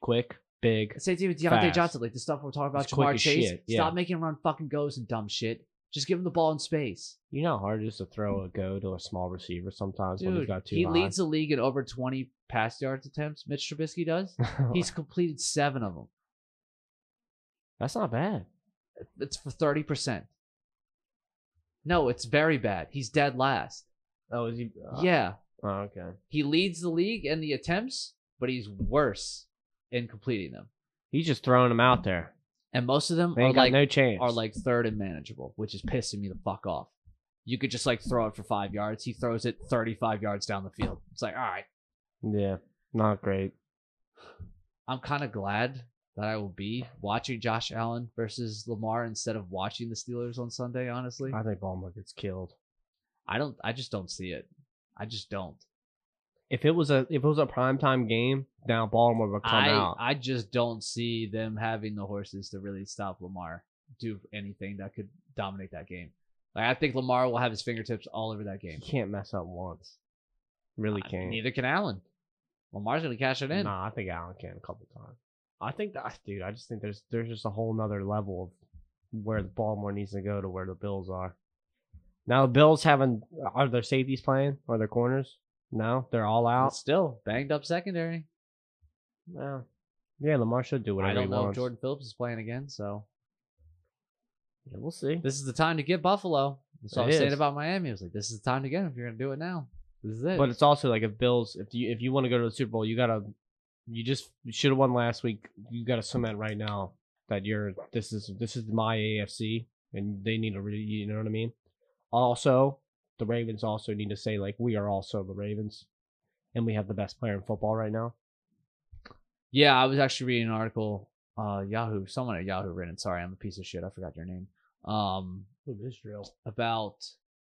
[SPEAKER 3] Quick, big.
[SPEAKER 1] Same thing with Deontay
[SPEAKER 3] Fast.
[SPEAKER 1] Johnson. Like the stuff we're talking about,
[SPEAKER 3] He's quick
[SPEAKER 1] Jamar
[SPEAKER 3] as
[SPEAKER 1] Chase.
[SPEAKER 3] shit, yeah.
[SPEAKER 1] Stop making him run fucking goes and dumb shit. Just give him the ball in space.
[SPEAKER 3] You know how hard it is to throw a go to a small receiver sometimes when he's
[SPEAKER 1] Dude,
[SPEAKER 3] got two
[SPEAKER 1] he
[SPEAKER 3] high?
[SPEAKER 1] leads the league in over 20 pass yards attempts. Mitch Trubisky does. He's completed seven of them.
[SPEAKER 3] That's not bad.
[SPEAKER 1] It's for 30%. No, it's very bad. He's dead last.
[SPEAKER 3] Oh, is he?
[SPEAKER 1] yeah.
[SPEAKER 3] Oh, okay.
[SPEAKER 1] He leads the league in the attempts, but he's worse in completing them.
[SPEAKER 3] He's just throwing them out there.
[SPEAKER 1] And most of them
[SPEAKER 3] They
[SPEAKER 1] are
[SPEAKER 3] ain't got
[SPEAKER 1] like,
[SPEAKER 3] no chance.
[SPEAKER 1] are like third and manageable, which is pissing me the fuck off. You could just like throw it for five yards. He throws it 35 yards down the field. It's like, all right,
[SPEAKER 3] yeah, not great.
[SPEAKER 1] I'm kind of glad that I will be watching Josh Allen versus Lamar instead of watching the Steelers on Sunday, honestly.
[SPEAKER 3] I think Ballmer gets killed.
[SPEAKER 1] I don't I just don't see it. I just don't.
[SPEAKER 3] If it was a if it was a primetime game, now Baltimore would come
[SPEAKER 1] I
[SPEAKER 3] out.
[SPEAKER 1] I just don't see them having the horses to really stop Lamar do anything that could dominate that game. Like I think Lamar will have his fingertips all over that
[SPEAKER 3] He
[SPEAKER 1] game.
[SPEAKER 3] can't mess up once. Really
[SPEAKER 1] I-
[SPEAKER 3] can't.
[SPEAKER 1] Neither can Allen. Lamar's gonna cash it in.
[SPEAKER 3] Nah, I think Allen can a couple times. I think that dude. I just think there's there's just a whole nother level of where the Baltimore needs to go to where the Bills are. Now the Bills having are their safeties playing or their corners? No, they're all
[SPEAKER 1] But
[SPEAKER 3] out.
[SPEAKER 1] still banged up secondary.
[SPEAKER 3] Well, yeah, Lamar should do whatever
[SPEAKER 1] I don't
[SPEAKER 3] he
[SPEAKER 1] know if
[SPEAKER 3] wants.
[SPEAKER 1] Jordan Phillips is playing again, so
[SPEAKER 3] Yeah, we'll see.
[SPEAKER 1] this is the time to get Buffalo. That's what
[SPEAKER 3] It
[SPEAKER 1] I was saying
[SPEAKER 3] is.
[SPEAKER 1] about Miami. I was like, this is the time to get him if you're gonna do it now. This is it.
[SPEAKER 3] But it's also like if Bills, if you if you want to go to the Super Bowl, you gotta, you just you should have won last week. You gotta cement right now that you're this is this is my AFC, and they need to really, you know what I mean. Also, the Ravens also need to say like we are also the Ravens, and we have the best player in football right now.
[SPEAKER 1] yeah, I was actually reading an article. Uh, Yahoo. Someone at Yahoo ran it. Sorry, I'm a piece of shit. I forgot your name. Um,
[SPEAKER 3] Israel.
[SPEAKER 1] about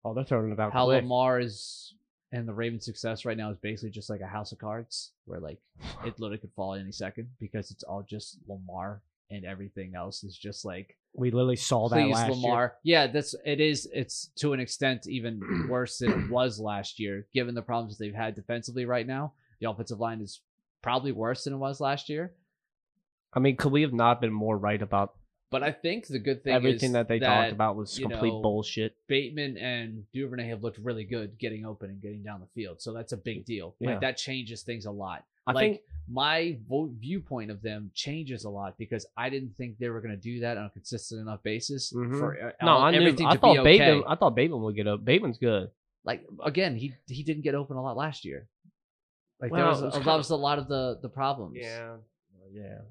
[SPEAKER 3] Oh, they're throwing it out
[SPEAKER 1] how
[SPEAKER 3] quick.
[SPEAKER 1] Lamar is and the Ravens' success right now is basically just like a house of cards, where like it literally could fall any second because it's all just Lamar and everything else is just like
[SPEAKER 3] we literally saw that
[SPEAKER 1] please
[SPEAKER 3] last
[SPEAKER 1] Lamar.
[SPEAKER 3] year.
[SPEAKER 1] Yeah, that's it is. It's to an extent even worse than it was last year, given the problems they've had defensively right now. The offensive line is probably worse than it was last year.
[SPEAKER 3] I mean, could we have not been more right about
[SPEAKER 1] But I think the good thing
[SPEAKER 3] everything
[SPEAKER 1] is
[SPEAKER 3] that they talked about was
[SPEAKER 1] you
[SPEAKER 3] complete
[SPEAKER 1] know,
[SPEAKER 3] bullshit?
[SPEAKER 1] Bateman and Duvernay have looked really good getting open and getting down the field. So that's a big deal.
[SPEAKER 3] Yeah.
[SPEAKER 1] Like that changes things a lot.
[SPEAKER 3] I
[SPEAKER 1] like
[SPEAKER 3] think
[SPEAKER 1] my vo- viewpoint of them changes a lot because I didn't think they were going to do that on a consistent enough basis
[SPEAKER 3] Mhm.
[SPEAKER 1] for uh,
[SPEAKER 3] No,
[SPEAKER 1] all-
[SPEAKER 3] I knew.
[SPEAKER 1] everything
[SPEAKER 3] I
[SPEAKER 1] to
[SPEAKER 3] thought
[SPEAKER 1] be okay.
[SPEAKER 3] Bateman. I thought Bateman would get up. Bateman's good.
[SPEAKER 1] like again, he he didn't get open a lot last year. Like
[SPEAKER 3] Well, it
[SPEAKER 1] there
[SPEAKER 3] was
[SPEAKER 1] was, a,
[SPEAKER 3] kind
[SPEAKER 1] that
[SPEAKER 3] of-
[SPEAKER 1] was a lot of the the problems.
[SPEAKER 3] yeah.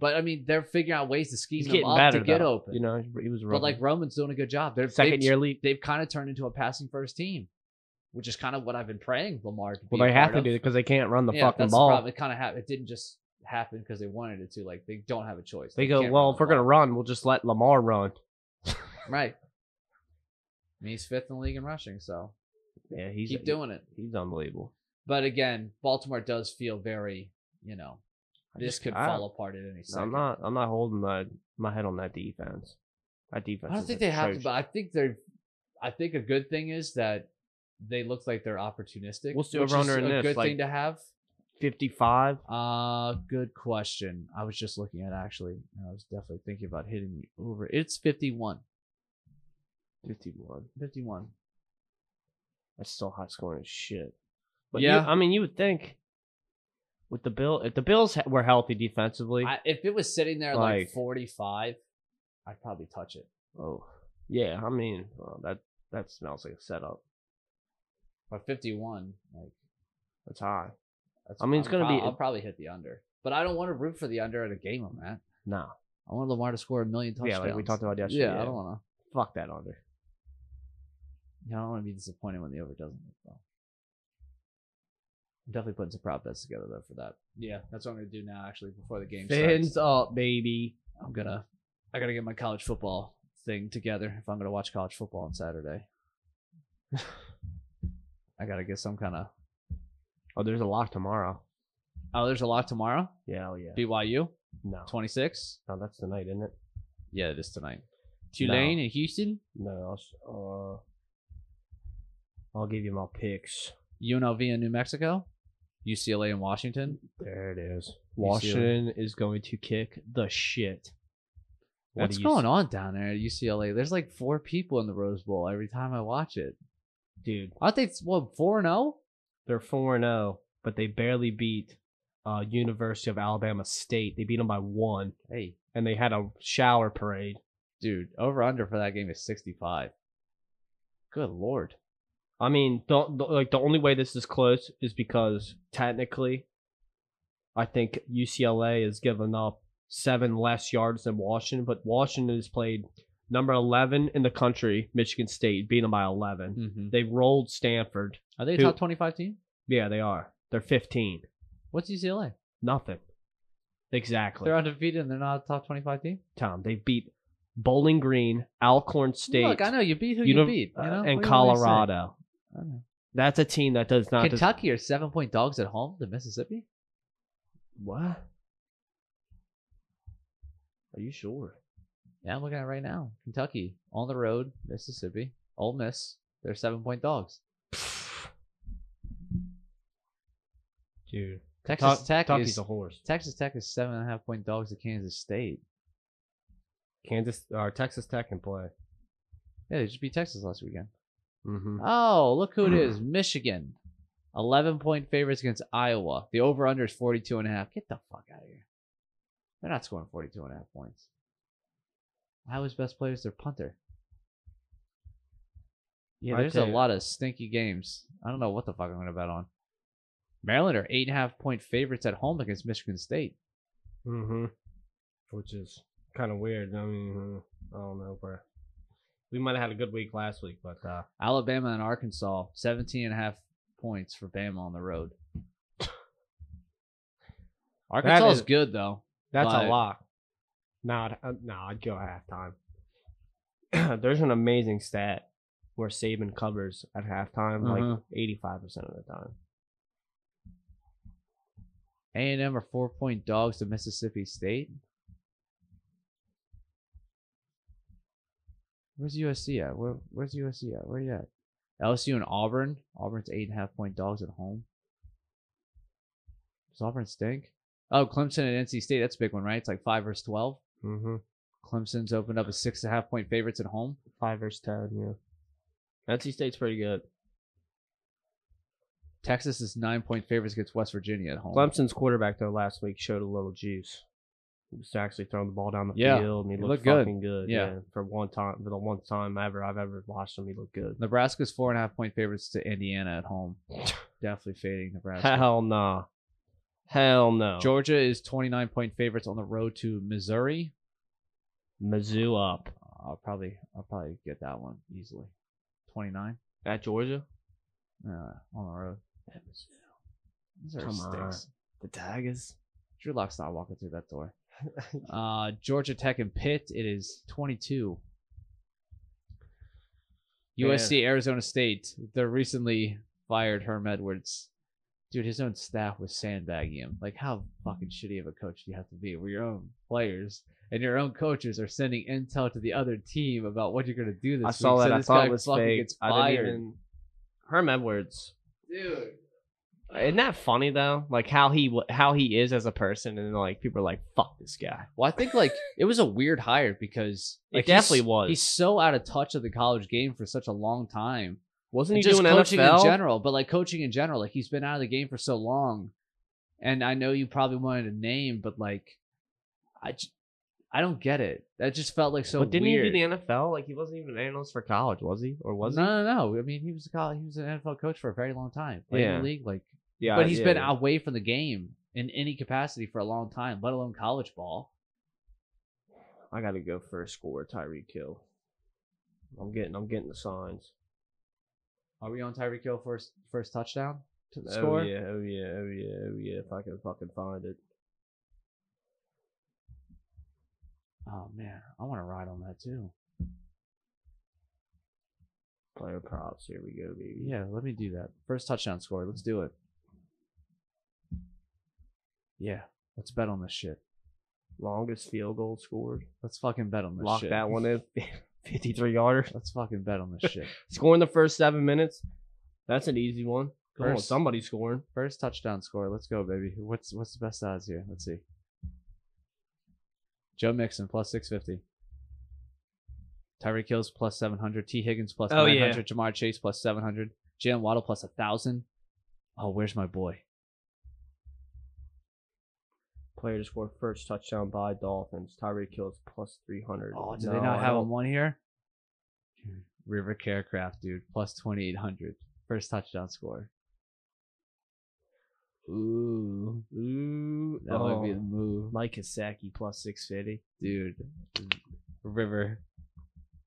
[SPEAKER 1] but I mean, they're figuring out ways to scheme
[SPEAKER 3] He's
[SPEAKER 1] him
[SPEAKER 3] getting
[SPEAKER 1] up
[SPEAKER 3] better.
[SPEAKER 1] to get
[SPEAKER 3] though.
[SPEAKER 1] open.
[SPEAKER 3] You know, he was.
[SPEAKER 1] but like
[SPEAKER 3] rolling.
[SPEAKER 1] Roman's doing a good job. They're
[SPEAKER 3] second
[SPEAKER 1] they've-
[SPEAKER 3] year league.
[SPEAKER 1] they've kind of turned into a passing first team, which is kind of what I've been praying Lamar. To be
[SPEAKER 3] Well, they
[SPEAKER 1] a
[SPEAKER 3] have
[SPEAKER 1] part
[SPEAKER 3] to
[SPEAKER 1] of.
[SPEAKER 3] do it because they can't run the
[SPEAKER 1] Yeah,
[SPEAKER 3] fucking
[SPEAKER 1] that's
[SPEAKER 3] ball.
[SPEAKER 1] problem. It kind of ha- it didn't just happen because they wanted it to. Like they don't have a choice.
[SPEAKER 3] They go. Well, if we're gonna run, we'll just let Lamar run.
[SPEAKER 1] run. right. And he's fifth in the league in rushing, so
[SPEAKER 3] Yeah, he's
[SPEAKER 1] keep doing it.
[SPEAKER 3] He's unbelievable.
[SPEAKER 1] But again, Baltimore does feel very, you know,
[SPEAKER 3] I
[SPEAKER 1] this
[SPEAKER 3] just-
[SPEAKER 1] could
[SPEAKER 3] I-
[SPEAKER 1] fall apart at any second.
[SPEAKER 3] I'm not. I'm not holding my my head on that defense. That defense.
[SPEAKER 1] I don't
[SPEAKER 3] is
[SPEAKER 1] think they have to,
[SPEAKER 3] atrocious.
[SPEAKER 1] but I think they're. I think a good thing is that they look like they're opportunistic.
[SPEAKER 3] What's the
[SPEAKER 1] which is
[SPEAKER 3] over-under in
[SPEAKER 1] a
[SPEAKER 3] this?
[SPEAKER 1] Good
[SPEAKER 3] Like-
[SPEAKER 1] thing to have.
[SPEAKER 3] 55.
[SPEAKER 1] Uh, good question. I was just looking at actually. and I was definitely thinking about hitting the over. It's 51.
[SPEAKER 3] 51.
[SPEAKER 1] 51.
[SPEAKER 3] That's still high scoring as shit. But
[SPEAKER 1] Yeah.
[SPEAKER 3] You, I mean, you would think with the bill, if the Bills he- were healthy defensively,
[SPEAKER 1] I, if it was sitting there like,
[SPEAKER 3] Like-
[SPEAKER 1] 45, I'd probably touch it.
[SPEAKER 3] Oh, yeah. I mean, well, that that smells like a setup.
[SPEAKER 1] But 51, like
[SPEAKER 3] That's high.
[SPEAKER 1] that's,
[SPEAKER 3] I mean, it's
[SPEAKER 1] I'm
[SPEAKER 3] gonna
[SPEAKER 1] prob-
[SPEAKER 3] be-
[SPEAKER 1] I'll probably hit the under, but I don't want to root for the under at a game I'm at.
[SPEAKER 3] Nah.
[SPEAKER 1] I want Lamar to score a million touchdowns.
[SPEAKER 3] Yeah, like we talked about yesterday.
[SPEAKER 1] Yeah, I don't want to.
[SPEAKER 3] fuck that under.
[SPEAKER 1] Yeah, I don't want to be disappointed when the over doesn't hit though. I'm definitely putting some prop bets together though for that. Yeah, that's what I'm gonna do now. Actually, before the game starts,
[SPEAKER 3] up, baby.
[SPEAKER 1] I'm gonna I gotta get my college football thing together if I'm gonna watch college football on Saturday. I I gotta get some kind of.
[SPEAKER 3] Oh, there's a lock tomorrow.
[SPEAKER 1] Oh, there's a lot tomorrow.
[SPEAKER 3] Yeah, oh yeah.
[SPEAKER 1] BYU
[SPEAKER 3] No.
[SPEAKER 1] 26.
[SPEAKER 3] No, that's tonight, isn't it?
[SPEAKER 1] Yeah, it is tonight. Tulane and Houston.
[SPEAKER 3] No, I'll, uh, I'll give you my picks.
[SPEAKER 1] UNLV and New Mexico. UCLA and Washington.
[SPEAKER 3] There it is.
[SPEAKER 1] You see it.
[SPEAKER 3] Washington is going to kick the shit. What
[SPEAKER 1] What's
[SPEAKER 3] do you
[SPEAKER 1] going
[SPEAKER 3] s-
[SPEAKER 1] on down there at UCLA? There's like four people in the Rose Bowl every time I watch it.
[SPEAKER 3] dude?
[SPEAKER 1] I think it's what four and oh? zero.
[SPEAKER 3] They're four and zero, but they barely beat uh, University of Alabama State. They beat them by one,
[SPEAKER 1] Hey,
[SPEAKER 3] and they had a shower parade.
[SPEAKER 1] dude, over under for that game is sixty five. Good lord.
[SPEAKER 3] I mean, the, the, like the only way this is close is because technically, I think UCLA has given up seven less yards than Washington, but Washington has played number eleven in the country, Michigan State, beat them by 11
[SPEAKER 1] Mm-hmm.
[SPEAKER 3] They rolled Stanford.
[SPEAKER 1] Are they a
[SPEAKER 3] Who-
[SPEAKER 1] top twenty five team?
[SPEAKER 3] Yeah, they are. They're fifteen.
[SPEAKER 1] What's UCLA?
[SPEAKER 3] Nothing. Exactly.
[SPEAKER 1] They're undefeated and they're not a top twenty five team.
[SPEAKER 3] Tom. They beat Bowling Green, Alcorn State,
[SPEAKER 1] Look, I know you beat who you,
[SPEAKER 3] Uni-
[SPEAKER 1] beat, you
[SPEAKER 3] uh,
[SPEAKER 1] know? What do you want
[SPEAKER 3] and
[SPEAKER 1] me to say?
[SPEAKER 3] Colorado.
[SPEAKER 1] I don't know.
[SPEAKER 3] That's a team that does not. Des-
[SPEAKER 1] Kentucky are seven point dogs at home to Mississippi.
[SPEAKER 3] what? Are you sure?
[SPEAKER 1] Yeah, I'm looking at it right now. Kentucky on the road, Mississippi, Ole Miss. They're seven point dogs.
[SPEAKER 3] Dude,
[SPEAKER 1] Texas Tech
[SPEAKER 3] Kentucky's
[SPEAKER 1] is
[SPEAKER 3] a horse.
[SPEAKER 1] Texas Tech is seven and a half point dogs to Kansas State.
[SPEAKER 3] Kansas or Texas Tech can play.
[SPEAKER 1] Yeah, they just beat Texas last weekend.
[SPEAKER 3] Mm-hmm.
[SPEAKER 1] Oh, look who it is. Michigan. 11 point favorites against Iowa. The over under is 42 and a half. Get the fuck out of here. They're not scoring 42 and a half points. Iowa's best player is their punter. Yeah,
[SPEAKER 3] I
[SPEAKER 1] there's a
[SPEAKER 3] tell you-
[SPEAKER 1] lot of stinky games. I don't know what the fuck I'm going to bet on. Maryland are eight and a half point favorites at home against Michigan State.
[SPEAKER 3] Mm-hmm. Which is kind of weird. I mean, uh, I don't know, bro. We might have had a good week last week, but uh,
[SPEAKER 1] Alabama and Arkansas, 17 and a half points for Bama on the road. Arkansas is
[SPEAKER 3] is-
[SPEAKER 1] good, though.
[SPEAKER 3] That's
[SPEAKER 1] But-
[SPEAKER 3] a lot. No, I'd, uh, no, I'd go halftime. There's an amazing stat where Saban covers at halftime like
[SPEAKER 1] Mhm.
[SPEAKER 3] 85% of the time.
[SPEAKER 1] A&M are four point dogs to Mississippi State. Where's USC at? Where, where's USC at? Where you at? LSU and Auburn. Auburn's eight and a half point dogs at home. Does Auburn stink? Oh, Clemson and NC State. That's a big one, right? It's like five versus twelve.
[SPEAKER 3] Mm-hmm.
[SPEAKER 1] Clemson's opened up as six and a half point favorites at home.
[SPEAKER 3] 5 versus 10, yeah. NC State's pretty good.
[SPEAKER 1] Texas is nine point favorites against West Virginia at home.
[SPEAKER 3] Clemson's quarterback, though, last week showed a little juice. He was actually throwing the ball down the
[SPEAKER 1] Yeah,
[SPEAKER 3] field, and he,
[SPEAKER 1] he looked
[SPEAKER 3] looked,
[SPEAKER 1] good.
[SPEAKER 3] fucking good.
[SPEAKER 1] Yeah.
[SPEAKER 3] for one time, for the one time ever I've ever watched him, he looked good.
[SPEAKER 1] Nebraska's four and a half point favorites to Indiana at home. Definitely fading Nebraska.
[SPEAKER 3] Hell no, hell no.
[SPEAKER 1] Georgia is 29 point favorites on the road to Missouri.
[SPEAKER 3] Mizzou up
[SPEAKER 1] I'll probably I'll probably get that one easily. 29
[SPEAKER 3] at Georgia.
[SPEAKER 1] uh, on the road. Missouri
[SPEAKER 3] Come on.
[SPEAKER 1] stinks.
[SPEAKER 3] The Tigers.
[SPEAKER 1] Drew Lock's not walking through that door. Uh, Georgia Tech and Pitt. It is 22. USC Arizona State. The recently fired Herm Edwards. Dude, his own staff was sandbagging him. Like, how fucking shitty of a coach do you have to be? Where your own players and your own coaches are sending intel to the other team about what you're gonna do this
[SPEAKER 3] I
[SPEAKER 1] week.
[SPEAKER 3] saw
[SPEAKER 1] So
[SPEAKER 3] that. I
[SPEAKER 1] this
[SPEAKER 3] thought
[SPEAKER 1] guy
[SPEAKER 3] it was
[SPEAKER 1] fucking
[SPEAKER 3] fake.
[SPEAKER 1] gets
[SPEAKER 3] I didn't
[SPEAKER 1] fired.
[SPEAKER 3] even. Herm Edwards.
[SPEAKER 1] Dude,
[SPEAKER 3] Isn't that funny though? Like how he wa- how he is as a person, and like people are like, "Fuck this guy."
[SPEAKER 1] Well, I think like it was a weird hire because
[SPEAKER 3] It
[SPEAKER 1] like, he's-
[SPEAKER 3] definitely was.
[SPEAKER 1] He's so out of touch of the college game for such a long time.
[SPEAKER 3] Wasn't
[SPEAKER 1] And
[SPEAKER 3] he
[SPEAKER 1] just
[SPEAKER 3] doing
[SPEAKER 1] coaching in
[SPEAKER 3] NFL?
[SPEAKER 1] general, but like coaching in general, like he's been out of the game for so long. And I know you probably wanted a name, but like, I, j- I don't get it. That just felt like so
[SPEAKER 3] but didn't
[SPEAKER 1] weird.
[SPEAKER 3] he do the NFL? Like he wasn't even an analyst for college, was he? Or was
[SPEAKER 1] no, no, no. I mean, he was a college, he was an NFL coach for a very long time. Played in
[SPEAKER 3] Yeah.
[SPEAKER 1] the league, like,
[SPEAKER 3] he? Yeah,
[SPEAKER 1] but he's
[SPEAKER 3] yeah,
[SPEAKER 1] been
[SPEAKER 3] yeah.
[SPEAKER 1] away from the game in any capacity for a long time, let alone college ball.
[SPEAKER 3] I gotta go for a score, Tyreek Hill. I'm getting, I'm getting the signs.
[SPEAKER 1] Are we on Tyreek Hill first first touchdown to the
[SPEAKER 3] Oh
[SPEAKER 1] score?
[SPEAKER 3] yeah, oh yeah, oh yeah, oh yeah. If I can fucking find it.
[SPEAKER 1] Oh man, I want to ride on that too.
[SPEAKER 3] Player props. Here we go, baby.
[SPEAKER 1] Yeah, let me do that. First touchdown score. Let's do it. Yeah, let's bet on this shit.
[SPEAKER 3] Longest field goal scored.
[SPEAKER 1] Let's fucking bet on this
[SPEAKER 3] Lock
[SPEAKER 1] Oh, shit.
[SPEAKER 3] that one in. 53 yarder.
[SPEAKER 1] Let's fucking bet on this shit.
[SPEAKER 3] Scoring the first seven minutes. That's an easy one. Come on,
[SPEAKER 1] First-
[SPEAKER 3] somebody's scoring.
[SPEAKER 1] First touchdown score. Let's go, baby. What's what's the best odds here? Let's see. Joe Mixon plus six fifty. Tyreek Hill's plus seven hundred. T Higgins plus
[SPEAKER 3] Oh,
[SPEAKER 1] nine
[SPEAKER 3] yeah.
[SPEAKER 1] hundred. Jamar Chase plus seven hundred. Jalen Waddle plus a thousand. Oh, where's my boy?
[SPEAKER 3] Player to score first touchdown by Dolphins. Tyreek kills plus 300.
[SPEAKER 1] Oh, do they
[SPEAKER 3] No,
[SPEAKER 1] not
[SPEAKER 3] I
[SPEAKER 1] have
[SPEAKER 3] don't-
[SPEAKER 1] him on here? River Carecraft, dude, plus twenty eight hundred. First touchdown score. Ooh,
[SPEAKER 3] Ooh,
[SPEAKER 1] that might be the
[SPEAKER 3] oh.
[SPEAKER 1] move.
[SPEAKER 3] Mike Kosecki plus 650.
[SPEAKER 1] dude. River,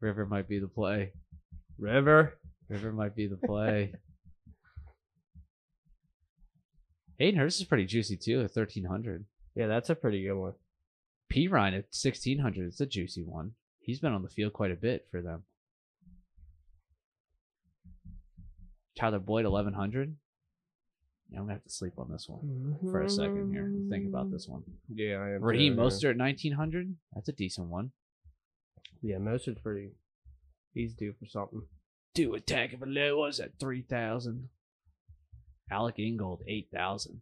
[SPEAKER 1] River might be the play.
[SPEAKER 3] River.
[SPEAKER 1] River might be the play. Hayden Hurst is pretty juicy too at thirteen hundred.
[SPEAKER 3] Yeah, that's a pretty good one.
[SPEAKER 1] P Ryan at sixteen hundred. It's a juicy one. He's been on the field quite a bit for them. Tyler Boyd eleven hundred. Yeah, I'm gonna have to sleep on this one for a second here. and Think about this one.
[SPEAKER 3] Mm-hmm. Yeah, I am.
[SPEAKER 1] Raheem
[SPEAKER 3] too, Mm. yeah.
[SPEAKER 1] Mostert at nineteen hundred. That's a decent one.
[SPEAKER 3] Yeah, Mostert's pretty. He's due for something.
[SPEAKER 1] Do attack of a low was at 3,000. Alec Ingold, 8,000.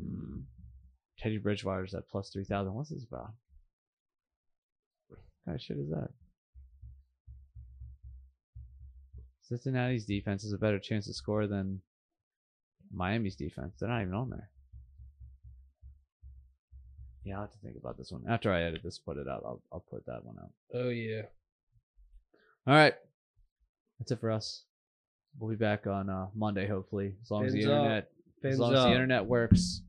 [SPEAKER 1] Mm. Teddy Bridgewater's at plus 3,000. What's this about? What kind of shit is that? Cincinnati's defense is a better chance to score than Miami's defense. They're not even on there. Yeah, I'll have to think about this one. After I edit this, put it out. I'll, I'll put that one out.
[SPEAKER 3] Oh yeah.
[SPEAKER 1] All right. That's it for us. We'll be back on uh, Monday, hopefully, as long as the
[SPEAKER 3] Fins up.
[SPEAKER 1] internet, as
[SPEAKER 3] Fins
[SPEAKER 1] long as
[SPEAKER 3] up.
[SPEAKER 1] the internet works,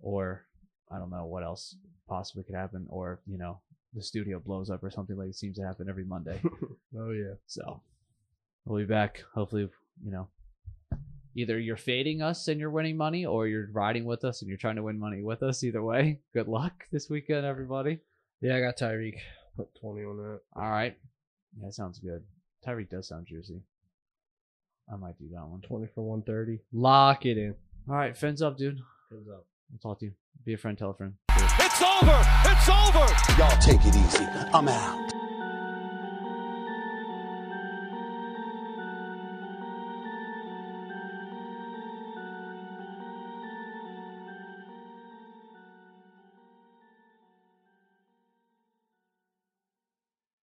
[SPEAKER 1] or I don't know what else possibly could happen, or you know, the studio blows up or something like it seems to happen every Monday.
[SPEAKER 3] Oh yeah.
[SPEAKER 1] so we'll be back. Hopefully, you know, either you're fading us and you're winning money, or you're riding with us and you're trying to win money with us. Either way, good luck this weekend, everybody.
[SPEAKER 3] Yeah, I got Tyreek. Put twenty on that.
[SPEAKER 1] All right. Yeah, that sounds good. Tyreek does sound juicy. I might do that one.
[SPEAKER 3] Twenty for one thirty. Lock it in.
[SPEAKER 1] All right, fins up, dude.
[SPEAKER 3] Comes up.
[SPEAKER 1] I'll talk to you. Be a friend, tell a friend.
[SPEAKER 4] It's over. It's over.
[SPEAKER 5] Y'all take it easy. I'm out.